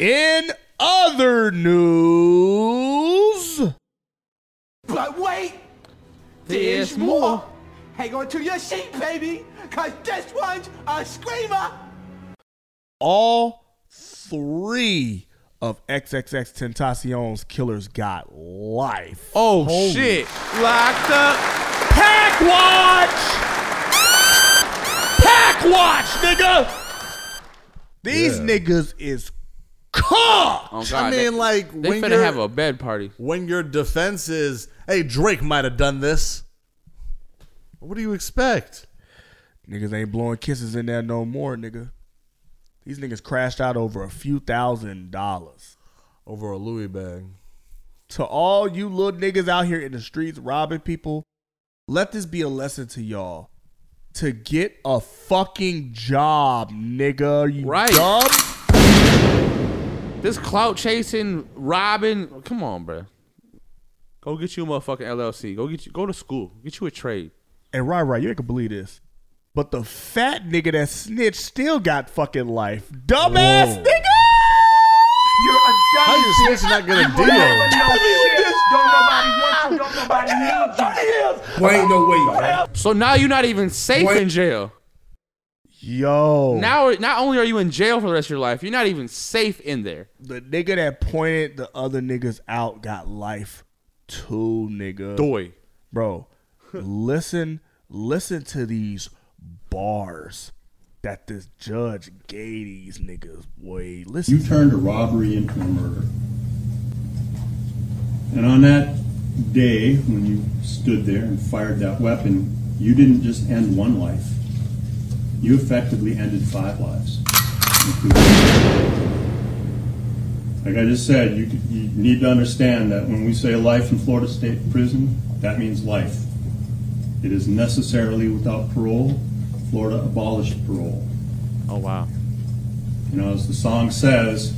Speaker 2: you. In other news,
Speaker 11: But wait, there's more. Hang on to your seat, baby, cause this one's a screamer.
Speaker 2: all three of XXX Tentacion's killers got life.
Speaker 7: Oh
Speaker 2: Holy
Speaker 7: shit! Locked up.
Speaker 2: Pack watch! Pack watch, nigga! These niggas is caught!
Speaker 7: Oh, God,
Speaker 5: I mean,
Speaker 7: they,
Speaker 5: like
Speaker 7: they
Speaker 5: when
Speaker 7: finna
Speaker 5: your
Speaker 7: have a bed party.
Speaker 5: when your defense is, hey, Drake might have done this. What do you expect?
Speaker 2: Niggas ain't blowing kisses in there no more, nigga. These niggas crashed out over a few thousand dollars.
Speaker 5: Over a Louis bag.
Speaker 2: to all you little niggas out here in the streets robbing people, let this be a lesson to y'all to get a fucking job, nigga. You
Speaker 7: Right.
Speaker 2: dumb.
Speaker 7: This clout chasing, robbing. Come on, bro. Go get you a motherfucking LLC. Go get you. Go to school. Get you a trade.
Speaker 2: And right, right, you ain't gonna believe this. But the fat nigga that snitched still got fucking life. Dumbass
Speaker 8: Whoa.
Speaker 2: nigga!
Speaker 8: You're a dummy.
Speaker 2: How you snitch and not get a
Speaker 8: You
Speaker 2: deal?
Speaker 8: never know
Speaker 2: Tell me
Speaker 8: shit. Don't nobody want you. Don't nobody need you.
Speaker 3: Wait, no way, bro.
Speaker 7: So now you're not even safe in jail.
Speaker 2: Yo.
Speaker 7: Now, not only are you in jail for the rest of your life, you're not even safe in there.
Speaker 2: The nigga that pointed the other niggas out got life too, nigga.
Speaker 7: Doy.
Speaker 2: Bro, listen, listen to these bars that this judge gave these niggas, boy. Listen.
Speaker 12: You turned a robbery into a murder. And on that day, when you stood there and fired that weapon, you didn't just end one life. You effectively ended five lives. Like I just said, you, you need to understand that when we say life in Florida State Prison, that means life. It is necessarily without parole. Florida abolished parole.
Speaker 7: Oh, wow.
Speaker 12: You know, as the song says,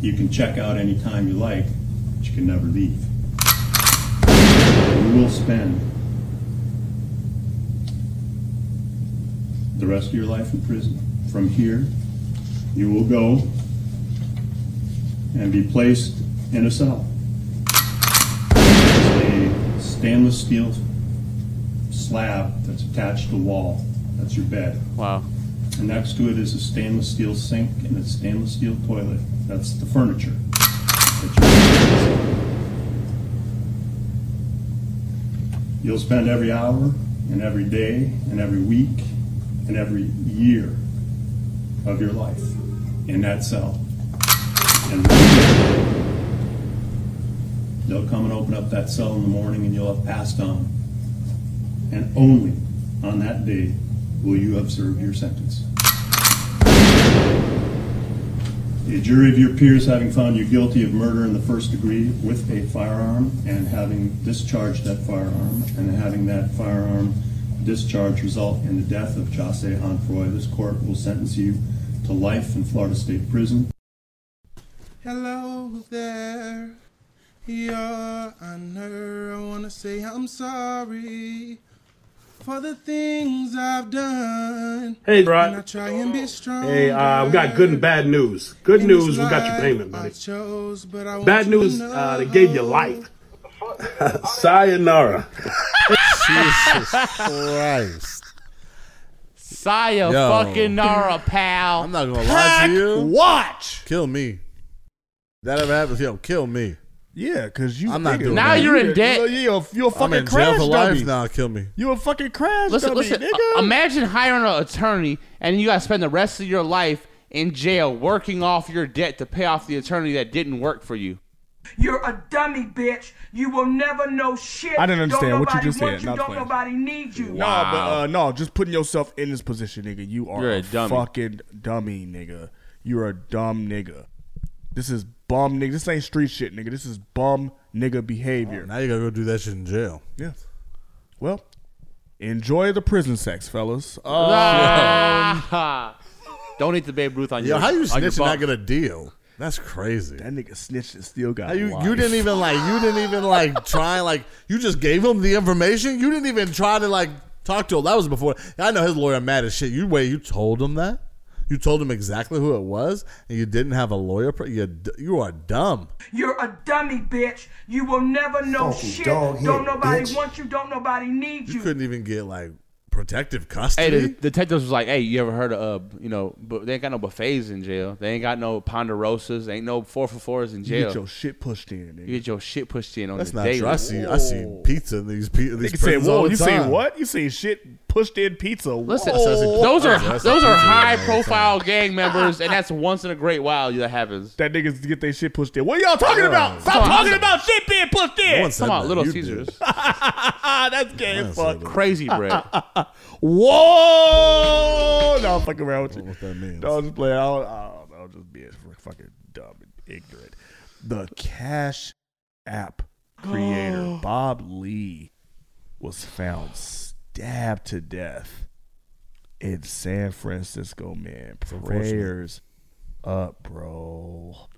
Speaker 12: you can check out anytime you like, but you can never leave. You will spend the rest of your life in prison. From here, you will go and be placed in a cell. It's a stainless steel slab that's attached to the wall. That's your bed.
Speaker 7: Wow.
Speaker 12: And next to it is a stainless steel sink and a stainless steel toilet. That's the furniture. that you- You'll spend every hour and every day and every week and every year of your life in that cell. And they'll come and open up that cell in the morning and you'll have passed on. And only on that day will you have served your sentence. A jury of your peers having found you guilty of murder in the first degree with a firearm and having discharged that firearm and having that firearm discharge result in the death of Chasse Onfroy, this court will sentence you to life in Florida State Prison.
Speaker 13: Hello there. Your Honor, I want to say I'm sorry for the things I've done.
Speaker 14: Hey,
Speaker 13: And I
Speaker 14: Rod.
Speaker 13: try and be strong.
Speaker 14: Hey, uh, we got good and bad news. Good news, we got your payment, buddy. Bad news, uh, they gave you life. Sayonara.
Speaker 5: Jesus Christ.
Speaker 7: Saya
Speaker 5: Yo.
Speaker 7: fucking Nara, pal.
Speaker 5: I'm not gonna lie to you.
Speaker 2: Watch.
Speaker 5: Kill me. That ever happens, yo, kill me.
Speaker 2: Yeah, cause you.
Speaker 5: I'm not
Speaker 2: nigga,
Speaker 5: doing
Speaker 2: now
Speaker 5: that.
Speaker 2: you're in You're- debt. you're- you're a- you're a fucking
Speaker 5: I'm in
Speaker 2: crash
Speaker 5: jail for life
Speaker 2: dummy.
Speaker 5: now. Kill me.
Speaker 2: You a fucking crash
Speaker 7: Listen,
Speaker 2: dummy,
Speaker 7: listen.
Speaker 2: nigga.
Speaker 7: uh, imagine hiring an attorney and you got to spend the rest of your life in jail working off your debt to pay off the attorney that didn't work for you.
Speaker 8: You're a dummy, bitch. You will never know shit.
Speaker 2: I didn't understand
Speaker 8: don't
Speaker 2: what you
Speaker 8: nobody
Speaker 2: just
Speaker 8: want
Speaker 2: said.
Speaker 8: You,
Speaker 2: Not
Speaker 8: don't
Speaker 2: playing.
Speaker 8: nobody need you.
Speaker 2: Nah, but uh, no, just putting yourself in this position, nigga. You are
Speaker 7: You're
Speaker 2: a,
Speaker 7: a dummy.
Speaker 2: fucking dummy, nigga. You're a dumb nigga. This is bum nigga. This ain't street shit, nigga. This is bum nigga behavior.
Speaker 5: now you gotta go do that shit in jail.
Speaker 2: Yeah. Well, enjoy the prison sex, fellas. Um,
Speaker 7: Ah. Don't eat the Babe Ruth on
Speaker 5: Yo,
Speaker 7: your.
Speaker 5: how you
Speaker 7: on your
Speaker 5: snitch and not
Speaker 7: bunk.
Speaker 5: get a deal? That's crazy. That
Speaker 2: nigga snitched and still got.
Speaker 5: you,
Speaker 2: life.
Speaker 5: you didn't even like. You didn't even like try. Like you just gave him the information. You didn't even try to like talk to him. That was before. I know his lawyer mad as shit. You wait. You told him that. You told him exactly who it was, and you didn't have a lawyer. Pre- you d- you are dumb.
Speaker 8: You're a dummy, bitch. You will never know
Speaker 5: Funky
Speaker 8: shit.
Speaker 5: dog head,
Speaker 8: Don't nobody
Speaker 5: bitch.
Speaker 8: want you. Don't nobody need
Speaker 5: You
Speaker 8: you.
Speaker 5: couldn't even get like protective
Speaker 7: Hey,
Speaker 5: custody.
Speaker 7: the detectives was like, "Hey, you ever heard of uh, you know? But they ain't got no buffets in jail. They ain't got no ponderosas. Ain't no four for fours in
Speaker 2: You
Speaker 7: jail.
Speaker 2: get your shit pushed in,
Speaker 7: You
Speaker 2: nigga.
Speaker 7: get your shit pushed in on
Speaker 5: That's
Speaker 7: the
Speaker 5: not
Speaker 7: daily.
Speaker 5: true. I see. I see pizza in these pe- these
Speaker 2: Nigga said,
Speaker 5: prisons all
Speaker 2: "Whoa,
Speaker 5: the
Speaker 2: you seen
Speaker 5: time.
Speaker 2: what? You seen shit pushed in pizza?
Speaker 7: Listen,
Speaker 2: Whoa.
Speaker 7: those are
Speaker 2: That's-
Speaker 7: those are
Speaker 2: that's-
Speaker 7: high profile gang members, and that's once in a great while that happens.
Speaker 2: That niggas get their shit pushed in. What y'all talking about? Stop talking about shit being pushed in.
Speaker 7: Come on, Little Caesars.
Speaker 2: That's gay as fuck.
Speaker 7: Crazy bread.
Speaker 2: Whoa! No, I'm fucking around with you. What
Speaker 5: that means?
Speaker 2: No, I'm just playing. I don't, I don't know. I'm just being fucking dumb and ignorant. The Cash App creator Bob Lee was found stabbed to death in San Francisco. Man,
Speaker 5: unfortunate.
Speaker 2: prayers up, bro.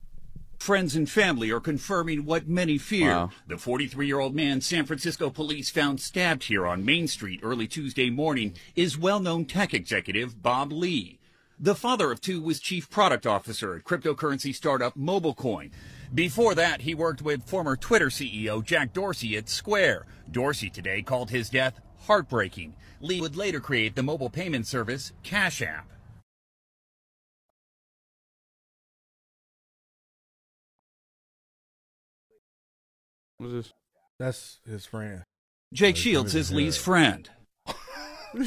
Speaker 15: Friends and family are confirming what many fear.
Speaker 7: Wow.
Speaker 15: The 43 year old man San Francisco police found stabbed here on Main Street early Tuesday morning is well known tech executive Bob Lee. The father of two was chief product officer at cryptocurrency startup MobileCoin. Before that, he worked with former Twitter CEO Jack Dorsey at Square. Dorsey today called his death heartbreaking. Lee would later create the mobile payment service Cash App.
Speaker 7: What's this?
Speaker 2: That's his friend.
Speaker 15: Jake Shields is Lee's friend.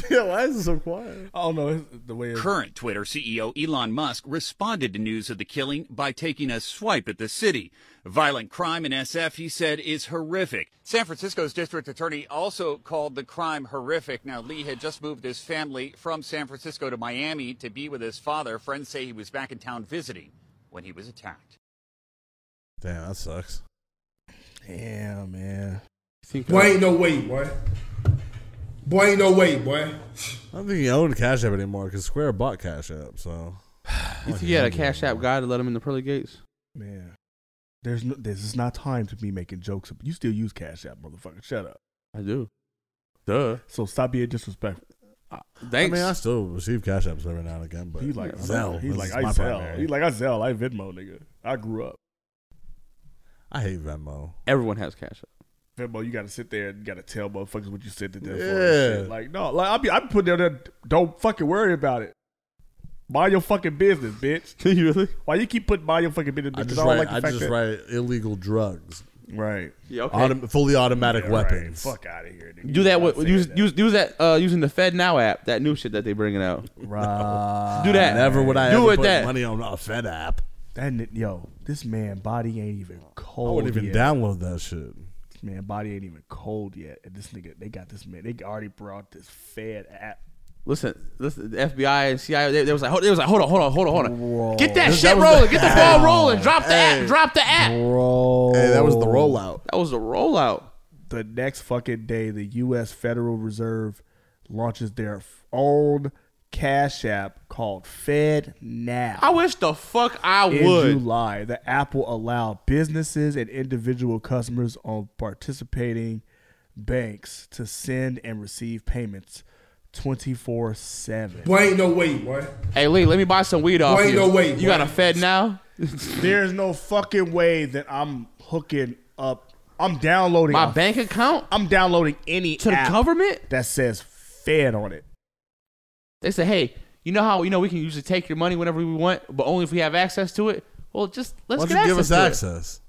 Speaker 2: yeah, why is it so quiet? I don't know it's the way. It's,
Speaker 15: Current Twitter CEO Elon Musk responded to news of the killing by taking a swipe at the city. Violent crime in SF, he said, is horrific.
Speaker 7: San Francisco's district attorney also called the crime horrific. Now, Lee had just moved his family from San Francisco to Miami to be with his father. Friends say he was back in town visiting when he was attacked.
Speaker 5: Damn, that sucks.
Speaker 2: Yeah, man.
Speaker 7: uh,
Speaker 3: Boy, ain't no way, boy. Boy, ain't no way, boy.
Speaker 5: I don't think he owned Cash App anymore because Square bought Cash App. So
Speaker 7: You think he had a Cash App guy to let him in the pearly gates?
Speaker 2: Man, there's no, this is not time to be making jokes. You still use Cash App, motherfucker. Shut up.
Speaker 7: I do.
Speaker 2: Duh. So stop being disrespectful.
Speaker 5: I mean, I still receive Cash Apps every now and again, but
Speaker 2: He like
Speaker 5: Zelle.
Speaker 2: He's
Speaker 5: This
Speaker 2: like
Speaker 5: is
Speaker 2: I
Speaker 5: my
Speaker 2: Zell.
Speaker 5: primary.
Speaker 2: He like I Zell. I Venmo, nigga. I grew up.
Speaker 5: I hate Venmo.
Speaker 7: Everyone has Cash App.
Speaker 2: Venmo, you gotta sit there and you gotta tell motherfuckers what you said to them. for
Speaker 5: Yeah.
Speaker 2: and shit. Like no, like I be I be putting down there. Don't fucking worry about it. Mind your fucking business, bitch.
Speaker 7: you really?
Speaker 2: Why you keep putting mind your fucking business?
Speaker 5: I
Speaker 2: bitch? 'Cause don't
Speaker 5: just write.
Speaker 2: like the
Speaker 5: I
Speaker 2: fact
Speaker 5: just
Speaker 2: that-
Speaker 5: write illegal drugs.
Speaker 2: Right.
Speaker 7: Yeah, okay.
Speaker 5: Autom- fully automatic
Speaker 7: Yeah, right.
Speaker 5: weapons.
Speaker 2: Fuck out of here, nigga.
Speaker 7: Do that with use, use use that uh, using the Fed Now app, that new shit that they bringing out.
Speaker 2: Right.
Speaker 7: Do that.
Speaker 5: Never would I
Speaker 7: do
Speaker 5: ever
Speaker 7: it
Speaker 5: put
Speaker 7: that.
Speaker 5: money on a Fed app.
Speaker 2: That ni- yo, this man body ain't even cold.
Speaker 5: I wouldn't even
Speaker 2: yet.
Speaker 5: download that shit.
Speaker 2: This man body ain't even cold yet, and this nigga they got this man. They already brought this Fed app.
Speaker 7: Listen, listen. The FBI and CIA, they, they was like, hold, they was like, hold on, hold on, hold on, hold on. Get that
Speaker 2: This-
Speaker 7: shit
Speaker 2: that was
Speaker 7: rolling.
Speaker 2: the-
Speaker 7: Get the ball
Speaker 2: Hey.
Speaker 7: rolling. Drop the app. Drop the app.
Speaker 2: Bro,
Speaker 5: Hey, that was the rollout.
Speaker 7: That was the rollout.
Speaker 2: The next fucking day, the U.S. Federal Reserve launches their f- own cash app called Fed Now.
Speaker 7: I wish the fuck I
Speaker 2: in
Speaker 7: would.
Speaker 2: July, the app will allow businesses and individual customers on participating banks to send and receive payments 24 7.
Speaker 3: Boy, ain't no way, boy.
Speaker 7: Hey Lee, let me buy some weed off
Speaker 2: Boy, ain't
Speaker 7: you.
Speaker 2: no way,
Speaker 7: you
Speaker 2: boy.
Speaker 7: got a Fed now?
Speaker 2: There's no fucking way that I'm hooking up. I'm downloading
Speaker 7: My
Speaker 2: a-
Speaker 7: bank account
Speaker 2: I'm downloading any
Speaker 7: to the
Speaker 2: app
Speaker 7: government.
Speaker 2: that says Fed on it.
Speaker 7: They say, hey, you know how you know we can usually take your money whenever we want, but only if we have access to it. Well, just let's
Speaker 5: Why
Speaker 7: get
Speaker 5: don't you give us
Speaker 7: access to
Speaker 5: access?
Speaker 7: it.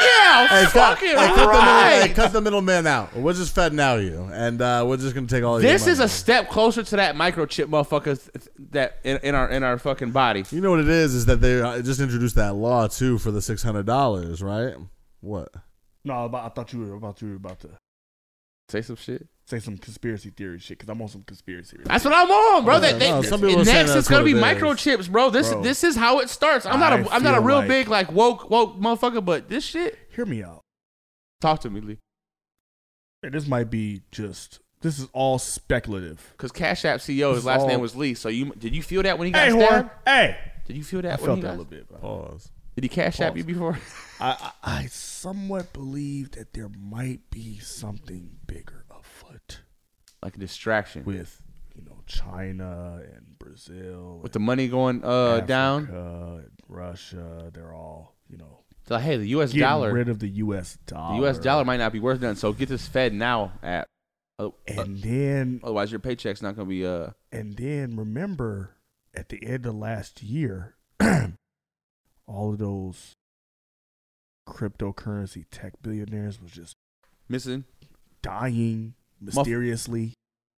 Speaker 7: Yeah,
Speaker 5: Hey, cut,
Speaker 7: fucking
Speaker 5: hey, cut the middle-
Speaker 7: right.
Speaker 5: hey, cut the middleman out. We're just fed now you, and uh, we're just gonna take all
Speaker 7: This
Speaker 5: your
Speaker 7: is
Speaker 5: money.
Speaker 7: a step closer to that microchip, motherfuckers. That in, in our in our fucking body.
Speaker 5: You know what it is? Is that they uh, just introduced that law too for the six hundred dollars, right? What?
Speaker 2: No, about, I thought you were about you were about to
Speaker 7: say some shit.
Speaker 2: Say some conspiracy theory shit because I'm on some conspiracy. Right
Speaker 7: That's what I'm on, bro.
Speaker 2: Yeah,
Speaker 7: that, they,
Speaker 2: no, some people are saying
Speaker 7: next,
Speaker 2: that's
Speaker 7: it's gonna
Speaker 2: what
Speaker 7: be
Speaker 2: it is.
Speaker 7: microchips, bro. This
Speaker 2: Bro.
Speaker 7: this is how it starts. I'm not a
Speaker 2: I
Speaker 7: I'm not a
Speaker 2: feel
Speaker 7: real
Speaker 2: like-
Speaker 7: big like woke woke motherfucker, but this shit.
Speaker 2: Hear me out.
Speaker 7: Talk to me, Lee.
Speaker 2: And this might be just this is all speculative.
Speaker 7: Because Cash App CEO, his
Speaker 2: It's
Speaker 7: last
Speaker 2: all-
Speaker 7: name was Lee. So you did you feel that when he got
Speaker 2: Hey,
Speaker 7: stabbed?
Speaker 2: whore. Hey,
Speaker 7: Did you feel that?
Speaker 2: I
Speaker 7: when
Speaker 2: felt
Speaker 7: he
Speaker 2: that a
Speaker 7: got-
Speaker 2: little bit. bro.
Speaker 5: Pause.
Speaker 7: Did he cash app you before?
Speaker 2: I, I I somewhat believe that there might be something bigger afoot
Speaker 7: Like a distraction
Speaker 2: with you know China and Brazil,
Speaker 7: with the money going uh down.
Speaker 2: Africa and Russia. They're all you know
Speaker 7: It's like, hey, the U.S.
Speaker 2: getting
Speaker 7: dollar,
Speaker 2: rid of the U.S.
Speaker 7: the
Speaker 2: dollar.
Speaker 7: U.S. dollar might not be worth nothing. So get this Fed now app. Oh,
Speaker 2: And then
Speaker 7: otherwise, your paycheck's not gonna be uh.
Speaker 2: And then remember at the end of last year, all of those cryptocurrency tech billionaires was just
Speaker 7: Missing.
Speaker 2: dying mysteriously.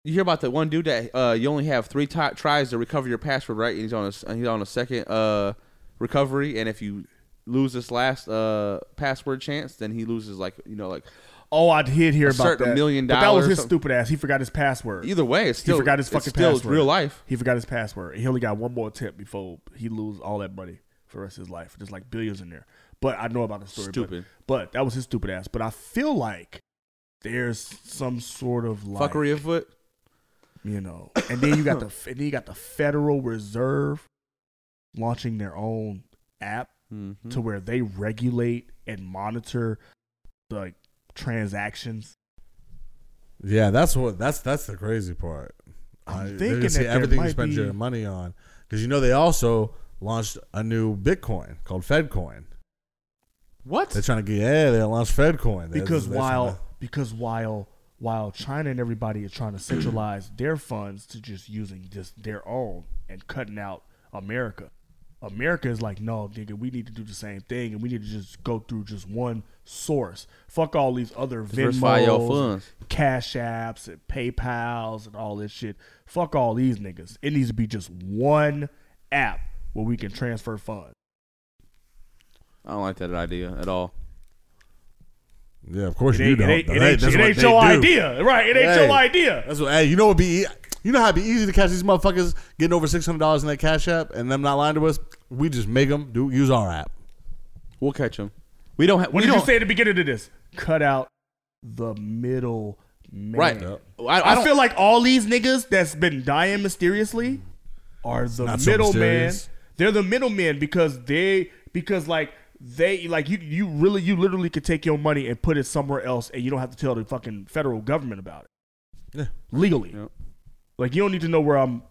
Speaker 7: You hear about the one dude that uh, you only have three ti tries to recover your password, right? And he's on a s- he's on a second uh, recovery, and if you lose this last uh, password chance, then he loses like you know like
Speaker 2: oh, I did hear
Speaker 7: a
Speaker 2: about
Speaker 7: certain
Speaker 2: that.
Speaker 7: million
Speaker 2: But
Speaker 7: dollars.
Speaker 2: that was
Speaker 7: or
Speaker 2: his
Speaker 7: something.
Speaker 2: stupid ass. He forgot his password.
Speaker 7: Either way, it's still
Speaker 2: he forgot his
Speaker 7: it's
Speaker 2: fucking
Speaker 7: still
Speaker 2: password.
Speaker 7: real life.
Speaker 2: He forgot his password. He only got one more attempt before he lose all that money for the rest of his life. There's like billions in there. But I know about the story. but-
Speaker 7: Stupid.
Speaker 2: but that was his stupid ass. But I feel like there's some sort of like
Speaker 7: Fuckery afoot.
Speaker 2: you know. And then you got the and then you got the Federal Reserve launching their own app to where they regulate and monitor like transactions.
Speaker 5: Yeah, that's what that's that's the crazy part. I, they're
Speaker 2: thinking
Speaker 5: gonna see
Speaker 2: that there
Speaker 5: everything you
Speaker 2: might
Speaker 5: spend
Speaker 2: be-
Speaker 5: your money on because you know they also launched a new Bitcoin called FedCoin.
Speaker 9: What?
Speaker 5: They're trying to get yeah, they launched FedCoin They-
Speaker 2: because
Speaker 5: they-
Speaker 2: while because while while China and everybody is trying to centralize their funds to just using just their own and cutting out America. America is like, no, nigga, we need to do the same thing, and we need to just go through just one source. Fuck all these other
Speaker 7: Diversify your
Speaker 2: Venmos,
Speaker 7: funds.
Speaker 2: Cash Apps, and PayPal's, and all this shit. Fuck all these niggas. It needs to be just one app where we can transfer funds.
Speaker 7: I don't like that idea at all.
Speaker 5: Yeah, of course
Speaker 2: It
Speaker 5: you
Speaker 2: ain't- it
Speaker 5: don't.
Speaker 2: ain't- it
Speaker 5: Hey,
Speaker 2: ain't-
Speaker 5: that's
Speaker 2: it
Speaker 5: what
Speaker 2: ain't
Speaker 5: they
Speaker 2: your
Speaker 5: do.
Speaker 2: idea. Right, it ain't
Speaker 5: Hey,
Speaker 2: your idea.
Speaker 5: That's what. Hey, you know what be? e- You know how it'd be easy to catch these motherfuckers getting over six hundred dollars in that Cash App and them not lying to us. We just make them do use our app.
Speaker 7: We'll catch them. We don't. Ha-
Speaker 2: What
Speaker 7: we
Speaker 2: did you
Speaker 7: don't-
Speaker 2: say at the beginning of this? Cut out the middle man.
Speaker 7: Right. Yep. I- I don't-
Speaker 2: feel like all these niggas that's been dying mysteriously are the
Speaker 5: Not so
Speaker 2: middleman.
Speaker 5: mysterious.
Speaker 2: They're the middlemen because they because like they like you you really you literally could take your money and put it somewhere else and you don't have to tell the fucking federal government about it.
Speaker 5: Yeah.
Speaker 2: Legally. Like you don't need to know where I'm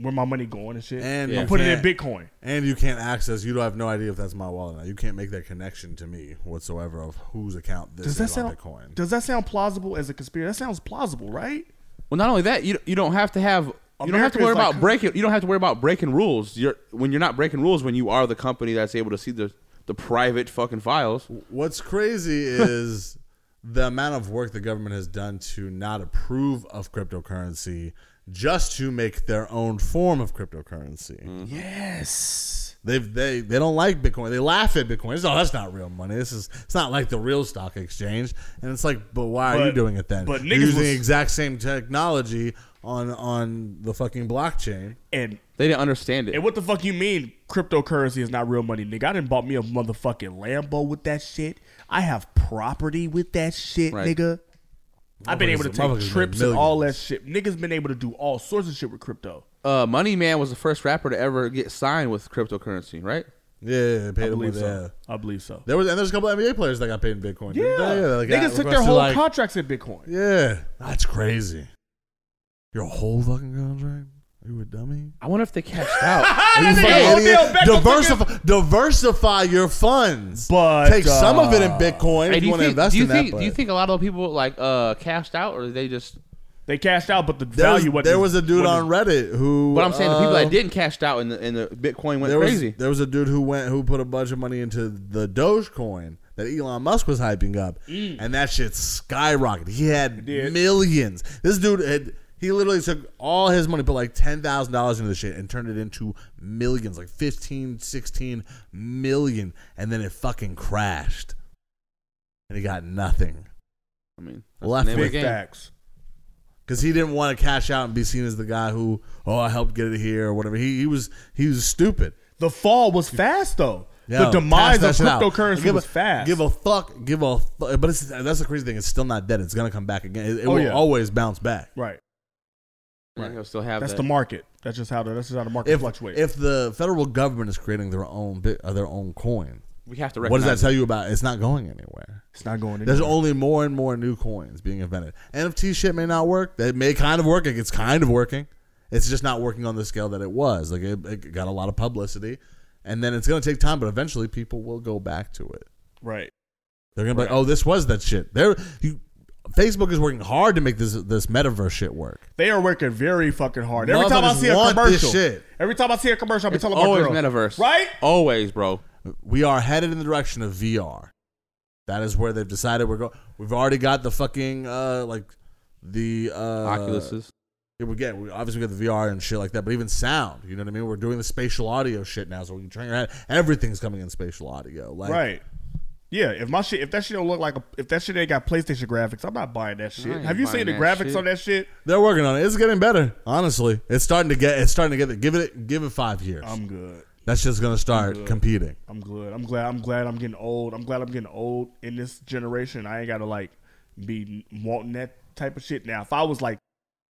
Speaker 2: where my money going and shit.
Speaker 5: And
Speaker 2: I'm
Speaker 5: you
Speaker 2: putting it in
Speaker 5: can't-
Speaker 2: Bitcoin.
Speaker 5: And you can't access. You don't have no idea if that's my wallet. Or not. You can't make that connection to me whatsoever of whose account this
Speaker 2: Does
Speaker 5: is
Speaker 2: that
Speaker 5: on
Speaker 2: sound
Speaker 5: Bitcoin.
Speaker 2: Does that sound plausible as a conspiracy? That sounds plausible, right?
Speaker 7: Well, not only that, you you don't have to have. You don't have
Speaker 2: America
Speaker 7: to
Speaker 2: is
Speaker 7: worry
Speaker 2: like-
Speaker 7: about breaking. You don't have to worry about breaking rules. You're when you're not breaking rules when you are the company that's able to see the the private fucking files.
Speaker 5: What's crazy is the amount of work the government has done to not approve of cryptocurrency just to make their own form of cryptocurrency.
Speaker 2: Yes.
Speaker 5: They've, they they don't like Bitcoin. They laugh at Bitcoin. It's, oh, that's not real money. This is it's not like the real stock exchange. And it's like, but why are you
Speaker 2: But-
Speaker 5: doing it then?
Speaker 2: but
Speaker 5: You're
Speaker 2: niggas
Speaker 5: using
Speaker 2: was-
Speaker 5: the exact same technology on on the fucking blockchain.
Speaker 2: And
Speaker 7: they didn't understand it.
Speaker 2: And what the fuck you mean cryptocurrency is not real money, nigga? I didn't bought me a motherfucking Lambo with that shit. I have property with that shit,
Speaker 5: Right.
Speaker 2: nigga. I've been
Speaker 7: Motherfuckers-
Speaker 2: able to
Speaker 7: motherfuckers
Speaker 2: take
Speaker 7: made
Speaker 2: trips and all that shit. Niggas been able to do all sorts of shit with crypto.
Speaker 7: Uh, Money Man was the first rapper to ever get signed with cryptocurrency, right?
Speaker 5: Yeah, yeah, yeah, paid
Speaker 2: I
Speaker 5: them
Speaker 2: believe
Speaker 5: with,
Speaker 2: so. I believe so.
Speaker 5: There was and there's a couple NBA players that got paid in Bitcoin.
Speaker 2: Yeah,
Speaker 5: didn't they? like, got
Speaker 2: niggas took their
Speaker 5: requested,
Speaker 2: whole
Speaker 5: like-
Speaker 2: contracts in Bitcoin.
Speaker 5: Yeah, that's crazy. Your whole fucking contract? Are you a dummy?
Speaker 7: I wonder if they cashed out.
Speaker 5: Are
Speaker 2: That
Speaker 5: you
Speaker 2: nigga
Speaker 5: fucking idiot?
Speaker 2: Odell Beckham
Speaker 5: Diversify, diversify your funds.
Speaker 2: But
Speaker 5: take some of it in
Speaker 2: uh,
Speaker 5: Bitcoin
Speaker 7: Hey,
Speaker 5: if you
Speaker 7: do you
Speaker 5: want to
Speaker 7: think-
Speaker 5: invest
Speaker 7: do you
Speaker 5: in
Speaker 7: think,
Speaker 5: that.
Speaker 7: Do you
Speaker 5: but-
Speaker 7: think a lot of people like uh cashed out or they just?
Speaker 2: They cashed out, but the
Speaker 5: there was,
Speaker 7: value wasn't-
Speaker 5: there was a dude on
Speaker 7: wasn't-
Speaker 5: Reddit who.
Speaker 7: But I'm saying the people
Speaker 5: uh,
Speaker 7: that didn't cashed out and the and the Bitcoin went
Speaker 5: there was-
Speaker 7: crazy.
Speaker 5: there was a dude who went who put a bunch of money into the Dogecoin that Elon Musk was hyping up,
Speaker 7: Mm.
Speaker 5: and that shit skyrocketed. He had
Speaker 2: did.
Speaker 5: millions. This dude had he literally took all his money, put like ten thousand dollars into the shit, and turned it into millions, like 15, 16 million, and then it fucking crashed, and he got nothing.
Speaker 7: I mean,
Speaker 5: left
Speaker 7: name of
Speaker 5: with
Speaker 7: the game.
Speaker 2: Facts.
Speaker 5: because he didn't want to cash out and be seen as the guy who, oh, I helped get it here or whatever. He he was he was stupid.
Speaker 2: The fall was fast though.
Speaker 5: Yeah,
Speaker 2: the demise of
Speaker 5: cash that shit out.
Speaker 2: cryptocurrency
Speaker 5: Give a-
Speaker 2: was fast.
Speaker 5: Give a fuck. Give a fuck. But it's, that's the crazy thing. It's still not dead. It's gonna come back again. It, it
Speaker 2: Oh,
Speaker 5: will
Speaker 2: yeah.
Speaker 5: always bounce back.
Speaker 2: right.
Speaker 7: Yeah, he'll still have
Speaker 2: That's
Speaker 7: that.
Speaker 2: the market. That's just how the, that's just how the market
Speaker 5: If
Speaker 2: fluctuates.
Speaker 5: if the federal government is creating their own bit, uh, their own coin,
Speaker 7: We have to
Speaker 5: What does that
Speaker 7: recognize
Speaker 5: tell
Speaker 7: it.
Speaker 5: you about? It's not going anywhere.
Speaker 2: It's not going
Speaker 5: There's
Speaker 2: anywhere.
Speaker 5: only more and more new coins being invented. NFT shit may not work. That may kind of work. Like it's kind of working. It's just not working on the scale that it was. Like it, it got a lot of publicity, and then it's gonna take time. But eventually, people will go back to it.
Speaker 2: right.
Speaker 5: They're gonna be like, "Oh, this was that shit." There, you, Facebook is working hard to make this this metaverse shit work.
Speaker 2: They are working very fucking hard. Every time I
Speaker 5: Motherfuckers
Speaker 2: see a
Speaker 5: want
Speaker 2: commercial,
Speaker 5: this shit.
Speaker 2: every time I see a commercial, I be
Speaker 7: It's
Speaker 2: telling my
Speaker 7: always
Speaker 2: girl,
Speaker 7: metaverse,
Speaker 2: right?
Speaker 7: Always, bro.
Speaker 5: We are headed in the direction of VR. That is where they've decided we're going. We've already got the fucking uh like the uh
Speaker 7: Oculuses.
Speaker 5: Yeah, we get we obviously we got the VR and shit like that, but even sound, you know what I mean? We're doing the spatial audio shit now, so we can turn your head. Everything's coming in spatial audio, like
Speaker 2: right. Yeah, if my shit, if that shit don't look like, a, if that shit ain't got PlayStation graphics, I'm not buying that shit.
Speaker 5: ain't
Speaker 2: Have you seen
Speaker 5: buying
Speaker 2: the
Speaker 5: that
Speaker 2: graphics
Speaker 5: shit.
Speaker 2: on that shit?
Speaker 5: They're working on it. It's getting better, honestly. It's starting to get. It's starting to get. Give it. Give it five years.
Speaker 2: I'm good.
Speaker 5: That's just gonna start
Speaker 2: good.
Speaker 5: competing.
Speaker 2: I'm good. I'm glad. I'm glad. I'm getting old. I'm glad. I'm getting old in this generation. I ain't gotta like be wanting that type of shit. Now, if I was like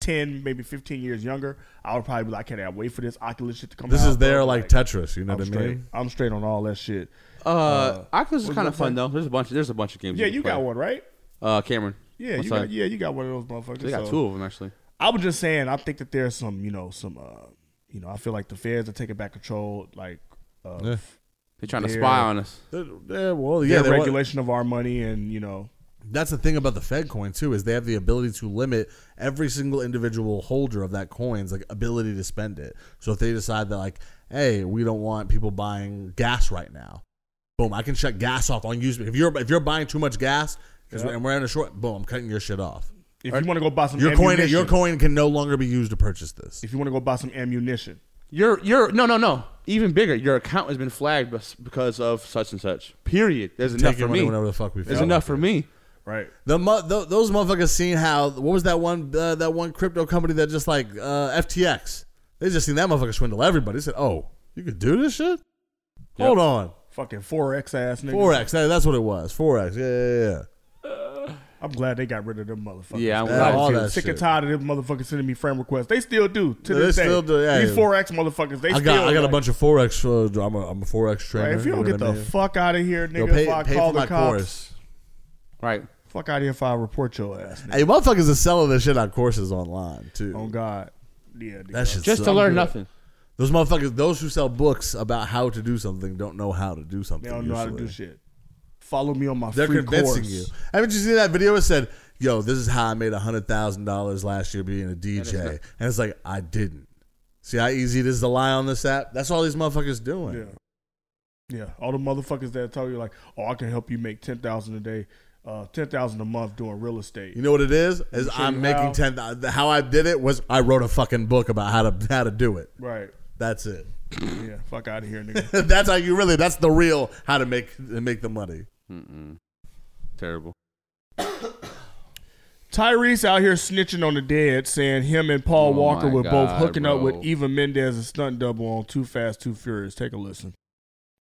Speaker 2: 10, maybe 15 years younger, I would probably be like, can I wait for this Oculus shit to come
Speaker 5: This
Speaker 2: out?
Speaker 5: is their
Speaker 2: bro?"
Speaker 5: like Tetris. You know
Speaker 2: I'm
Speaker 5: what I
Speaker 2: straight.
Speaker 5: mean?
Speaker 2: I'm straight on all that shit.
Speaker 7: Uh, Oculus is
Speaker 2: what
Speaker 7: kind
Speaker 2: was that
Speaker 7: of fun
Speaker 2: thing?
Speaker 7: though. There's a bunch. There's a bunch of games.
Speaker 2: Yeah,
Speaker 7: can
Speaker 2: you got
Speaker 7: play.
Speaker 2: one, right?
Speaker 7: Uh, Cameron.
Speaker 2: Yeah,
Speaker 7: What's
Speaker 2: you got,
Speaker 7: that?
Speaker 2: yeah, you got one of those motherfuckers.
Speaker 7: They got
Speaker 2: so-
Speaker 7: two of them actually.
Speaker 2: I was just saying, I think that there's some, you know, some, uh, you know, I feel like the feds are taking back control. Like, uh,
Speaker 7: Yeah. They're trying to spy on us.
Speaker 5: They're- they're- well, yeah,
Speaker 2: their
Speaker 5: they want-
Speaker 2: regulation of our money, and you know,
Speaker 5: That's the thing about the Fed coin too is they have the ability to limit every single individual holder of that coin's like ability to spend it. So if they decide that like, hey, we don't want people buying gas right now, boom, I can shut gas off on you. If you're if you're buying too much gas 'cause
Speaker 2: Yeah.
Speaker 5: we're- and we're in a short, boom, I'm cutting your shit off.
Speaker 2: If you wanna go buy some
Speaker 5: your coin, your
Speaker 2: ammunition.
Speaker 5: coin can no longer be used to purchase this.
Speaker 2: if you want to go buy some ammunition,
Speaker 7: Your your no no no. Even bigger, your account has been flagged bes- because of such and such. Period. There's
Speaker 5: Take
Speaker 7: enough
Speaker 5: your
Speaker 7: for
Speaker 5: money
Speaker 7: me.
Speaker 5: whenever the fuck we
Speaker 7: There's
Speaker 5: feel
Speaker 7: enough
Speaker 5: like
Speaker 7: for me.
Speaker 2: Right.
Speaker 5: The mo- th- those motherfuckers seen how what was that one uh, that one crypto company that just like uh, FTX? They just seen that motherfucker swindle everybody. They said, "Oh, you could do this shit." Hold on,
Speaker 2: fucking forex ass niggas.
Speaker 5: forex. That, that's what it was. Forex. Yeah, yeah, yeah.
Speaker 2: I'm glad they got rid of them motherfuckers.
Speaker 5: Yeah, I'm glad all that
Speaker 2: sick
Speaker 5: shit.
Speaker 2: and tired of them motherfuckers sending me friend requests. They still do to
Speaker 5: Yeah,
Speaker 2: this
Speaker 5: they
Speaker 2: day.
Speaker 5: still do, yeah,
Speaker 2: These
Speaker 5: yeah.
Speaker 2: forex motherfuckers. They
Speaker 5: I
Speaker 2: still.
Speaker 5: got I got a
Speaker 2: like,
Speaker 5: bunch of forex. Uh, I'm, a, I'm a forex trainer.
Speaker 2: Right, if you
Speaker 5: know
Speaker 2: don't
Speaker 5: what
Speaker 2: get
Speaker 5: I
Speaker 2: the
Speaker 5: mean?
Speaker 2: fuck out of here,
Speaker 5: Yo,
Speaker 2: nigga,
Speaker 5: pay-
Speaker 2: if I
Speaker 5: pay
Speaker 2: call
Speaker 5: for my
Speaker 2: the cops,
Speaker 5: course.
Speaker 7: Right.
Speaker 2: Fuck out of here if I report your ass. nigga.
Speaker 5: Hey, motherfuckers are selling this shit on courses online too. Oh
Speaker 2: God, yeah,
Speaker 5: that shit
Speaker 7: Just to
Speaker 5: sucks.
Speaker 7: learn nothing.
Speaker 5: Those motherfuckers, those who sell books about how to do something, don't know how to do something.
Speaker 2: They don't know how to
Speaker 5: usually.
Speaker 2: do shit. Follow me on my
Speaker 5: They're
Speaker 2: free
Speaker 5: convincing
Speaker 2: course.
Speaker 5: you. Haven't you seen that video? It said, "Yo, this is how I made hundred thousand dollars last year being a
Speaker 2: it's
Speaker 5: DJ," and
Speaker 2: not-
Speaker 5: it's, like I didn't. See how easy it is to lie on this app? That's all these motherfuckers doing.
Speaker 2: Yeah. Yeah, all the motherfuckers that tell you like, "Oh, I can help you make ten thousand a day, uh, ten thousand a month doing real estate."
Speaker 5: You know what it is? Is
Speaker 2: Show
Speaker 5: I'm
Speaker 2: you
Speaker 5: making
Speaker 2: how.
Speaker 5: ten. th- How I did it was I wrote a fucking book about how to how to do it.
Speaker 2: Right.
Speaker 5: That's it.
Speaker 2: Yeah, fuck out of here, nigga.
Speaker 5: that's how you really. That's the real how to make make the money.
Speaker 7: Mm-mm. Terrible.
Speaker 2: Tyrese out here snitching on the dead, saying him and Paul
Speaker 7: Oh
Speaker 2: Walker
Speaker 7: my
Speaker 2: were both
Speaker 7: God,
Speaker 2: hooking up
Speaker 7: bro.
Speaker 2: with Eva Mendez and stunt double on Too Fast, Too Furious. Take a listen.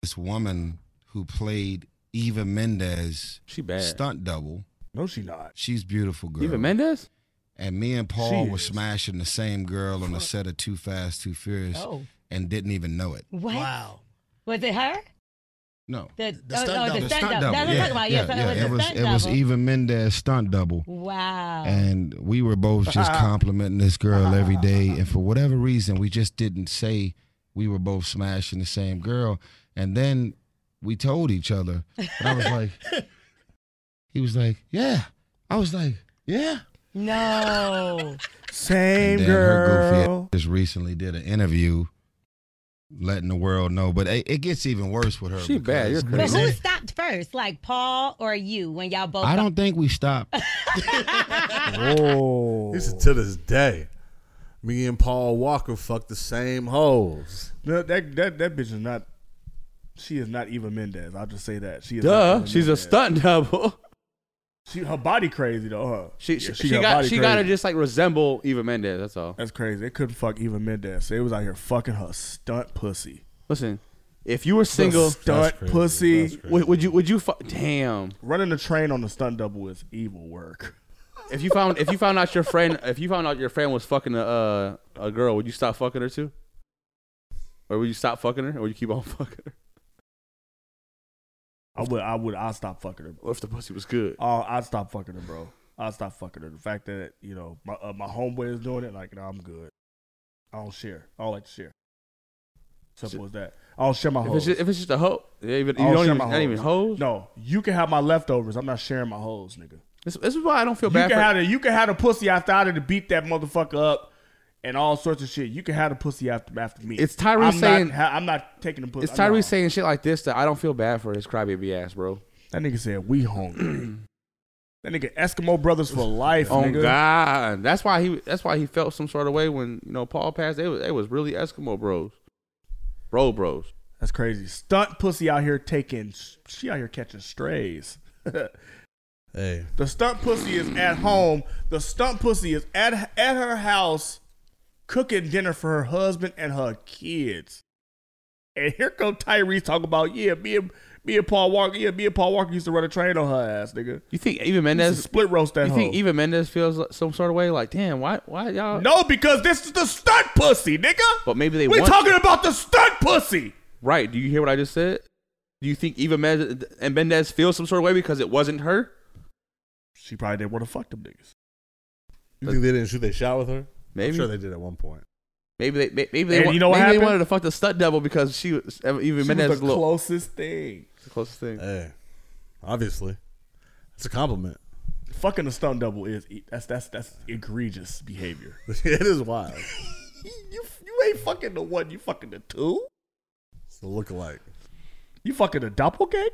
Speaker 16: This woman who played Eva Mendez, she
Speaker 7: bad.
Speaker 16: stunt double.
Speaker 2: No, she not.
Speaker 16: She's beautiful girl.
Speaker 7: Eva Mendes?
Speaker 16: And me and Paul
Speaker 7: She
Speaker 16: were smashing the same girl on the set of Too Fast, Too Furious,
Speaker 17: Oh.
Speaker 16: and didn't even know it.
Speaker 17: What? Wow. Was it her?
Speaker 16: No.
Speaker 17: The,
Speaker 16: The stunt
Speaker 17: oh, oh,
Speaker 16: double.
Speaker 17: The stunt double. That's what I'm talking about. Yes, it was
Speaker 16: It
Speaker 17: the
Speaker 16: was
Speaker 17: stunt
Speaker 16: it was
Speaker 17: double.
Speaker 16: Eva Mendez stunt double.
Speaker 17: Wow.
Speaker 16: And we were both just complimenting this girl every day. And for whatever reason, we just didn't say we were both smashing the same girl. And then we told each other. And I was like, he was like, yeah. I was like, yeah.
Speaker 17: No.
Speaker 2: Same
Speaker 16: then her goofy
Speaker 2: girl.
Speaker 16: ass just recently did an interview letting the world know. But it, it gets even worse with her.
Speaker 7: She bad. You're
Speaker 16: because-
Speaker 17: But who stopped first, like Paul or you, when y'all both?
Speaker 16: I don't think we stopped.
Speaker 2: oh.
Speaker 5: This is to this day. Me and Paul Walker fuck the same hoes.
Speaker 2: No, that that that bitch is not. She is not Eva Mendez. I'll just say that. She is not
Speaker 7: Duh.
Speaker 2: Eva
Speaker 7: She's a
Speaker 2: Mendes.
Speaker 7: stunt double.
Speaker 2: She her body crazy though. Huh?
Speaker 7: She
Speaker 2: Yeah,
Speaker 7: she, she got
Speaker 2: body
Speaker 7: she got to
Speaker 2: crazy.
Speaker 7: just like resemble Eva Mendes. That's all.
Speaker 2: That's crazy. They couldn't fuck Eva Mendez. They was out here fucking her stunt pussy.
Speaker 7: Listen, if you were single,
Speaker 2: stunt pussy,
Speaker 7: Would, would you would you fu- damn?
Speaker 2: running the train on the stunt double is evil work.
Speaker 7: If you found if you found out your friend if you found out your friend was fucking a uh, a girl, would you stop fucking her too? Or would you stop fucking her? Or would you keep on fucking her?
Speaker 2: I would, I would, I would stop fucking her.
Speaker 7: Or if the pussy was good?
Speaker 2: Oh, I'd stop fucking her, bro. I'd stop fucking her. The fact that you know my uh, my homeboy is doing it, like, nah, I'm good. I don't share. I don't like to share. Simple as that. I don't share my
Speaker 7: If it's
Speaker 2: hoes.
Speaker 7: just, if it's just a hoe, yeah, even,
Speaker 2: I
Speaker 7: you
Speaker 2: share
Speaker 7: don't even,
Speaker 2: my
Speaker 7: not even
Speaker 2: hoes.
Speaker 7: hoes.
Speaker 2: No, you can have my leftovers. I'm not sharing my hoes, nigga.
Speaker 7: This, this is why I don't feel
Speaker 2: you
Speaker 7: bad
Speaker 2: Can
Speaker 7: for-
Speaker 2: have the, you can have the pussy after I did to beat that motherfucker up and all sorts of shit. You can have the pussy after after me.
Speaker 7: It's Tyrese
Speaker 2: I'm
Speaker 7: saying-
Speaker 2: Not, ha- I'm not taking the pussy.
Speaker 7: It's Tyrese saying shit like this that I don't feel bad for his crybaby ass, bro.
Speaker 2: That nigga said we hungry. that nigga Eskimo brothers for life.
Speaker 7: Oh
Speaker 2: nigga.
Speaker 7: God, that's why he that's why he felt some sort of way when you know Paul passed. They was they was really Eskimo bros, bro bros.
Speaker 2: That's crazy. Stunt pussy out here taking. She out here catching strays.
Speaker 5: hey,
Speaker 2: the stunt pussy is at home. The stunt pussy is at at her house, cooking dinner for her husband and her kids. And here go Tyrese talking about yeah, me and Me and Paul Walker, yeah, me and Paul Walker used to run a train on her ass, nigga.
Speaker 7: You think even Mendez
Speaker 2: split roast that
Speaker 7: You think
Speaker 2: hoe.
Speaker 7: even Mendez feels like some sort of way? Like, damn, why, why y'all?
Speaker 2: No, because this is the stunt pussy, nigga.
Speaker 7: But maybe they.
Speaker 2: We
Speaker 7: want-
Speaker 2: talking about the stunt pussy.
Speaker 7: Right? Do you hear what I just said? Do you think even Mendez and Mendez feels some sort of way because it wasn't her?
Speaker 2: She probably didn't want to fuck them niggas.
Speaker 5: You think they didn't shoot? They shot with her.
Speaker 7: Maybe.
Speaker 5: I'm sure they did at one point.
Speaker 7: Maybe they may- maybe they,
Speaker 5: And
Speaker 7: wa-
Speaker 5: you know what
Speaker 7: maybe
Speaker 5: happened?
Speaker 7: they wanted to fuck the stud devil because she was even
Speaker 2: She
Speaker 7: Mendez
Speaker 2: was the
Speaker 7: look-
Speaker 2: closest thing.
Speaker 7: the closest thing.
Speaker 5: Hey, obviously, it's a compliment.
Speaker 2: Fucking a stunt double is e, that's that's that's egregious behavior.
Speaker 5: it is wild.
Speaker 2: you you ain't fucking the one. You fucking the two.
Speaker 5: It's a lookalike.
Speaker 2: You fucking a doppelganger.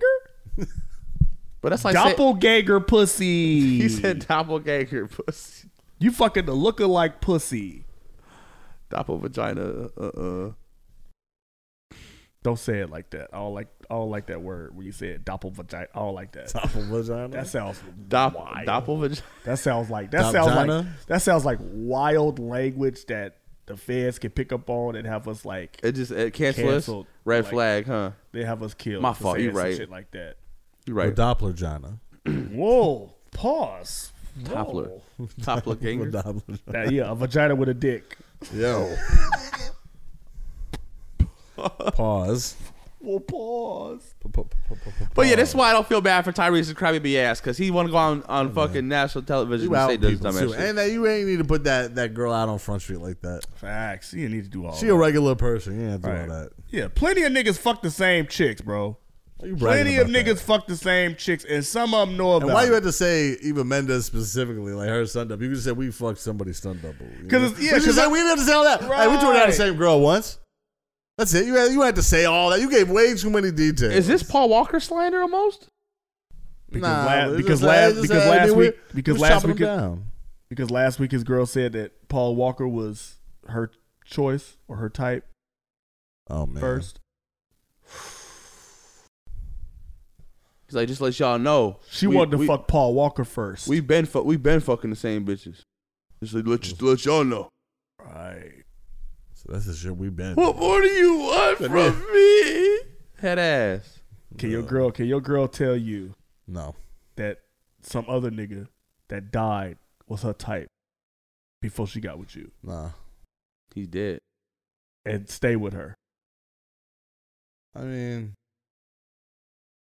Speaker 7: But that's like say-
Speaker 2: doppelganger pussy.
Speaker 7: He said doppelganger pussy.
Speaker 2: You fucking the lookalike pussy.
Speaker 7: Doppel vagina. Uh uh.
Speaker 2: Don't say it like that. I don't like I don't like that word when you say it doppel vagina. I don't like that.
Speaker 5: Doppel vagina.
Speaker 2: That sounds
Speaker 7: Dop-
Speaker 2: wild.
Speaker 7: doppel vagina.
Speaker 2: That sounds like that sounds
Speaker 7: Dopgina?
Speaker 2: like that sounds like wild language that the feds can pick up on and have us like
Speaker 7: It just it cancel us.
Speaker 2: Canceled.
Speaker 7: Red
Speaker 2: Like,
Speaker 7: flag, huh?
Speaker 2: they have us killed.
Speaker 7: My
Speaker 2: for
Speaker 7: fault. You
Speaker 2: saying some
Speaker 7: right.
Speaker 2: Shit like that.
Speaker 7: You right.
Speaker 5: The Doppler Jana.
Speaker 2: Whoa. Pause. Whoa.
Speaker 7: Toppler. Toppler ganger.
Speaker 2: That- yeah, a vagina with a dick.
Speaker 5: Yo. Pause.
Speaker 2: Well, pause.
Speaker 7: But yeah,
Speaker 5: Um,
Speaker 7: that's why I don't feel bad for Tyrese's crabby B ass because he want to go on, on fucking national television
Speaker 5: You
Speaker 7: and
Speaker 5: out
Speaker 7: say this
Speaker 5: people,
Speaker 7: dumbass
Speaker 5: too.
Speaker 7: shit.
Speaker 5: And that you ain't need to put that, that girl out on Front Street like that.
Speaker 2: Facts. You need to do all
Speaker 5: She
Speaker 2: that.
Speaker 7: Oh.
Speaker 5: a regular person. You ain't have to do all that.
Speaker 2: Yeah, plenty of niggas fuck the same chicks, bro.
Speaker 5: bragging
Speaker 2: Plenty of
Speaker 5: about
Speaker 2: niggas fuck the same chicks, and some of them know about.
Speaker 5: And why you had to say Eva Mendes specifically, like her stunt double? You could say we fucked somebody's stunt double. you know?
Speaker 2: Because yeah,
Speaker 5: we, just
Speaker 2: because
Speaker 5: said we didn't have to say all that. Hey, we turned down the same girl once. That's it. You had, you had to say all that. You gave way too many details.
Speaker 7: Is this Paul Walker slander almost?
Speaker 2: Because,
Speaker 5: Nah,
Speaker 2: la-
Speaker 5: it's
Speaker 2: because
Speaker 5: just-
Speaker 2: last
Speaker 5: it's just-
Speaker 2: because
Speaker 5: I
Speaker 2: last
Speaker 5: mean,
Speaker 2: week
Speaker 5: we're-
Speaker 2: because
Speaker 5: we're
Speaker 2: last
Speaker 5: chopping
Speaker 2: week
Speaker 5: them down.
Speaker 2: because last week his girl said that Paul Walker was her choice or her type.
Speaker 5: Oh man.
Speaker 2: First,
Speaker 7: He's like, just let y'all know.
Speaker 2: she
Speaker 7: we-
Speaker 2: wanted to
Speaker 7: we-
Speaker 2: fuck Paul Walker first.
Speaker 7: We've been fu- we've been fucking the same bitches. Just like, let, just let y'all know.
Speaker 2: Right.
Speaker 5: So that's the shit we been.
Speaker 7: What more do you want
Speaker 5: But
Speaker 7: from me? Head ass.
Speaker 2: Can your girl can your girl tell you
Speaker 5: No.
Speaker 2: that some other nigga that died was her type before she got with you
Speaker 5: Nah.
Speaker 7: He's dead.
Speaker 2: and stay with her?
Speaker 5: I mean,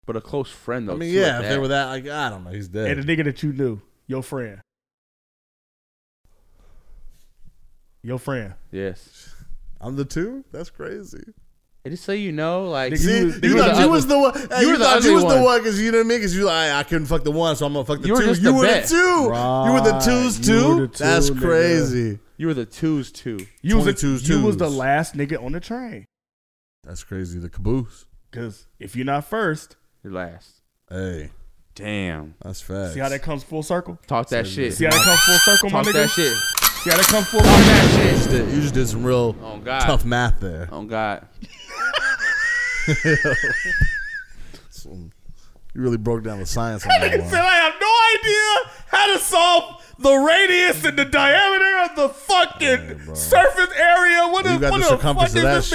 Speaker 7: But a close friend though.
Speaker 5: I mean,
Speaker 7: too, at
Speaker 5: yeah. If they were that, like, I don't know. He's dead.
Speaker 2: And the nigga that you knew, your friend. Your friend.
Speaker 7: Yes.
Speaker 5: I'm the two. That's crazy.
Speaker 7: And Just so you know, like
Speaker 5: See, you,
Speaker 7: were
Speaker 5: thought you
Speaker 7: ugly-
Speaker 5: was the one. hey,
Speaker 7: you
Speaker 5: you
Speaker 7: were the
Speaker 5: thought you
Speaker 7: ugly
Speaker 5: was the
Speaker 7: one.
Speaker 5: one because you know what I mean. Because you like I I couldn't fuck the one, so I'm gonna fuck the
Speaker 7: You were
Speaker 5: two.
Speaker 7: just
Speaker 5: you
Speaker 7: the
Speaker 5: were
Speaker 7: bet.
Speaker 5: the two. You were the
Speaker 2: Right.
Speaker 5: twos
Speaker 2: You were the
Speaker 5: too.
Speaker 2: two,
Speaker 5: That's
Speaker 2: nigga.
Speaker 5: crazy.
Speaker 7: You were the twos too.
Speaker 2: You was, the,
Speaker 5: 22
Speaker 2: you was the
Speaker 5: twos.
Speaker 2: last nigga on the train.
Speaker 5: That's crazy. The caboose.
Speaker 2: Because if you're not first,
Speaker 7: You're last.
Speaker 5: Hey,
Speaker 7: Damn.
Speaker 5: that's fast.
Speaker 2: see how that comes full circle?
Speaker 7: Talk that shit.
Speaker 2: See how that comes full circle,
Speaker 7: Talk
Speaker 2: my nigga?
Speaker 7: that shit.
Speaker 2: See how that comes full circle?
Speaker 5: You just did, you just did some real
Speaker 7: Oh, God.
Speaker 5: tough math there.
Speaker 7: Oh God.
Speaker 5: Some- you really broke down the science. on
Speaker 2: That
Speaker 5: that
Speaker 2: nigga
Speaker 5: one.
Speaker 2: said I have no idea how to solve the radius and the diameter of the fucking surface area. What
Speaker 5: You
Speaker 2: is
Speaker 5: got
Speaker 2: what
Speaker 5: the
Speaker 2: the, fuck
Speaker 5: circumference
Speaker 2: is
Speaker 5: of that
Speaker 2: this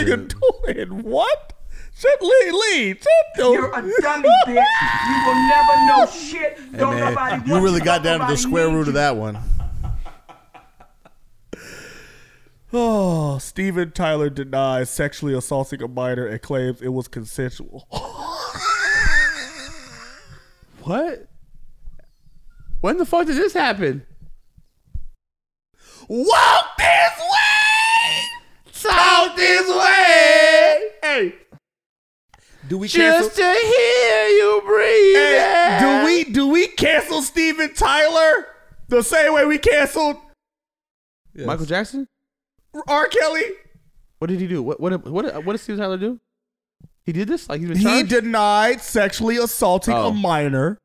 Speaker 2: nigga doing? What? Shit, Lee, Lee, shit,
Speaker 8: You're a dummy, bitch. You will never know shit.
Speaker 5: Hey,
Speaker 8: Don't
Speaker 5: man,
Speaker 8: nobody want
Speaker 5: you really got down to
Speaker 8: don't
Speaker 5: the
Speaker 8: nobody
Speaker 5: square
Speaker 8: need
Speaker 5: root of that one.
Speaker 2: Oh, Steven Tyler denies sexually assaulting a minor and claims it was consensual.
Speaker 7: What? When the fuck did this happen?
Speaker 2: Walk this way! Talk this way! Hey. Do we
Speaker 7: Just
Speaker 2: cancel?
Speaker 7: to hear you breathe.
Speaker 2: Hey, do we do we cancel Steven Tyler the same way we canceled
Speaker 7: Michael Jackson?
Speaker 2: R. Kelly?
Speaker 7: What did he do? What what what what did Steven Tyler do? He did this? Like he was
Speaker 2: He
Speaker 7: charged?
Speaker 2: denied sexually assaulting
Speaker 7: Oh.
Speaker 2: a minor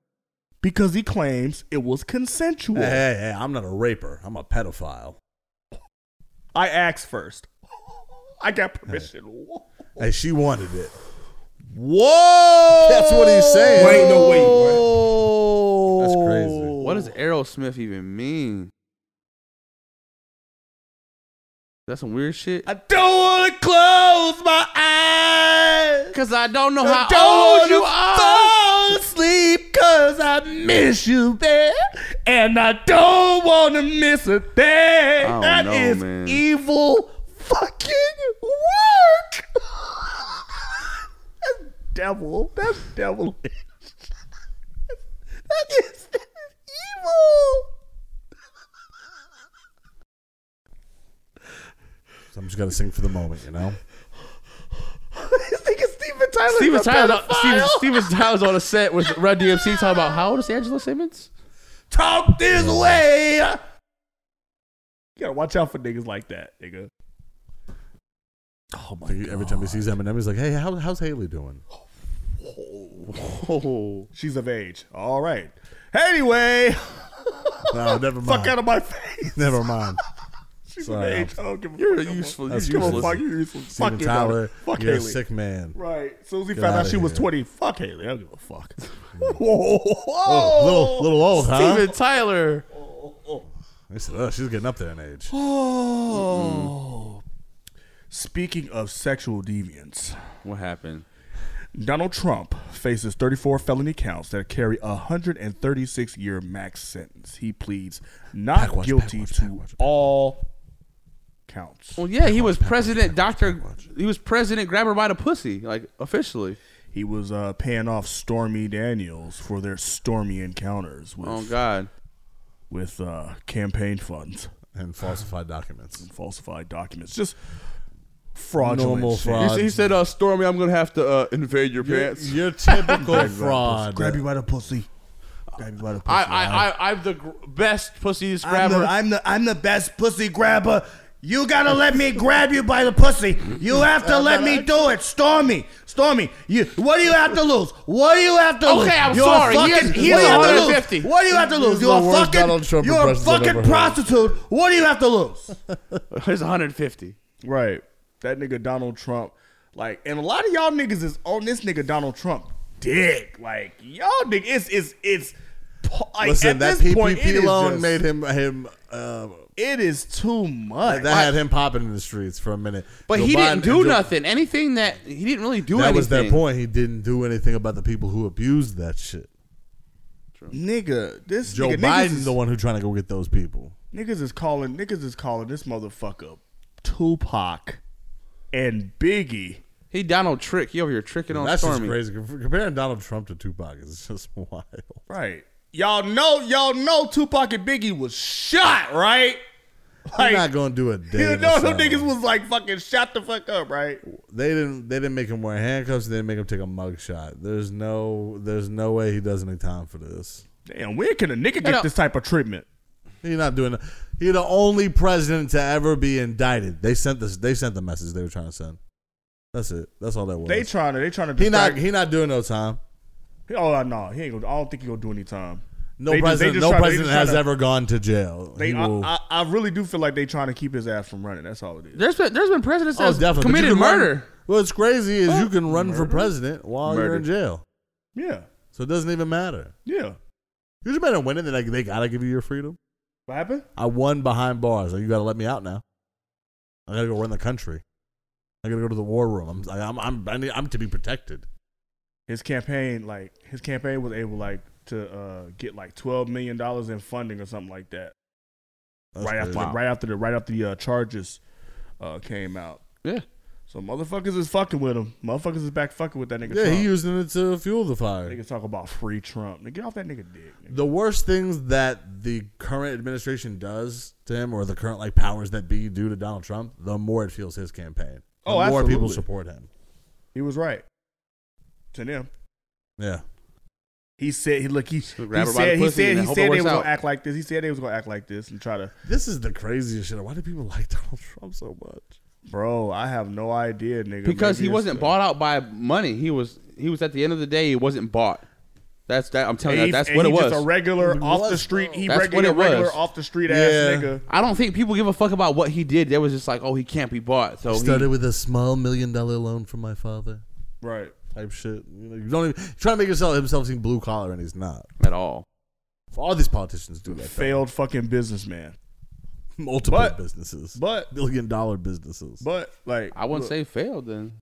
Speaker 2: because he claims it was consensual.
Speaker 5: Hey, hey, hey, I'm not a raper. I'm a pedophile.
Speaker 2: I asked first. I got permission.
Speaker 5: Hey, she wanted it.
Speaker 2: Whoa!
Speaker 5: That's what he's saying.
Speaker 3: Wait, no, wait,
Speaker 5: That's crazy.
Speaker 7: What does Aerosmith even mean? That's some weird shit.
Speaker 2: I don't want to close my eyes.
Speaker 9: Cause I don't know how
Speaker 2: Don't
Speaker 9: old you
Speaker 2: fall asleep, cause I miss you, babe. And I don't wanna miss a thing.
Speaker 7: don't
Speaker 2: That
Speaker 7: know,
Speaker 2: is
Speaker 7: Oh, man.
Speaker 2: evil fucking work. That's devil. That's devilish. that is that is evil.
Speaker 5: So I'm just gonna sing for the moment, you know.
Speaker 2: you think it's Steven Tyler?
Speaker 9: Steven Tyler's, Steven, Steven Tyler's on a set with Run DMC talking about how old is Angela Simmons?
Speaker 2: Talk this way. You gotta watch out for niggas like that, nigga.
Speaker 5: Oh my god! Every time he sees Eminem, he's like, "Hey, how, how's Haley doing?"
Speaker 2: Oh, she's of age. All right. Anyway,
Speaker 5: No, never mind.
Speaker 2: fuck out of my face.
Speaker 5: Never mind.
Speaker 2: She's of
Speaker 5: Sorry,
Speaker 2: age. I
Speaker 5: I'm-
Speaker 2: don't give a
Speaker 9: You're
Speaker 2: fuck no more.
Speaker 9: useful-
Speaker 2: That's
Speaker 9: you're
Speaker 2: useless.
Speaker 9: useless.
Speaker 2: Fuck you, useless.
Speaker 5: Steven
Speaker 2: fuck your
Speaker 5: Tyler,
Speaker 2: daughter. Fuck
Speaker 5: you're a
Speaker 2: Haley.
Speaker 5: sick man.
Speaker 2: Right. Susie
Speaker 5: Get
Speaker 2: found out
Speaker 5: outta
Speaker 2: she was
Speaker 5: here.
Speaker 2: 20. Fuck Haley. I don't give a fuck.
Speaker 5: Oh, little, little old, huh?
Speaker 9: Steven Tyler.
Speaker 5: I said, "Oh, she's getting up there in age.
Speaker 2: Oh. Speaking of sexual deviance,
Speaker 7: What happened?
Speaker 2: Donald Trump faces 34 felony counts that carry a 136 year max sentence. He pleads not guilty to all counts.
Speaker 9: Well, yeah, he was president. Doctor, he was president. Grab her by the pussy, like officially.
Speaker 2: He was uh, paying off Stormy Daniels for their stormy encounters with
Speaker 9: Oh God.
Speaker 2: with uh, campaign funds
Speaker 5: and falsified documents.
Speaker 2: And falsified documents, just fraudulent.
Speaker 5: Normal
Speaker 2: shit.
Speaker 5: fraud.
Speaker 9: He, he said, uh, "Stormy, I'm gonna have to uh, invade your pants."
Speaker 5: Your typical
Speaker 2: Grab you by the pussy.
Speaker 5: fraud.
Speaker 2: Grab you by the pussy. Grab you by the pussy.
Speaker 9: I, I, I, I'm the gr- best pussy
Speaker 2: I'm
Speaker 9: grabber.
Speaker 2: the, I'm the I'm the best pussy grabber. You gotta let me grab you by the pussy. You have to let me do it, Stormy. Stormy, you. What do you have to lose? What do you have to lose?
Speaker 9: Okay, I'm
Speaker 2: You're a
Speaker 9: sorry.
Speaker 2: Fucking,
Speaker 9: Here's-
Speaker 2: you
Speaker 9: here's
Speaker 2: have to lose.
Speaker 9: 150.
Speaker 2: What do you have to
Speaker 9: This
Speaker 2: lose?
Speaker 9: is
Speaker 2: You're
Speaker 9: the
Speaker 2: a
Speaker 9: worst
Speaker 2: fucking.
Speaker 9: Donald Trump
Speaker 2: You're a
Speaker 9: impressions I've ever
Speaker 2: fucking
Speaker 9: heard.
Speaker 2: prostitute. What do you have to lose?
Speaker 9: Here's 150.
Speaker 2: Right. That nigga Donald Trump. Like, and a lot of y'all niggas is on this nigga Donald Trump dick. Like, y'all niggas, it's it's it's. Like,
Speaker 5: Listen,
Speaker 2: at
Speaker 5: that
Speaker 2: this point, it
Speaker 5: PPP
Speaker 2: is
Speaker 5: loan
Speaker 2: just-
Speaker 5: made him him. Uh,
Speaker 2: it is too much.
Speaker 5: That had him popping in the streets for a minute.
Speaker 9: But
Speaker 5: Joe
Speaker 9: he
Speaker 5: Biden-
Speaker 9: didn't do
Speaker 5: Joe-
Speaker 9: nothing. Anything that he didn't really do
Speaker 5: that
Speaker 9: anything.
Speaker 5: was their point. He didn't do anything about the people who abused that shit.
Speaker 2: Nigga, this
Speaker 5: Joe
Speaker 2: nigga, niggas
Speaker 5: Biden's
Speaker 2: is-
Speaker 5: the one who trying to go get those people.
Speaker 2: Niggas is calling niggas is calling this motherfucker Tupac and Biggie.
Speaker 9: He Donald Trick. He over here tricking on
Speaker 5: That's
Speaker 9: Stormy.
Speaker 5: just crazy. Comparing Donald Trump to Tupac is just wild.
Speaker 2: Right. Y'all know y'all know Tupac and Biggie was shot, right?
Speaker 5: We're
Speaker 2: Like
Speaker 5: not gonna do a day.
Speaker 2: you
Speaker 5: of
Speaker 2: know
Speaker 5: the
Speaker 2: them
Speaker 5: silence.
Speaker 2: niggas was like fucking shot the fuck up, right?
Speaker 5: They didn't. They didn't make him wear handcuffs. They didn't make him take a mug shot. There's no. There's no way he does any time for this.
Speaker 2: Damn, where can a nigga get
Speaker 5: know-
Speaker 2: this type of treatment?
Speaker 5: He's not doing. He's the only president to ever be indicted. They sent this. They sent the message they were trying to send. That's it. That's all that was.
Speaker 2: They trying to they trying to
Speaker 5: He not.
Speaker 2: distract-
Speaker 5: He not doing no time.
Speaker 2: Oh no, he ain't gonna I don't think he gonna do any time.
Speaker 5: No
Speaker 2: They just- they
Speaker 5: president.
Speaker 2: just tryna-
Speaker 5: no
Speaker 2: they
Speaker 5: president
Speaker 2: just
Speaker 5: has
Speaker 2: tryna-
Speaker 5: ever gone to jail.
Speaker 2: They, uh,
Speaker 5: He
Speaker 2: I,
Speaker 5: will-
Speaker 2: I, I really do feel like they trying to keep his ass from running. That's all it is.
Speaker 9: There's been there's been presidents that's
Speaker 5: definitely. But you
Speaker 9: Oh, committed
Speaker 5: can run-
Speaker 9: murder. Oh.
Speaker 5: What's crazy is you can run for
Speaker 2: Murder?
Speaker 5: president while you're in
Speaker 2: Murder.
Speaker 5: jail.
Speaker 2: Yeah.
Speaker 5: So it doesn't even matter.
Speaker 2: Yeah.
Speaker 5: You just better win it. Then like, they gotta give you your freedom.
Speaker 2: What happened?
Speaker 5: I won behind bars. Like, you gotta let me out now. I gotta go run the country. I gotta go to the war room. I'm like, I'm I'm I need, I'm to be protected.
Speaker 2: his campaign like his campaign was able like to uh, get like twelve million dollars in funding or something like that.
Speaker 5: That's
Speaker 2: right after
Speaker 5: crazy.
Speaker 2: right after the right after the uh, charges uh, came out.
Speaker 9: Yeah.
Speaker 2: So motherfuckers is fucking with him. Motherfuckers is back fucking with that nigga.
Speaker 5: yeah,
Speaker 2: Trump.
Speaker 5: he using it to fuel the fire.
Speaker 2: Niggas talk about free Trump. Nigga, get off that nigga dick.
Speaker 5: The worst things that the current administration does to him, or the current like powers that be do to Donald Trump, the more it fuels his campaign. The
Speaker 2: Oh,
Speaker 5: more people
Speaker 2: absolutely.
Speaker 5: support him.
Speaker 2: He was right. To them,
Speaker 5: Yeah.
Speaker 2: he said he look he, he
Speaker 5: grab her by the
Speaker 2: said he
Speaker 5: pussy
Speaker 2: said
Speaker 5: and
Speaker 2: he
Speaker 5: hope it
Speaker 2: said they
Speaker 5: works
Speaker 2: was gonna
Speaker 5: out.
Speaker 2: act like this. He said they was gonna act like this and try to.
Speaker 5: This is the craziest shit. Why do people like Donald Trump so much?
Speaker 2: Bro, I have no idea, nigga.
Speaker 9: because
Speaker 2: Maybe
Speaker 9: he
Speaker 2: it's
Speaker 9: wasn't
Speaker 2: the-
Speaker 9: bought out by money. He was he was at the end of the day he wasn't bought. That's that I'm telling you
Speaker 2: And
Speaker 9: that's
Speaker 2: he-
Speaker 9: what it
Speaker 2: and he
Speaker 9: was.
Speaker 2: just a regular He off the was, street- he
Speaker 9: That's what
Speaker 2: regular-
Speaker 9: it was.
Speaker 2: regular off the street ass Yeah. nigga.
Speaker 9: I don't think people give a fuck about what he did. They was just like, oh, he can't be bought. So he,
Speaker 5: started with a small million dollar loan from my father.
Speaker 2: Right.
Speaker 5: Type shit. You, know, you don't even try to make himself himself seem blue collar and he's not.
Speaker 9: At all.
Speaker 5: All these politicians do that.
Speaker 2: failed fucking businessman.
Speaker 5: though. Multiple
Speaker 2: But-
Speaker 5: businesses.
Speaker 2: But
Speaker 5: billion dollar businesses.
Speaker 2: But like
Speaker 9: I wouldn't
Speaker 2: look,
Speaker 9: say failed then.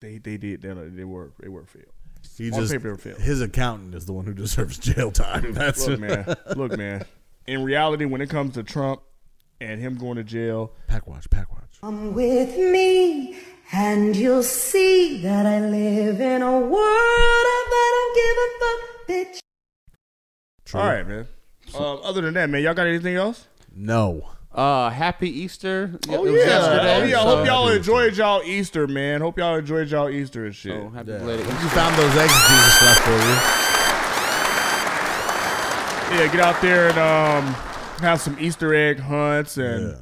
Speaker 2: They they did they, they were they were failed.
Speaker 5: He
Speaker 2: On
Speaker 5: just
Speaker 2: paper, they were failed.
Speaker 5: his accountant is the one who deserves jail time. That's
Speaker 2: look, man. Look, man. In reality, when it comes to Trump and him going to jail,
Speaker 5: pack watch, pack watch.
Speaker 4: Come with me, and you'll see that I live in a world of I don't give a fuck, bitch.
Speaker 2: All right, man. um, other than that, man, y'all got anything else?
Speaker 5: No.
Speaker 7: Uh, happy Easter.
Speaker 2: Oh
Speaker 7: It
Speaker 2: yeah,
Speaker 7: was yesterday,
Speaker 2: oh yeah.
Speaker 7: so-
Speaker 2: Hope y'all enjoyed y'all Easter, man. Hope y'all enjoyed y'all Easter and shit.
Speaker 7: Oh, happy belated
Speaker 5: You found those eggs Jesus left for you.
Speaker 2: Yeah, get out there and um, have some Easter egg hunts and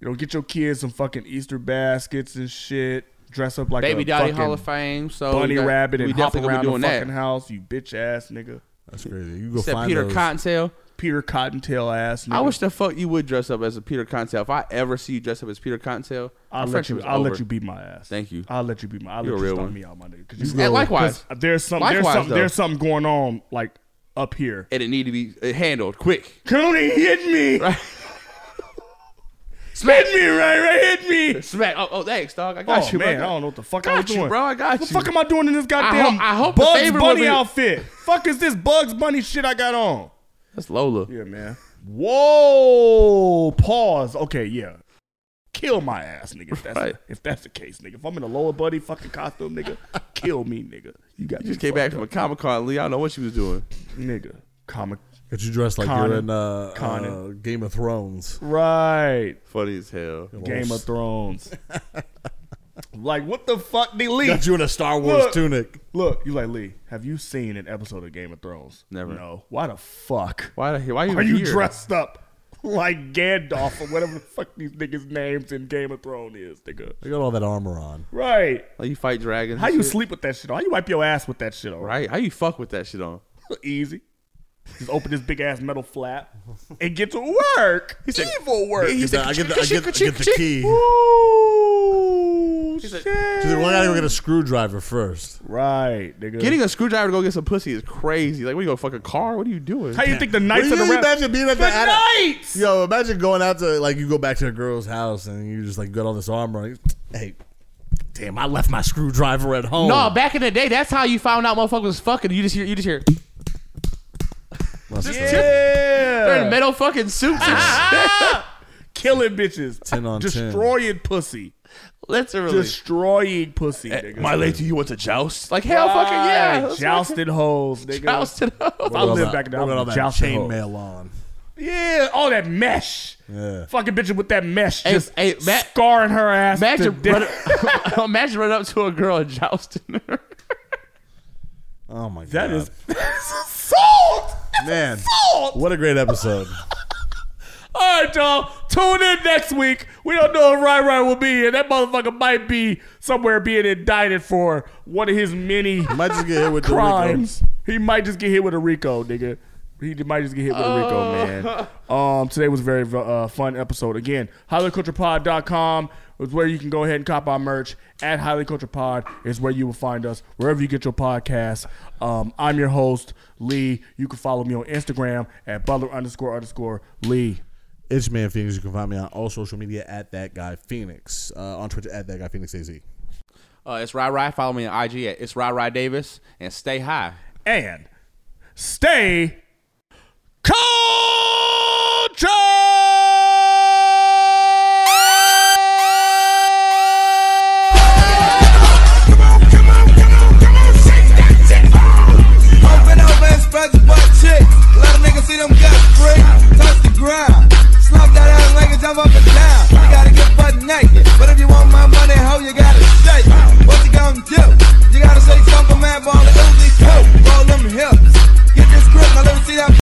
Speaker 2: you know get your kids some fucking Easter baskets and shit. Dress up like
Speaker 7: Baby
Speaker 2: a
Speaker 7: Daddy
Speaker 2: fucking
Speaker 7: Hall of Fame. So
Speaker 2: bunny
Speaker 7: we got-
Speaker 2: rabbit
Speaker 7: we
Speaker 2: and hop
Speaker 7: definitely gonna
Speaker 2: around
Speaker 7: be
Speaker 2: the
Speaker 7: doing that.
Speaker 2: fucking house. You bitch ass nigga.
Speaker 5: That's crazy. You
Speaker 7: go Except find Peter those. Cottontail.
Speaker 2: Peter Cottontail ass. Nigga.
Speaker 7: I wish the fuck you would dress up as a Peter Cottontail. If I ever see you dress up as Peter Cottontail,
Speaker 2: I'll
Speaker 7: our
Speaker 2: let
Speaker 7: friendship
Speaker 2: you-
Speaker 7: is
Speaker 2: I'll let
Speaker 7: over.
Speaker 2: you beat my ass.
Speaker 7: Thank you.
Speaker 2: I'll let you be my. I'll
Speaker 7: You're
Speaker 2: let
Speaker 7: a
Speaker 2: you
Speaker 7: real
Speaker 2: stomp
Speaker 7: one.
Speaker 2: me out, my nigga. 'cause
Speaker 7: You
Speaker 2: you-
Speaker 7: And real one. likewise.
Speaker 2: 'cause there's some. there's
Speaker 7: Likewise,
Speaker 2: some.
Speaker 7: though.
Speaker 2: There's something going on like up here.
Speaker 7: And it need to be uh, handled quick.
Speaker 2: Cooney hit me.
Speaker 7: Smack
Speaker 2: me right, right. Hit me.
Speaker 7: Smack. Oh, oh thanks, dog. I got
Speaker 2: oh
Speaker 7: you,
Speaker 2: man,
Speaker 7: bro.
Speaker 2: I don't know what the fuck I
Speaker 7: Got
Speaker 2: was
Speaker 7: you,
Speaker 2: doing,
Speaker 7: bro. I
Speaker 2: What
Speaker 7: got you.
Speaker 2: The fuck am I doing in this goddamn
Speaker 7: hope- I hope the
Speaker 2: Bugs
Speaker 7: favorite
Speaker 2: Bunny
Speaker 7: woman-
Speaker 2: outfit? fuck is this Bugs Bunny shit I got on?
Speaker 7: That's Lola.
Speaker 2: Yeah, man. Whoa! Pause. Okay, yeah. Kill my ass, nigga. If that's, if that's the case, nigga. If I'm in a lower buddy fucking costume, nigga, kill me, nigga. You got
Speaker 7: You just came back from a Comic Con, Lee. I don't know what she was doing.
Speaker 2: Nigga, comic.
Speaker 5: Got you dressed like
Speaker 7: Conan.
Speaker 5: you're in uh, uh,
Speaker 7: Conan.
Speaker 5: Game of Thrones.
Speaker 2: Right.
Speaker 7: Funny as hell.
Speaker 2: Game of Thrones. like what the fuck, Lee? Lee?
Speaker 5: Got you in a Star Wars
Speaker 2: Look.
Speaker 5: tunic.
Speaker 2: Look, you like Lee? Have you seen an episode of Game of Thrones?
Speaker 7: Never.
Speaker 2: No. Why the fuck?
Speaker 7: Why? the- Why you?
Speaker 2: Are you
Speaker 7: here?
Speaker 2: dressed up like Gandalf or whatever the fuck these niggas' names in Game of Thrones is, nigga?
Speaker 5: They got all that armor on.
Speaker 2: Right.
Speaker 7: Like you fight dragons.
Speaker 2: How
Speaker 7: and
Speaker 2: you
Speaker 7: shit?
Speaker 2: sleep with that shit on? How you wipe your ass with that shit on?
Speaker 7: Right? How you fuck with that shit on?
Speaker 2: Easy. Just open this big ass metal flap and get to work. He's Evil work.
Speaker 5: He said, I get the, I get, I get the key.
Speaker 2: Ooh, shit.
Speaker 5: She's like, well, I gotta go get a screwdriver first.
Speaker 2: Right, nigga.
Speaker 7: Getting a screwdriver to go get some pussy is crazy. Like, what you gonna fuck a car? What are you doing?
Speaker 2: How you think the knights of
Speaker 5: Well,
Speaker 2: the
Speaker 5: you
Speaker 2: rap?
Speaker 5: imagine being at the,
Speaker 2: The
Speaker 5: at a-
Speaker 2: knights.
Speaker 5: Yo, imagine going out to like you go back to a girl's house and you just like got all this armor. on. hey, damn, I left my screwdriver at home.
Speaker 9: No, back in the day, that's how you found out motherfuckers was fucking. You just hear, you just hear.
Speaker 5: Must've-
Speaker 9: They're in
Speaker 2: Yeah.
Speaker 9: metal fucking suits. And shit.
Speaker 2: Killing bitches.
Speaker 5: 10 on 10.
Speaker 2: Destroying pussy.
Speaker 7: Literally.
Speaker 2: Destroying pussy, nigga.
Speaker 7: my lady, you want to joust? Like hell, fucking yeah.
Speaker 2: Right.
Speaker 7: Let's
Speaker 2: Jousted hoes, nigga.
Speaker 7: Jousted hoes.
Speaker 2: I
Speaker 5: What
Speaker 2: live
Speaker 5: about-
Speaker 2: back in the
Speaker 5: what about all
Speaker 2: house.
Speaker 5: uh, that
Speaker 2: Jousted hoes.
Speaker 5: chainmail on.
Speaker 2: Yeah, all that mesh.
Speaker 5: Yeah.
Speaker 2: Fucking bitch with that mesh,
Speaker 9: Hey,
Speaker 2: just
Speaker 9: hey, Ma-
Speaker 2: scarring her ass. to
Speaker 9: Imagine,
Speaker 2: death.
Speaker 9: run, imagine running up to a girl and jousting her.
Speaker 7: Uh,
Speaker 5: Oh my
Speaker 2: That
Speaker 5: god,
Speaker 2: is salt.
Speaker 5: man,
Speaker 2: Salt.
Speaker 5: what a great episode.
Speaker 2: All right, y'all. Tune in next week. We don't know if Ryan Ryan will be here. That motherfucker might be somewhere being indicted for one of his many
Speaker 5: might just get hit with the Rico.
Speaker 2: crimes. He might just get hit with a Rico, nigga. He might just get hit with a Rico, man. Um, today was a very uh, fun episode. Again, highlyculturepod.com is where you can go ahead and cop our merch. At Highly Culture Pod is where you will find us, wherever you get your podcasts. Um, I'm your host, Lee. You can follow me on Instagram at Butler underscore underscore Lee.
Speaker 5: It's your man Phoenix. You can find me on all social media at that guy Phoenix. Uh, on Twitter at that guy Phoenix AZ.
Speaker 7: Uh, it's Rai Rai. Follow me on IG at it's Rai Rai Davis and stay high.
Speaker 2: And stay